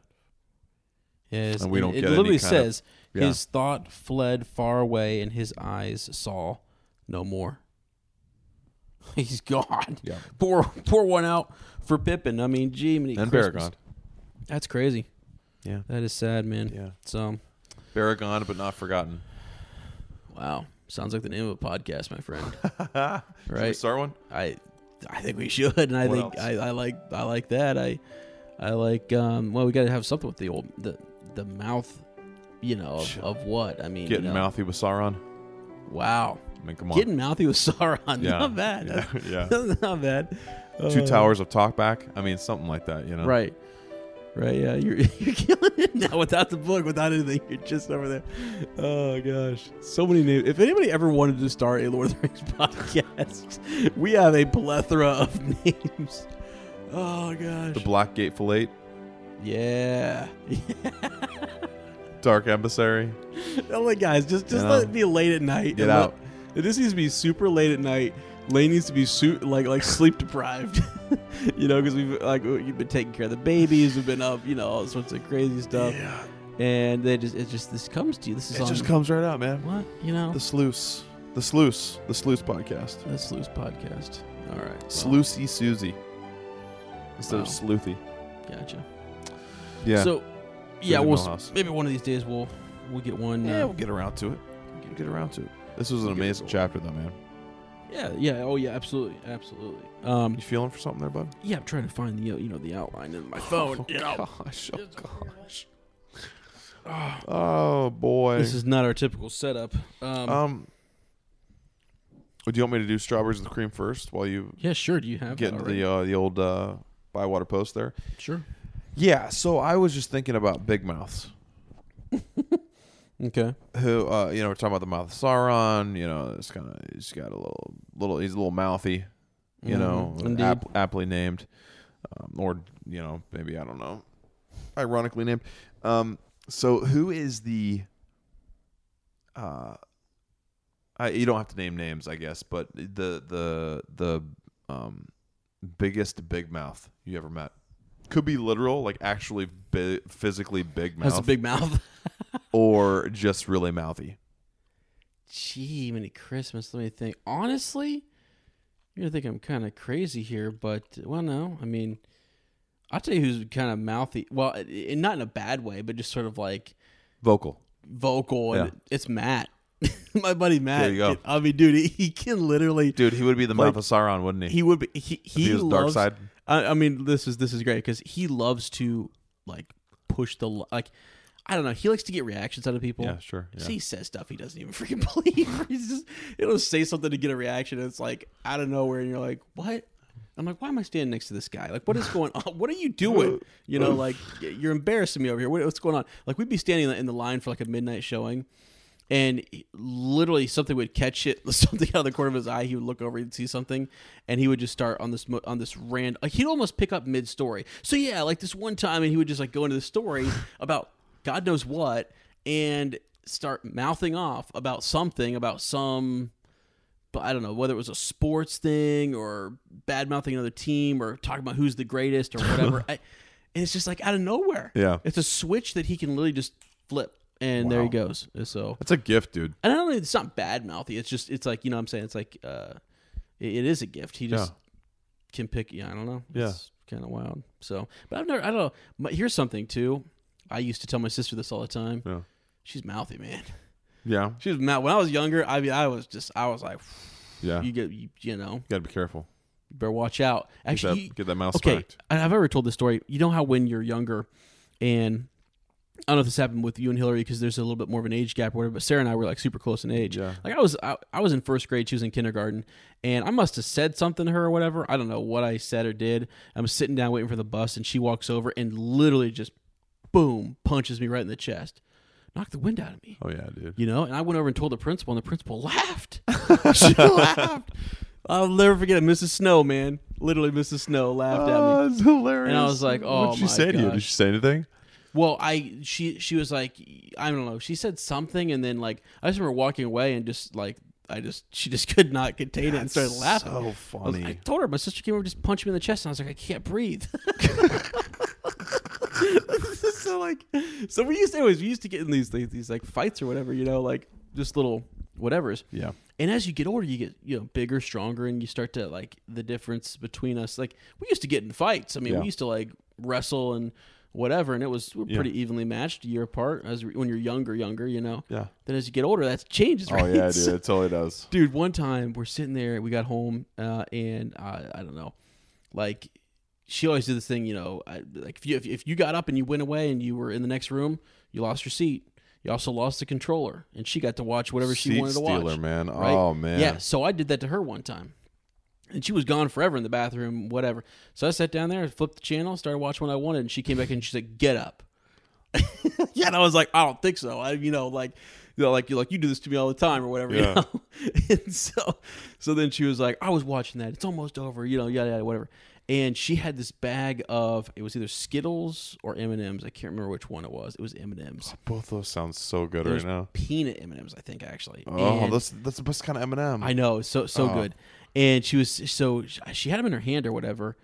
yes
And we don't
it
get any
literally
kind of-
says
yeah.
his thought fled far away and his eyes saw no more <laughs> he's gone <laughs>
Yeah.
pour pour one out for pippin i mean gee many
And
Christmas.
Baragon.
that's crazy
Yeah.
that is sad man
Yeah.
so
Baragon, but not forgotten.
wow sounds like the name of a podcast
<laughs>
my friend
Should we
right
start one?
I I think we should, and I
What
think
else?
I, I like I like that. I I like um well we gotta have something with the old the the mouth you know of, of what? I mean
Getting
you know,
mouthy with Sauron.
Wow.
I mean, come on.
Getting mouthy with Sauron. <laughs>
Yeah.
Not bad.
Yeah.
<laughs> Not bad.
Two
Uh,
towers of talkback. I mean, something like that. You know.
Right. Right, yeah, you're, <laughs> you're killing it now without the book, without anything. You're just over there. Oh gosh, so many new. If anybody ever wanted to start a Lord of the Rings <laughs> podcast, we have a plethora of <laughs> names. Oh gosh,
The Black Gate Filate,
yeah. <laughs>
Dark Emissary.
oh my guys, just just
You
let
know?
it be late at night.
Get
and let-
out.
it just needs to be super late at night. Lane needs to be su- like like sleep deprived, <laughs> you know, because we've like you've been taking care of the babies, we've been up, you know, all sorts of crazy stuff.
Yeah.
and they just it just this comes to you. This is
It
on
just comes right out, man.
what you know.
The Sluice. The Sluice. The Sluice podcast.
the Sluice podcast. All right, well,
Sluicy Susie. Instead of
Wow.
Sleuthy.
Gotcha.
Yeah.
So
the
yeah, we'll
Millhouse.
maybe one of these days we'll we'll get one.
yeah,
uh,
we'll get around to it. We'll get around to it. This was an
We'll get
amazing
it.
chapter, though, man.
yeah, yeah. Oh yeah, absolutely, absolutely. Um,
You feeling for something there, bud?
yeah, I'm trying to find the uh, you know the outline
<laughs>
in
Oh,
my phone. you know,
gosh, oh gosh. Oh boy.
this is not our typical setup. Um,
um. Do you want me to do strawberries with cream first while you
yeah, sure. Do you have
get
that
into
already?
the uh, the old uh, Bywater post there?
sure?
Yeah. So I was just thinking about big mouths
Okay.
who uh, you know we're talking about the mouth of Sauron. You know, it's kind of he's got a little little he's a little mouthy. You
Mhm,
know,
indeed.
ap- aptly named, um, or you know maybe I don't know, ironically named. Um, so who is the? Uh, I, you don't have to name names, I guess, but the the the um, biggest big mouth you ever met could be literal, like actually bi- physically big mouth,
That's a big mouth.
or just really mouthy.
Gee, many Christmas. Let me think. Honestly, you're gonna think I'm kind of crazy here, but well, no. I mean, I'll tell you who's kind of mouthy. Well, i- i- not in a bad way, but just sort of like
vocal.
vocal. And
Yeah.
it's Matt, <laughs> my buddy Matt.
you go.
I mean, dude, he, he can literally.
Dude, he would be the
Like,
mouth of Sauron, wouldn't he?
he would be he he,
he was dark
loves,
side.
I, I mean this is this is great because he loves to like push the li- like I don't know he likes to get reactions out of people.
Yeah, sure, yeah.
So he says stuff he doesn't even <laughs> freaking believe. He's just it'll say something to get a reaction. And it's like out of nowhere, and you're like, what? I'm like, why am I standing next to this guy? Like, what is going on? What are you doing? You know, like you're embarrassing me over here. What, what's going on? Like we'd be standing in the line for like a midnight showing and he- literally something would catch it <laughs> something out of the corner of his eye he would look over and see something and he would just start on this mo- on this rand like he'd almost pick up mid story so yeah like this one time and he would just like go into the story <laughs> about god knows what and start mouthing off about something about some but I don't know whether it was a sports thing or bad mouthing another team or talking about who's the greatest or
<laughs>
whatever. I, and it's just like out of nowhere.
Yeah.
it's a switch that he can literally just flip, and there he
Wow.
goes. So
That's a gift, dude.
and I don't know, it's not bad mouthy. It's just it's like you know what I'm saying it's like uh it, it is a gift. He just
Yeah.
can pick yeah, I don't know.
Yeah.
It's kind of wild. So, but I've never I don't know. My, here's something too. I used to tell my sister this all the time.
Yeah.
She's mouthy, man.
Yeah.
She was mouth when I was younger. I mean, I was just I was like
Yeah.
you
You
get you, you know,
got to be careful.
you better watch out.
Get that,
Actually, you-
get that mouse
okay,
smacked.
I- I've ever told this story. You know how when you're younger, and I don't know if this happened with you and Hillary because there's a little bit more of an age gap, or whatever. But Sarah and I were like super close in age.
Yeah.
Like I was, I, I was in first grade. She was in kindergarten, and I must have said something to her or whatever. I don't know what I said or did. I'm sitting down waiting for the bus, and she walks over and literally just, boom, punches me right in the chest, knocked the wind out of me.
Oh yeah, dude.
You know, and I went over and told the principal, and the
<laughs>
principal <laughs> laughed. she laughed. I'll never forget it. Mrs. Snow, man. Literally, Mrs. Snow laughed at me.
Ah, it's hilarious.
And I was like, oh
What'd she
my
say to you? Did
gosh.
she say anything?
Well, I she she was like I don't know. She said something, and then like I just remember walking away and just like I just she just <laughs> could not contain it and started laughing.
so
I, was-
funny.
I told her my sister came over and just punched me in the chest, and I was like, I can't breathe. <laughs> so like, so we used to anyways we used to get in these these, these like fights or whatever, you know, like just little whatever's.
yeah.
And as you get older, you get you know bigger, stronger, and you start to like the difference between us. Like we used to get in fights. I mean,
Yeah.
we used to like wrestle and whatever, and it was we were
Yeah.
pretty evenly matched a year apart. As we- when you're younger, younger, you know.
Yeah.
Then as you get older, that changes. <laughs> Right?
Oh yeah, dude.
So-
It totally does.
dude one time we're sitting there we got home uh, and uh, i don't know like she always did this thing you know I, like if you if, if you got up and you went away and you were in the next room you lost your seat you also lost the controller and she got to watch <laughs> whatever she
Seat
wanted to
stealer,
watch
man.
right?
Oh man.
yeah so i did that to her one time and she was gone forever in the bathroom whatever so i sat down there flipped the channel started watching what i wanted and she came back and she said get up <laughs> yeah, and I was like, I don't think so. I, you know, like, you know, like you like you do this to me all the time or whatever. You
Yeah.
know? <laughs> and so, so then she was like, I was watching that. It's almost over. You know, yada yada whatever. And she had this bag of it was either Skittles or M and M's. I can't remember which one it was. It was M and M's.
Both those sound so good
It
right
was
now.
peanut M and M's. I think actually.
Oh,
And-
that's that's the best kind of M&M.
I know, it's so so
Oh.
good. And she was so she had him in her hand or whatever.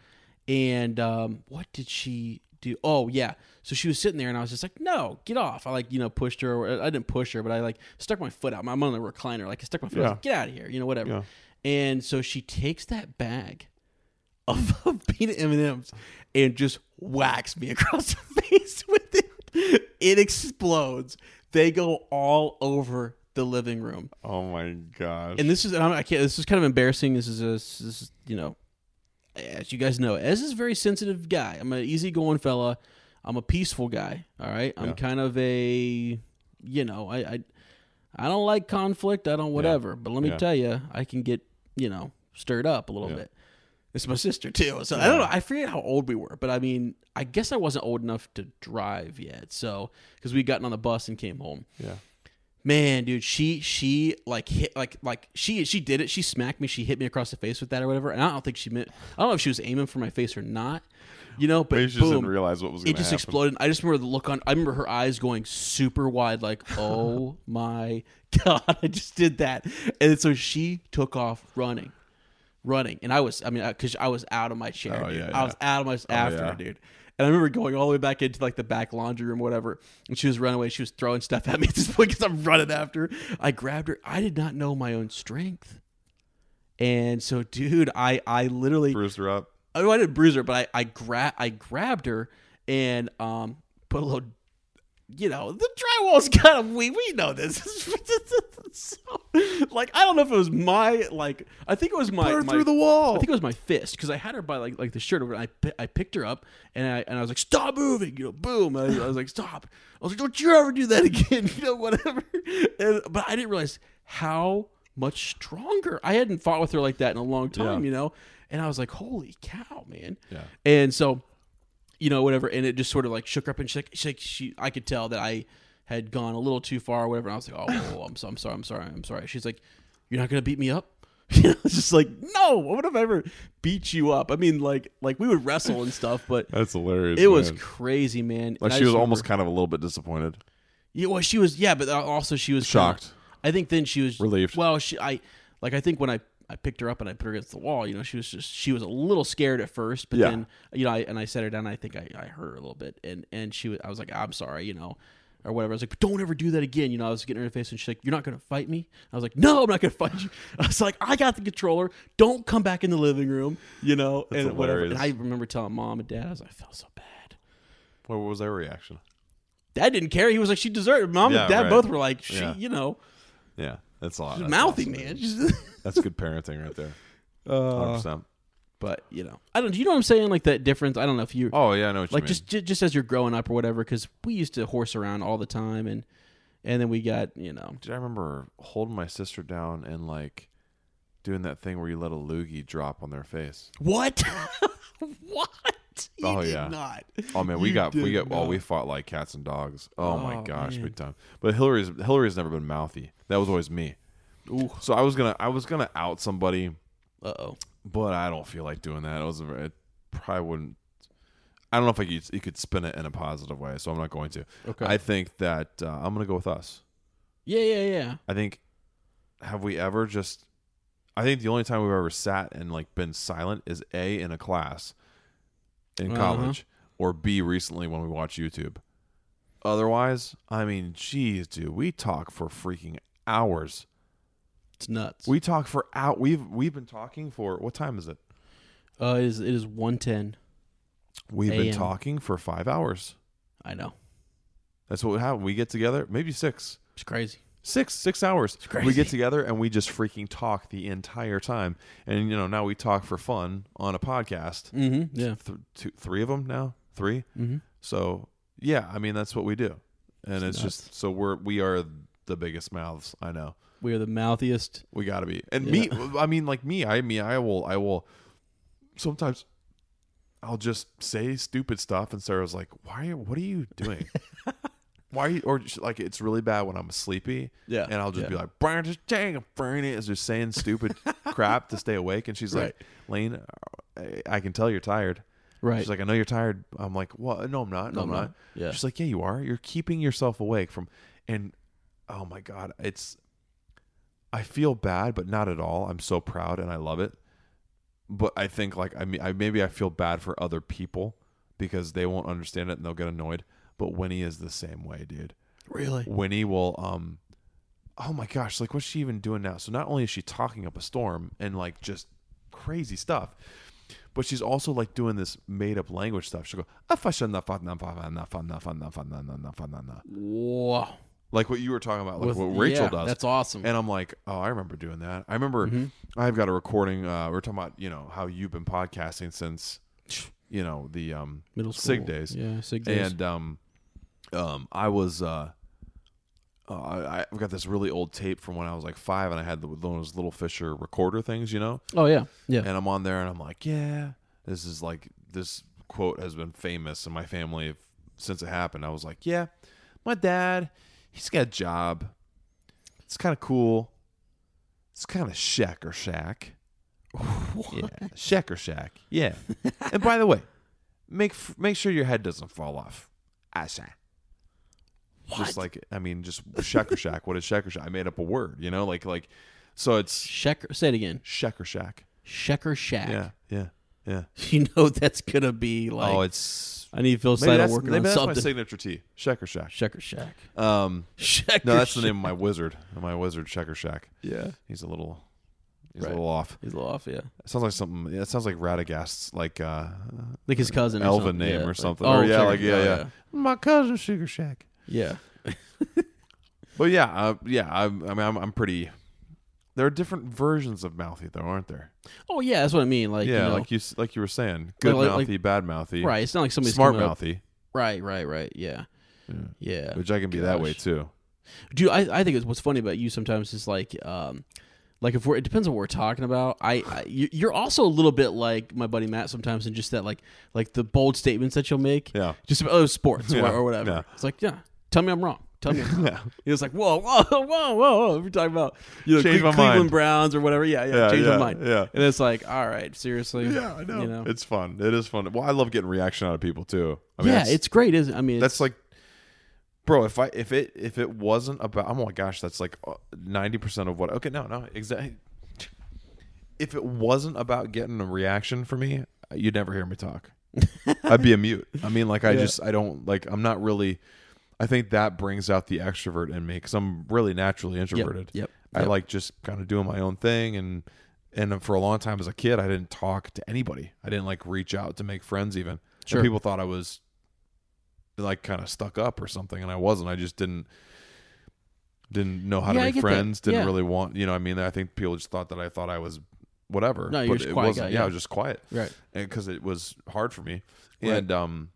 And um, what did she do? Oh yeah, so she was sitting there, and I was just like, "No, get off!" I like you know pushed her. Or, I didn't push her, but I like stuck my foot out. I'm on the recliner, like I stuck my foot. out. I was
Yeah.
like, get out of here, you know whatever.
Yeah.
And so she takes that bag of, <laughs> of peanut M and M's and just whacks me across <laughs> the face with it. It explodes. They go all over the living room
Oh my gosh.
and this is and I'm- I can't. This is kind of embarrassing. This is a this is you know, as you guys know, Ez is a very sensitive guy. I'm an easygoing fella. I'm a peaceful guy. All right. I'm
Yeah.
kind of a you know I I, I don't like conflict. I don't whatever. But let me
Yeah.
tell you, I can get you know stirred up a little
Yeah.
bit. It's my sister too. So I don't know. I forget how old we were, but I mean, I guess I wasn't old enough to drive yet. So because we would gotten on the bus and came home.
Yeah.
Man, dude, she she like hit like like she she did it. She smacked me. She hit me across the face with that or whatever. And I don't think she meant. I don't know if she was aiming for my face or not. You know, but
Maybe she just
boom,
didn't realize what was
it
going to
just
happen.
exploded. I just remember the look on. I remember her eyes going super wide, like,
<laughs>
"Oh my god, I just did that!" And so she took off running, running, and I was, I mean, because I was out of my chair.
Oh,
dude.
yeah, Oh,
I was out of my after,
yeah.
her, dude. And I remember going all the way back into like the back laundry room, whatever. And she was running away. She was throwing stuff at me at this point because I'm running after. her. I grabbed her. I did not know my own strength. And so, dude, I I literally
Bruised her up.
I, know Oh, I didn't bruise her, but I I, gra- I grabbed her and um put a little. You know the drywall's <laughs> kind of weak. We know this. <laughs> so, like I don't know if it was my like I think it was my,
Put her
my-
through the wall.
I think it was my fist because I had her by like like the shirt. over. I pi- I picked her up and I and I was like stop moving. You know, boom. I, I was like stop. I was like don't you ever do that <laughs> again. You know whatever. And, but I didn't realize how much stronger. I hadn't fought with her like that in a long time. You know, and I was like holy cow, man.
Yeah.
And so, you know, whatever. And it just sort of like shook her up and she, she, she I could tell that I had gone a little too far or whatever. And I was like, oh, whoa, whoa, I'm, so, I'm sorry, I'm sorry, I'm sorry. She's like, you're not going to beat me up? <laughs> You know, it's just like, no, what would have ever beat you up? I mean, like, like we would wrestle and stuff, but
That's hilarious.
it was
man.
crazy, man. And
like
I
she was
just
almost
remember-
kind of a little bit disappointed.
yeah, well, she was. Yeah, but uh, also she was kinda-
Shocked.
I think then she was
Relieved.
Well, she I like I think when I I picked her up and I put her against the wall, you know, she was just she was a little scared at first, but
Yeah.
then you know, I, and I set her down. And I think I, I hurt her a little bit, and and she was, I was like, I'm sorry, you know. Or whatever. I was like, but don't ever do that again. You know, I was getting her in the face and she's like, You're not gonna fight me? I was like, No, I'm not gonna fight you. <laughs> I was like, I got the controller. Don't come back in the living room, you know,
That's
Oh, and whatever. And I
hilarious.
remember telling mom and dad, I was like, I felt so bad.
What was their reaction?
Dad didn't care. He was like, She deserved it. Mom
Yeah,
and dad
right.
both were like, She,
Yeah.
you know,
Yeah, that's a lot.
She's
That's
mouthy,
awesome,
man. <laughs> She's-
That's good parenting right <laughs> there. Uh, 100%.
but you know, I don't. You know what I'm saying? Like that difference. I don't know if you
Oh yeah, I know what you
like
mean.
just, just just as you're growing up or whatever. Because we used to horse around all the time, and and then we got you know.
Did I remember holding my sister down and like doing that thing where you let a loogie drop on their face?
What? <laughs> what?
<laughs>
You
Oh,
did
yeah.
Not.
Oh man, we
You
got we
did
got well,
not.
we fought like cats and dogs. Oh, my
Oh,
gosh,
man.
big time. But Hillary's Hillary's never been mouthy. That was always me.
Ooh.
So I was gonna I was gonna out somebody,
Uh oh.
but I don't feel like doing that. It was it probably wouldn't. I don't know if I could, you could spin it in a positive way, so I'm not going to.
Okay.
I think that uh, I'm gonna go with us.
yeah, yeah, yeah.
I think have we ever just I think the only time we've ever sat and like been silent is A in a class in
Uh-huh.
college or B recently when we watch YouTube. Otherwise, I mean, geez, dude, we talk for freaking hours.
It's nuts.
We talk for out we've we've been talking for what time is it?
uh, it is it is one ten.
We've been
AM.
talking for five hours.
I know.
That's what happened. We get together, maybe six.
It's crazy.
six six hours
crazy.
we get together and we just freaking talk the entire time and you know now we talk for fun on a podcast
Mm-hmm. Yeah.
Th- two, three of them now 3
Mhm.
so yeah i mean that's what we do and it's,
It's
just so we're we are the biggest mouths i know
We are the mouthiest.
we gotta be and me i mean like me i mean i will i will sometimes i'll just say stupid stuff and sarah's like why what are you
<laughs>
doing why are you or she- like it's really bad when i'm sleepy
Yeah,
and i'll just
yeah.
be like brian just dang brain is just saying
<laughs>
stupid crap to stay awake and she's like lane I- i can tell you're tired
Right.
She's like, I know you're tired. I'm like, well, no, I'm not. No, I'm not.
Yeah.
She's like, yeah, you are. You're keeping yourself awake from, and oh my god, it's. I feel bad, but not at all. I'm so proud and I love it. But I think like I mean, I maybe I feel bad for other people because they won't understand it and they'll get annoyed. But Winnie is the same way, dude.
really.
Winnie will um oh my gosh, like what's she even doing now? So not only is she talking up a storm and like just crazy stuff, but she's also like doing this made up language stuff. She'll go, "Ah, fa, sha, na, fa, na, fa, na, fa, na, fa, na, fa, na, na, na, fa, na, na."
Whoa.
like what you were talking about, like
With-
what Rachel
yeah,
does.
That's awesome. Mm-hmm.
And I'm like, oh, I remember doing that. I remember I've got a recording. Uh, we are talking about, you know, how you've been podcasting since, you know, the um,
Middle
SIG
school.
days
Yeah. Sig days.
and um, um, I was uh, oh, I, I've got this really old tape from when I was like five, and I had the, those Little Fisher recorder things, you know.
Oh yeah, yeah.
And I'm on there, and I'm like, yeah, this is like this quote has been famous in my family since it happened. I was like, yeah, my dad, he's got a job. It's kind of cool. It's kind of Shack or Shack. Yeah, Shack or Shack. Yeah. and by the way, make f- make sure your head doesn't fall off. I say. Just like I mean, just Shack or Shack. What is Shack or Shack? I made up a word, you know, like like. So it's
Shecker, say it again.
Shack or Shack.
Shecker Shack.
Yeah, yeah, yeah.
<laughs> You know that's gonna be like.
oh, it's
I need Phil
maybe
Snyder
that's,
working
maybe
on
that's my
<laughs> something.
signature tea, Shacker Shack. <laughs>
Shecker Shack.
Um,
Shecker.
no, that's the
Shack.
name of my wizard. My wizard, Shacker Shack.
Yeah,
He's a little, he's
Right.
a little off.
he's a little off. Yeah,
It sounds like something. yeah, It sounds like Radagast's like uh,
like his cousin. or
elven
something.
name
Yeah,
or
like-
something.
oh,
or yeah,
Shacker-
like yeah,
oh,
yeah. My cousin Sugar Shack.
yeah,
But yeah, uh, yeah. I, I mean, I'm, I'm pretty. There are different versions of mouthy, though, aren't there?
yeah. Oh yeah, that's what I mean. Like
yeah,
you know,
like you s- like you were saying, good
like- like-
mouthy, bad mouthy,
right. It's not like somebody's
smart
coming up-
mouthy,
Right, right, right. Yeah, yeah.
which I can be that way
Gosh.
too.
Dude, I, I think it's what's funny about you sometimes is like, um, like if we're it depends on what we're talking about. I, I you- you're also a little bit like my buddy Matt sometimes, in just that like like the bold statements that you'll make.
Yeah.
Just about oh,
<laughs>
sports
Yeah,
or, or whatever.
yeah.
It's like yeah, tell me I'm wrong. Tell me. I'm
<laughs>
wrong.
Yeah.
He was like whoa whoa <laughs> whoa whoa. whoa. We're talking about you know
Change
Cle-
my
Cleveland
mind.
Browns or whatever. Yeah yeah.
Yeah,
change
yeah,
my mind.
yeah.
And it's like all right, seriously.
Yeah, I know.
You know.
It's fun. It is fun. Well, I love getting reaction out of people too. I mean,
yeah,
that's,
it's great, isn't? it? I mean,
that's
it's,
like, bro. If I if it if it wasn't about, oh my gosh, that's like ninety percent of what. Okay, no, no, exactly. If it wasn't about getting a reaction from me, you'd never hear me
<laughs>
talk. I'd be a mute. I mean, like I just I don't like I'm not really. I think that brings out the extrovert in me because I'm really naturally introverted.
yep,
I
yep.
like just kind of doing my own thing and and for a long time as a kid, I didn't talk to anybody. I didn't like reach out to make friends even. And
Sure.
people thought I was like kind of stuck up or something, and I wasn't. I just didn't didn't know how
Yeah, I
to make
get that.
friends. Didn't
Yeah.
really want you know. what I mean, I think people just thought that I thought I was whatever.
No, you're
but
just
it
quiet
wasn't.
guy,
yeah,
yeah.
I was just quiet
right.
because it was hard for me.
Right.
And um,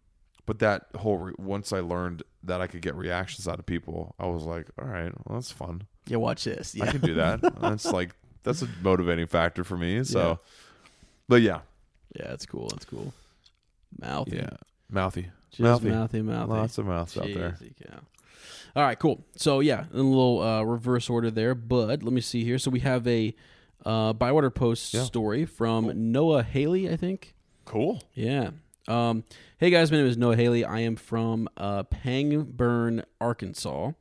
but that whole re- once I learned that I could get reactions out of people, I was like, all right, well, that's fun.
Yeah, watch this.
I
Yeah,
can do that.
<laughs>
that's like that's a motivating factor for me. So, but yeah,
yeah, it's cool. It's cool. Mouthy.
yeah, mouthy,
Just
mouthy,
mouthy, mouthy, mouthy.
lots of mouths out there.
Jeez, yeah. All right, cool. So yeah, in a little uh, reverse order there, but let me see here. So we have a uh, Bywater Post
Yeah.
story from Noah Haley, I think.
Cool.
Yeah. Um, hey guys, my name is Noah Haley. I am from uh, Pangburn, Arkansas.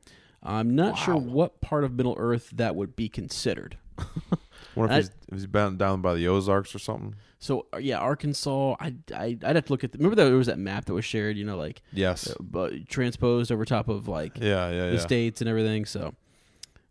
I'm not sure what part of Middle Earth that would be considered.
What if
I-
he's if he's bound down by the Ozarks or something?
So uh, yeah, Arkansas. I I would have to look at. The, remember that there was that map that was shared. You know, like
Yes.
but transposed over top of like
Yeah, yeah,
the
yeah.
states and everything. So,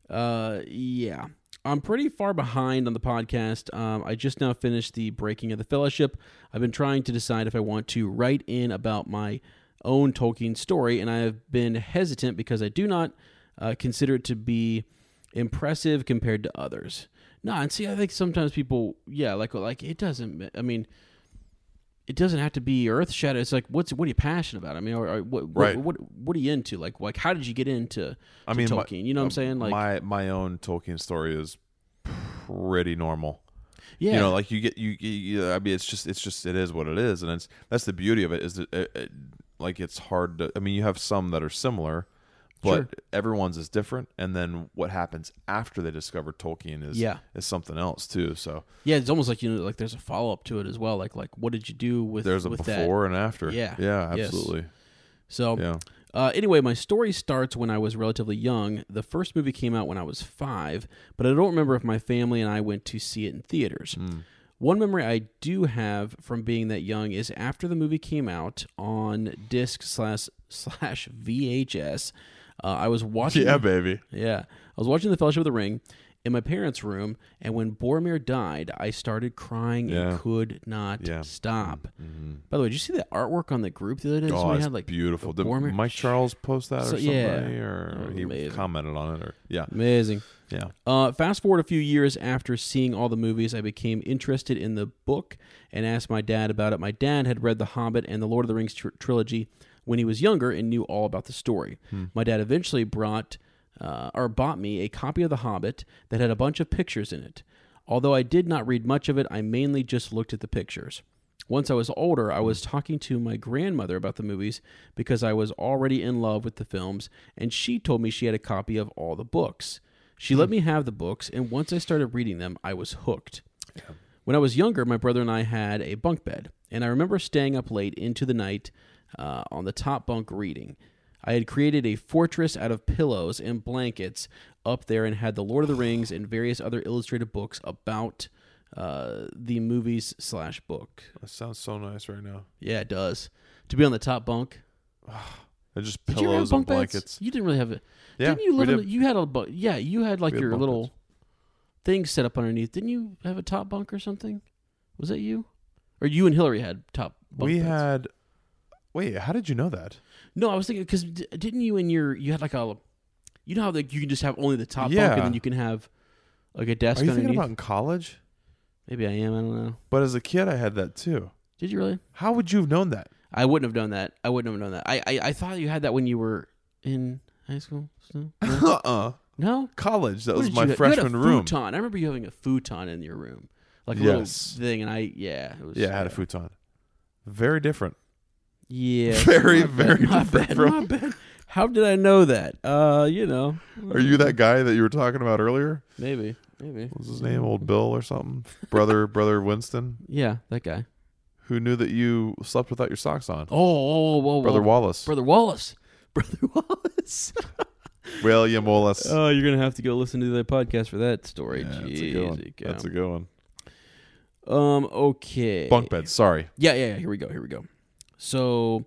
uh, yeah, I'm pretty far behind on the podcast. Um, I just now finished the breaking of the fellowship. I've been trying to decide if I want to write in about my own Tolkien story, and I have been hesitant because I do not uh, consider it to be impressive compared to others. No, and see, I think sometimes people, yeah, like like it doesn't. ma- I mean. It doesn't have to be earth shattering. It's like, what's what are you passionate about? I mean, or, or what, what-
Right.
what what what are you into? Like like how did you get into
I
to
mean, my- uh,
Tolkien? you know what I'm saying? Like
my my own Tolkien story is pretty normal.
yeah,
You know, like you get you, you- you- I mean, it's just it's just it is what it is, and it's that's the beauty of it is that it, it- like it's hard to. I mean, you have some that are similar, but
Sure.
everyone's is different, and then what happens after they discover Tolkien is
Yeah.
is something else too. So
yeah. It's almost like you know, like there's a follow up to it as well. Like like what did you do with
there's a
with
before and after.
Yeah.
yeah,
Yes.
absolutely.
<laughs> That? So
Yeah.
uh, anyway, my story starts when I was relatively young. The first movie came out when I was five, but I don't remember if my family and I went to see it in theaters.
Hmm.
One memory I do have from being that young is after the movie came out on disc slash slash VHS. Uh, I was watching.
Yeah, baby.
<laughs> Yeah. I was watching The Fellowship of the Ring in my parents' room, and when Boromir died, I started crying
Yeah.
and could not
Yeah. Mm-hmm.
stop. By the way, did you see the artwork on the group the other day?
Oh,
Somebody
it's
had, like,
beautiful. Did
Boromir-
Mike Charles post that or
So-
somebody,
yeah.
or
Oh,
he
amazing.
commented on it, or yeah,
Amazing.
yeah.
Uh, fast forward a few years after seeing all the movies, I became interested in the book and asked my dad about it. My dad had read The Hobbit and The Lord of the Rings tr- trilogy when he was younger and knew all about the story. My dad eventually brought uh, or bought me a copy of The Hobbit that had a bunch of pictures in it. Although I did not read much of it, I mainly just looked at the pictures. Once I was older, I was talking to my grandmother about the movies because I was already in love with the films, and she told me she had a copy of all the books. She let me have the books, and once I started reading them, I was hooked. When I was younger, my brother and I had a bunk bed, and I remember staying up late into the night uh, on the top bunk reading. I had created a fortress out of pillows and blankets up there and had The Lord of the Rings and various other illustrated books about uh, the movies slash book.
That sounds so nice right now.
Yeah, it does. To be on the top bunk.
They're just
Did you ever have
pillows and
bunk beds?
blankets.
You didn't really have it.
Yeah,
didn't you
we
live in
did.
the- you had a bu- yeah, you had like
We had
your
bunk
little
beds.
thing set up underneath. Didn't you have a top bunk or something? Was that you? Or you and Hillary had top bunk
We
beds?
had. Wait, how did you know that?
No, I was thinking cuz d- didn't you in your you had like a you know how like you can just have only the top bunk
Yeah.
and then you can have like a desk
Are you
underneath.
thinking about in college?
Maybe I am, I don't know.
But as a kid, I had that too.
Did you really?
How would you have known that? <laughs>
I wouldn't have done that. I wouldn't have known that. I I, I thought you had that when you were in high school. So,
Uh uh
no?
College. That
What
was
did
my
you have? You had a
freshman room.
Futon. I remember you having a futon in your room, like a
Yes.
little thing, and I yeah, it was,
Yeah, I had a futon. Very different.
Yeah,
<laughs> Very,
my bad,
very
my
different
bad,
from-
my bad. How did I know that? Uh, you know,
Are you that guy that you were talking about earlier?
maybe, maybe.
What was his name?
Mm.
Old Bill or something? Brother, brother Winston,
Yeah, that guy.
who knew that you slept without your socks on.
Oh, oh, oh, oh,
brother
oh.
Wallace.
brother Wallace, <laughs> brother
<laughs>
Wallace.
William Wallace.
oh, you're gonna have to go listen to the podcast for that story.
Yeah, that's a good one.
Jeez,
That's a good one.
um, okay.
Bunk beds. Sorry.
Yeah, yeah, yeah. Here we go. Here we go. So,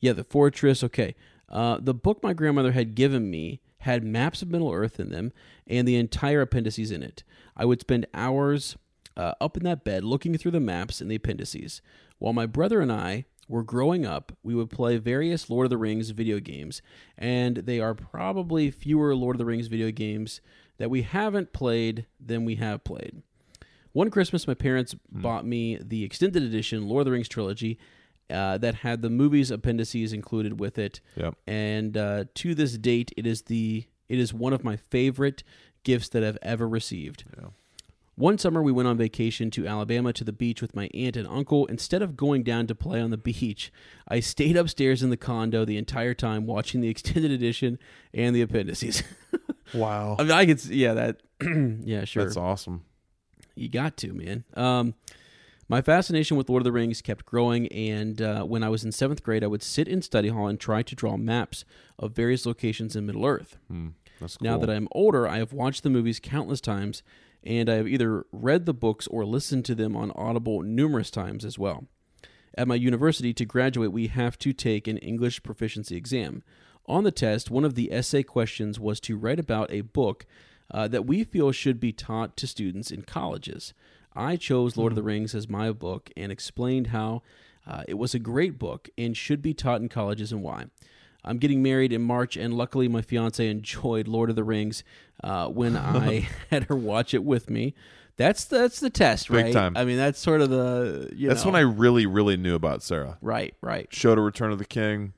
yeah, the fortress. Okay. Uh, the book my grandmother had given me had maps of Middle Earth in them and the entire appendices in it. I would spend hours uh, up in that bed looking through the maps and the appendices. While my brother and I were growing up, we would play various Lord of the Rings video games, and they are probably fewer Lord of the Rings video games that we haven't played than we have played. One Christmas, my parents
Hmm.
bought me the extended edition Lord of the Rings trilogy uh, that had the movies appendices included with it.
Yep.
And uh, to this date, it is the it is one of my favorite gifts that I've ever received. One summer, we went on vacation to Alabama to the beach with my aunt and uncle. Instead of going down to play on the <laughs> beach, I stayed upstairs in the condo the entire time watching the <laughs> extended edition and the appendices. <laughs>
Wow.
I mean, I could, s- yeah, that, <clears throat> yeah, sure
That's awesome.
you got to man um my fascination with lord of the rings kept growing and uh, when i was in seventh grade i would sit in study hall and try to draw maps of various locations in middle earth
That's cool.
now that i'm older i have watched the movies countless times and i have either read the books or listened to them on audible numerous times as well at my university, to graduate, we have to take an English proficiency exam. On the test, one of the essay questions was to write about a book uh, that we feel should be taught to students in colleges. I chose Lord of
Mm-hmm.
the Rings as my book and explained how uh, it was a great book and should be taught in colleges and why. I'm getting married in March, and luckily, my fiance enjoyed Lord of the Rings
<laughs>
uh, when I <laughs> had her watch it with me. That's that's the test,
Big
right?
time.
I mean, that's sort of the you
That's
know.
when I really, really knew about Sarah.
Right, right.
Showed her Return of the King.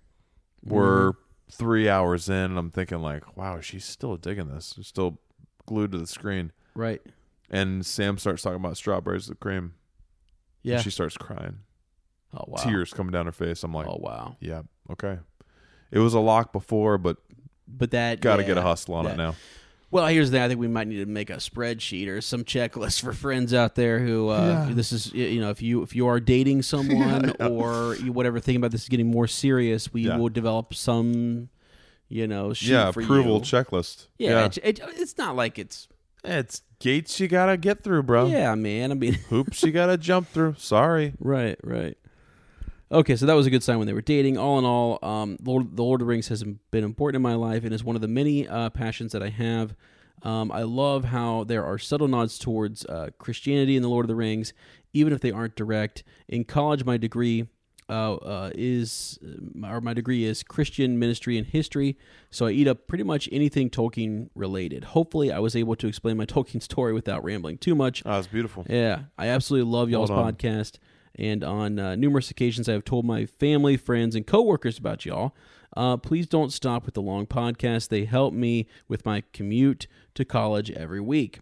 We're
Mm-hmm.
three hours in, and I'm thinking like, wow, she's still digging this. She's still glued to the screen.
Right.
And Sam starts talking about strawberries with cream.
Yeah.
And she starts crying.
oh wow.
Tears coming down her face. I'm like,
Oh wow.
yeah, okay. It was a lock before, but
But that
got to
yeah,
get a hustle on
that-
it now.
Well, here's the thing. I think we might need to make a spreadsheet or some checklist for friends out there who uh,
Yeah.
this is y- you know if you if you are
<laughs>
dating someone or you, whatever thing about this is getting more serious, we
Yeah.
will develop some you know sheet
yeah,
for
approval
you.
checklist.
yeah, It, it, it's not like it's
It's gates you gotta get through, bro.
yeah, man. I mean,
Hoops you gotta jump through. Sorry.
Right, right. Okay, so that was a good sign when they were dating. All in all, um, Lord, the Lord of the Rings has been important in my life and is one of the many uh, passions that I have. Um, I love how there are subtle nods towards uh, Christianity in the Lord of the Rings, even if they aren't direct. In college, my degree uh, uh, is, uh, or my degree is Christian ministry and history, so I eat up pretty much anything Tolkien related. Hopefully, I was able to explain my <laughs> Tolkien story without rambling too much.
Oh, it's beautiful.
Yeah, I absolutely love y'all's
on.
podcast, and on uh, numerous occasions I have told my family, friends, and coworkers about y'all. Uh, please don't stop with the long podcasts. They help me with my commute to college every week.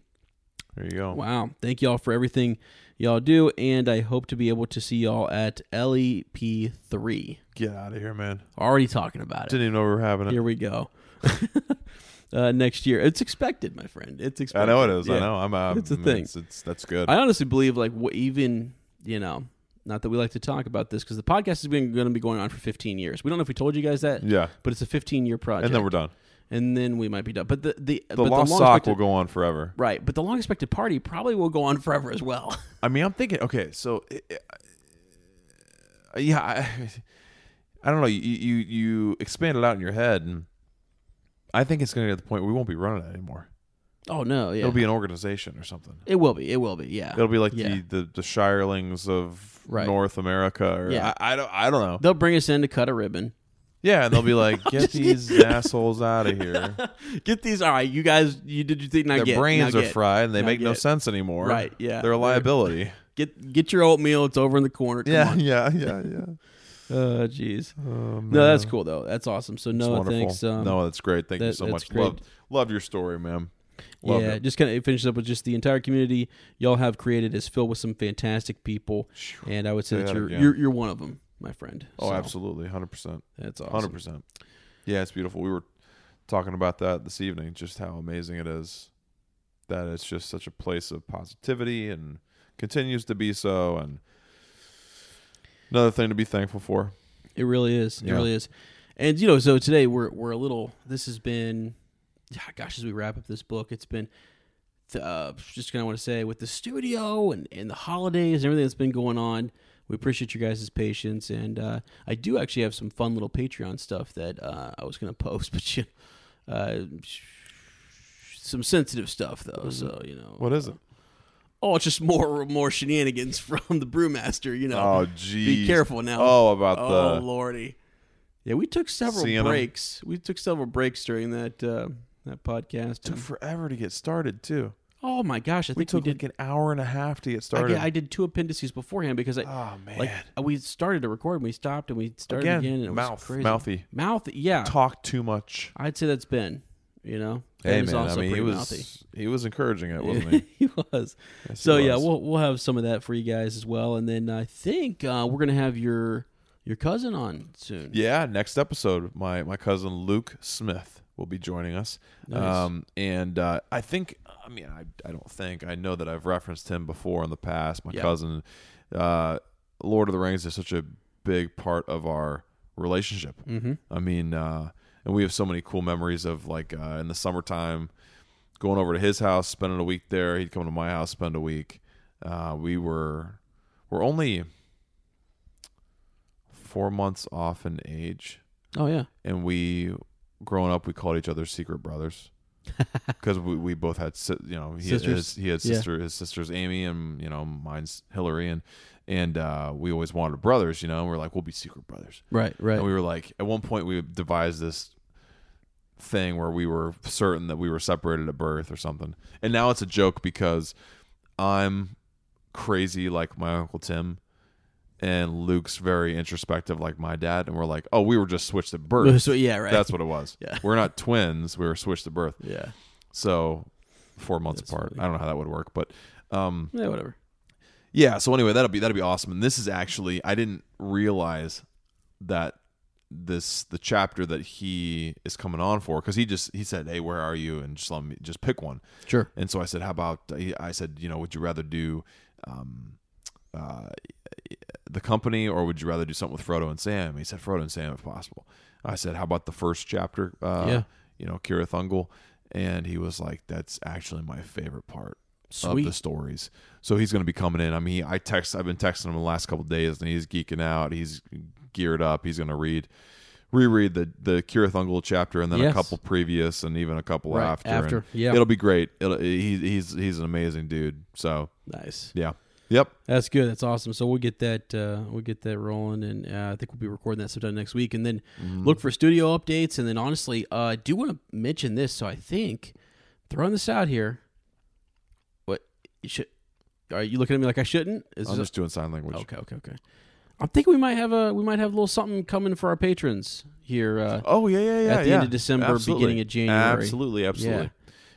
There you go.
Wow. Thank y'all for everything y'all do. And I hope to be able to see y'all at LEP3.
Get out of here, man.
Already talking about it.
Didn't even know we were having it.
Here we go. <laughs> uh, next year. It's expected, my friend. It's
I
expected.
know it is. I
Yeah.
know. I'm. Uh,
It's a
I mean,
thing.
It's, it's- that's good.
I honestly believe, like, wh- even, you know, not that we like to talk about this because the podcast has been going to be going on for 15 years. We don't know if we told you guys that.
yeah.
But it's a 15 year project.
And then we're done.
And then we might be done. But the, the,
The
but
lost
long
sock
expected-
will go on forever.
Right. But the long expected party probably will go on forever as well. <laughs>
I mean, I'm thinking. Okay, so i- i- yeah, I, <laughs> I don't know. You you you expand it out in your head, and I think it's going to get to the point where we won't be running it anymore.
oh, no. Yeah.
It'll be an organization or something.
It will be. It will be. Yeah.
It'll be like
Yeah.
the, the the Shirelings of
Right.
North America, or
Yeah.
I, I don't I don't know.
They'll bring us in to cut a ribbon.
Yeah, and they'll be
<laughs>
like, get these assholes out of here.
Get these. All right, you guys. You did your thing. Now
Their
get.
brains
now
are
get.
fried and they
Now
make no
get.
sense anymore.
Right, yeah.
They're a
They're-
liability.
Get get your oatmeal. It's over in the corner. <laughs> Come
yeah, <laughs>
on.
yeah, yeah, yeah. Oh,
Oh, jeez. <laughs> no, that's cool though. That's awesome. So
It's
no,
wonderful.
thanks. Um,
no, that's great. Thank you
that-
so
that's
much.
great.
Love love your story, man. Love
yeah,
it.
just kind of finishes up with just the entire community y'all have created is filled with some fantastic people, and I would say
Say
that,
that
you're,
again.
you're you're one of them, my friend.
Oh,
So,
absolutely. 100%.
That's awesome.
100%. Yeah, it's beautiful. We were talking about that this evening, just how amazing it is that it's just such a place of positivity and continues to be so and another thing to be thankful for.
It really is. It
Yeah.
really is. And you know, so today we're we're a little. This has been, ah, gosh, as we wrap up this book, it's been. Uh, just kind of want to say with the studio and, and the holidays and everything that's been going on, we appreciate you guys' patience. And uh, I do actually have some fun little Patreon stuff that uh, I was going to <laughs> post, but you, uh, some sensitive stuff though. So you know,
Mm-hmm. What is it?
oh, it's just more more shenanigans <laughs> from the brewmaster. You know,
Oh, geez.
be careful now.
Oh, about
Oh
the
lordy. Yeah, we took several
Seeing 'em.
breaks. We took several breaks during that uh, that podcast.
took
And-
forever to get started too.
oh my gosh,
We
I think we,
took
did.
like an hour and a half to get
I,
started.
did- I did two appendices beforehand because I
oh man,
like uh, we started to record and we stopped and we started
Again,
again, and it
mouth,
was crazy.
mouthy.
mouth. Yeah,
talk too much.
I'd say that's Ben. You know,
Hey
Ben is
man, I
also
mean he
pretty
was
mouthy. <laughs>
he was encouraging it, wasn't <laughs> he?
he was.
Yes,
so
he
yeah,
was.
we'll we'll have some of that for you guys as well, and then I think uh, we're gonna have your your cousin on soon.
Yeah, next episode, my my cousin Luke Smith will be joining us. Um, and uh, I think, I mean, I, I don't think I know that I've referenced him before in the past. My
Yeah.
cousin, uh, Lord of the Rings, is such a big part of our relationship. Mm-hmm. I mean, uh, and we have so many cool memories of like uh, in the summertime going over to his house, spending a week there. He'd come to my house, spend a week. Uh, we were we're only four months off in age,
Oh yeah.
and we growing up we called each other secret
<laughs>
brothers because we, we both had si- you know he, His,
Sisters.
he had
Yeah.
sister his sister's Amy and you know mine's Hillary and and uh, we always wanted brothers you know and we're like we'll be secret brothers
Right. Right.
and Oh, we were like, at one point, we devised this thing where we were certain that we were separated at birth or something. And now it's a joke because I'm crazy like my Uncle Tim, and Luke's very introspective like my dad. And we're like, oh, we were just switched at birth.
<laughs> So, yeah. Right.
That's what it was.
<laughs> Yeah.
We're not twins. We were switched at birth.
yeah.
So four months apart. I don't know how that would work, but. Um,
Yeah. Whatever.
yeah. So anyway, that'll be that'll be awesome. And this is actually I didn't realize that this the chapter that he is coming on for because he just he said, "Hey, where are you?" and just let me just pick one.
Sure.
And so I said, "How about?" I said, "You know, would you rather do um, uh, the company, or would you rather do something with Frodo and Sam?" He said, "Frodo and Sam, if possible." I said, "How about the first chapter?" Uh,
Yeah.
You know, Kira Thungle, and he was like, "That's actually my favorite part of the
Sweet.
stories." So he's going to be coming in. I mean, I text. I've been texting him the last couple days, and he's geeking out. He's geared up. He's going to read. Reread the the Kira Thungle chapter and then a
Yes.
couple previous and even a couple
Right,
after.
after,
and
yeah.
it'll be great. It'll, he, he's he's an amazing dude. So
Nice.
yeah, yep.
That's good. That's awesome. So we'll get that uh, we'll get that rolling, and uh, I think we'll be recording that sometime next week, and then
Mm-hmm.
look for studio updates. And then honestly, uh, I do want to mention this. So I think throwing this out here. What you should? Are you looking at me like I shouldn't? Is
I'm
this-
just doing sign language.
okay, okay, okay. I'm thinking we might have a we might have a little something coming for our patrons here. Uh,
Oh yeah, yeah, yeah.
At the
yeah.
end of December,
Absolutely.
beginning of January.
Absolutely, absolutely.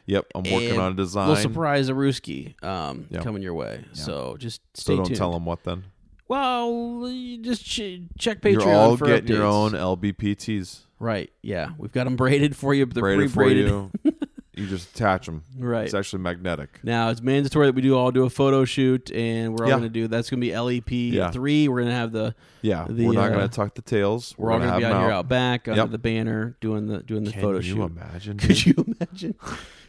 Yep, I'm working
and
on a design.
Little surprise, Aruski, um,
Yeah.
coming your way. So just stay
so don't
tuned.
tell them what then.
Well, you just ch- check Patreon
You're all
for
getting
updates.
your own LBPTs
Right? Yeah, we've got them braided for you. They're
braided for
pre-braided.
you. you just attach them.
Right.
It's actually magnetic.
<laughs> Now it's mandatory that we do all do a photo shoot, and we're all
Yeah.
going to do that's going to be LEP
Yeah.
three. We're going to have the
Yeah,
The,
we're not
uh,
going to tuck the tails.
we're, all going to
gonna
be
have
out here
'em
out back under
Yep.
the banner doing the doing the
Can
photo
you
shoot.
imagine? dude?
<laughs> Could you imagine,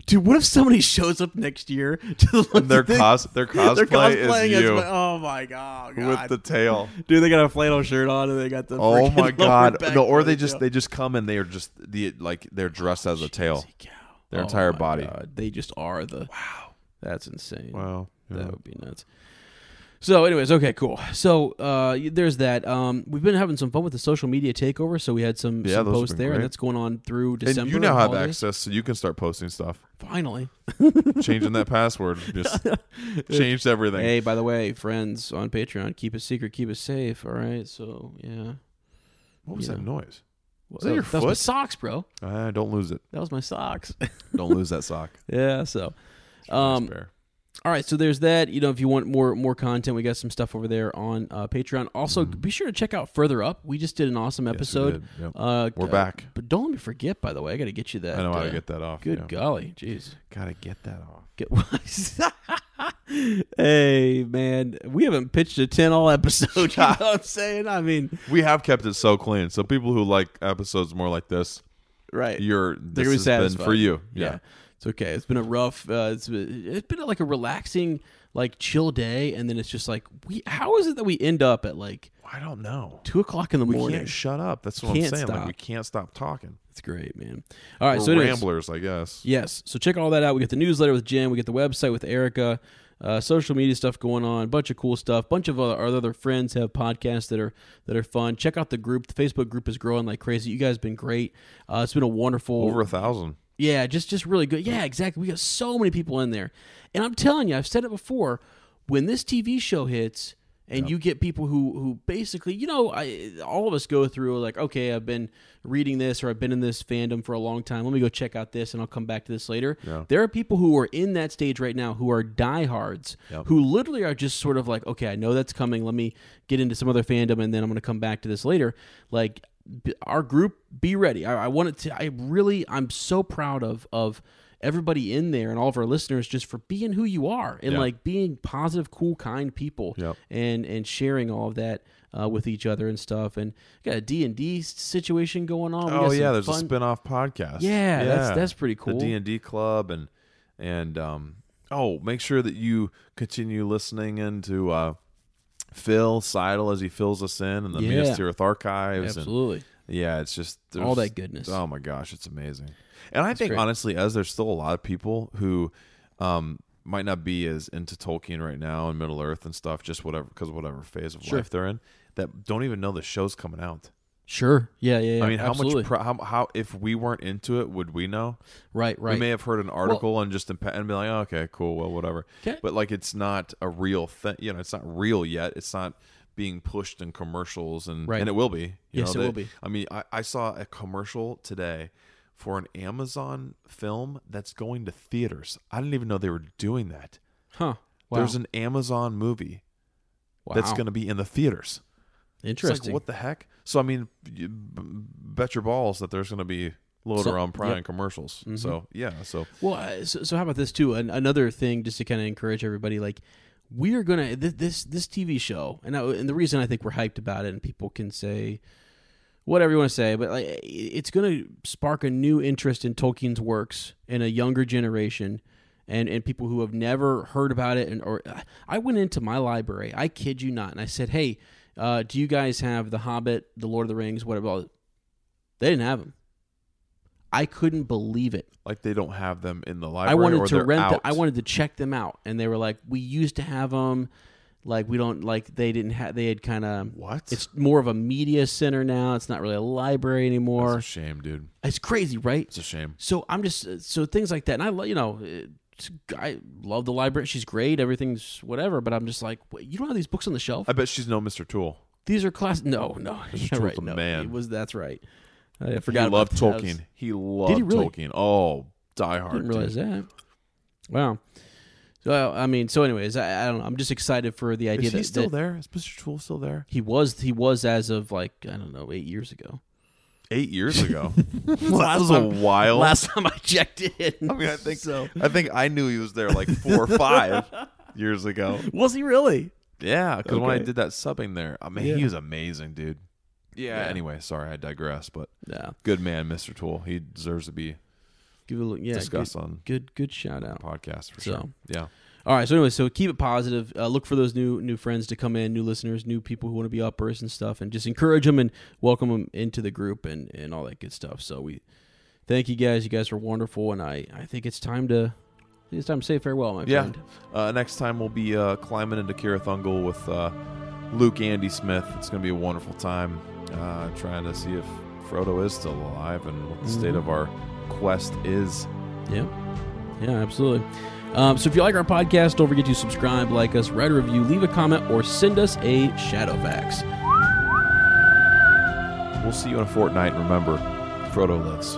dude? What if somebody shows up next year <laughs> to the
And their
thing-
cos their cosplay
<laughs> they're cosplaying
is
as
you
my- oh my god,
with
God.
the tail.
dude, they got a flannel shirt on and they got the
Oh
freaking
my
<laughs> lower
god!
back
No, or
of the
they just
tail.
they just come and they are just the like they're dressed as a tail.
Holy cow. Oh
Their entire
my
body.
God, They just are the wow. That's insane.
Wow.
That would be nuts. So, anyways, okay, cool. So, uh, y- there's that. Um, we've been having some fun with the social media takeover. So we had some,
Yeah,
some
those have
posts
been
there, and
great.
that's going on through
And
December.
you now have
holidays.
access, so you can start posting
<laughs>
stuff.
Finally.
Changing that
<laughs>
password just changed everything.
Hey, by the way, friends on Patreon, keep it secret, keep it safe. All right. So, yeah.
what was
yeah.
that noise?
Was
that your
was my
foot?
socks, bro.
Uh, don't lose it.
That was my socks. <laughs>
Don't lose that sock.
yeah. So,
Nice
<laughs> um,
bear.
All right, so there's that. You know, if you want more more content, we got some stuff over there on uh, Patreon. Also, be sure to check out Further Up. We just did an awesome
Mm-hmm. we
episode.
did. Yep.
Uh,
We're
uh,
back.
but don't let me forget. By the way, I got to get you that.
I know how to
uh,
get that off.
Good
yeah.
golly, jeez.
Gotta get that off.
Get <laughs> hey man, we haven't pitched a ten all episode. <laughs> You know what I'm saying? I mean,
We have kept it so clean. So people who like episodes more like this,
right?
you're this
They're gonna be
has been
satisfied.
for you.
Yeah. it's okay. It's been a rough. Uh, it's been, it's been like a relaxing, like chill day, and then it's just like we. How is it that we end up at like
I don't know.
two o'clock in the
We
morning?
can't shut up. That's what
Can't
I'm saying.
stop.
Like we can't stop talking.
It's great, man. All right,
We're
so anyways,
ramblers, I guess.
yes, so check all that out. We get the newsletter with Jen. We get the website with Erica. Uh, social media stuff going on, bunch of cool stuff. Bunch of other, our other friends have podcasts that are that are fun. Check out the group. The Facebook group is growing like crazy. You guys have been great. Uh, it's been a wonderful
Over a thousand.
yeah, just just really good. Yeah, exactly. We got so many people in there. And I'm telling you, I've said it before, when this TV show hits and you get people who who basically, you know, I all of us go through like, okay, I've been reading this or I've been in this fandom for a long time. Let me go check out this and I'll come back to this later. There are people who are in that stage right now who are diehards who literally are just sort of like, okay, I know that's coming. Let me get into some other fandom and then I'm going to come back to this later. Like b- our group be ready I, I want it to i really i'm so proud of of everybody in there and all of our listeners just for being who you are and
Yeah.
like being positive cool kind people
Yep.
and and sharing all of that uh, with each other and stuff and we got a d&d situation going on We
Oh yeah,
got some
there's a
fun-
spin-off podcast.
Yeah, that's- that's pretty cool.
The D and D club and and um oh, make sure that you continue listening into uh Phil Seidel as he fills us in and the
Yeah.
Minas Tirith archives. and-
absolutely
yeah, it's just there's-
All that goodness.
Oh my gosh, it's amazing. And I think
great.
honestly, as there's still a lot of people who um might not be as into Tolkien right now and Middle Earth and stuff, just whatever because whatever phase of
Sure.
life they're in, that don't even know the show's coming out.
sure yeah yeah, yeah
I mean, how
absolutely.
much? Pro- how, how if we weren't into it, would we know?
right right
We may have heard an article and just impa- and be like, oh, okay, cool, well, whatever.
'Kay.
But like, it's not a real thing. You know, it's not real yet. It's not being pushed in commercials, and
Right.
and it will be. You
Yes,
know,
it
they-
will be.
I mean, I, I saw a commercial today for an Amazon film that's going to theaters. I didn't even know they were doing that.
huh wow.
There's an Amazon movie
wow.
that's going to be in the theaters. It's
interesting
like, what the heck? So, I mean, you b- bet your balls that there's going to be loader
So- Mm-hmm.
on Prime
yep.
commercials. So, yeah. So,
Well, uh, so, so how about this too? An, another thing, just to kind of encourage everybody, like we are gonna this this, this TV show, and I, and the reason I think we're hyped about it, and people can say whatever you want to say, but like it- it's gonna spark a new interest in Tolkien's works in a younger generation. And, and people who have never heard about it and or uh, I went into my library I kid you not and I said hey uh, do you guys have The Hobbit The Lord of the Rings what about they didn't have them I couldn't believe it
like, they don't have them in the
I
library.
wanted
or
to
they're
rent.
Out.
The, I wanted to check them out, and they were like, "We used to have them, like we don't like they didn't have they had kind of
What?
It's more of a media center now. It's not really a library
That's
anymore.
a shame, dude.
it's crazy, right?
It's a shame.
So I'm just uh, so things like that, and I lo- you know. it's- I love the library. She's great. Everything's whatever, but I'm just like, wait, you don't have these books on the shelf.
I bet she's no Mr. Tool.
These are class. No, no, yeah,
truth
right.
of
No,
man.
it was that's right. I I
He
forgot. about
loved
that. I was-
Tolkien. He loved
really?
Tolkien. Oh, Die Hard.
Didn't realize
dude.
that. Wow. So I mean, so anyways, I, I don't know. I'm just excited for the idea
Is
that,
he still
that
there? Is Mr. Tool still there?
he was he was as of like I don't know eight years ago.
Eight years
<laughs>
ago. <laughs> that was a
time-
while.
Last time I checked it,
Oh. <laughs> I mean, I think
so.
I think I knew he was there like four or five
<laughs>
years ago.
Was he really?
Yeah, because when I
Okay.
did that subbing there, I mean,
Yeah.
he was amazing, dude. Yeah. Anyway, sorry, I digress. But
Yeah.
good man, Mr. Tool. He deserves to be
Give it a look. Yeah.
discussed
good,
on
good. Good shout out.
podcast for
So.
sure. Yeah.
All right. So anyway, so keep it positive. Uh, look for those new new friends to come in, new listeners, new people who want to be uppers and stuff, and just encourage them and welcome them into the group and and all that good stuff. So we thank you guys. You guys are wonderful, and I I think it's time to I think it's time to say farewell, my
Yeah.
friend.
Uh, next time we'll be uh, climbing into Carathungle with uh, Luke Andy Smith. It's going to be a wonderful time uh, trying to see if Frodo is still alive and what the state of our quest is.
Yeah. Yeah, absolutely. Um, so if you like our podcast, don't forget to subscribe, like us, write a review, leave a comment, or send us a shadow fax.
We'll see you in a fortnight. Remember, Frodo lives.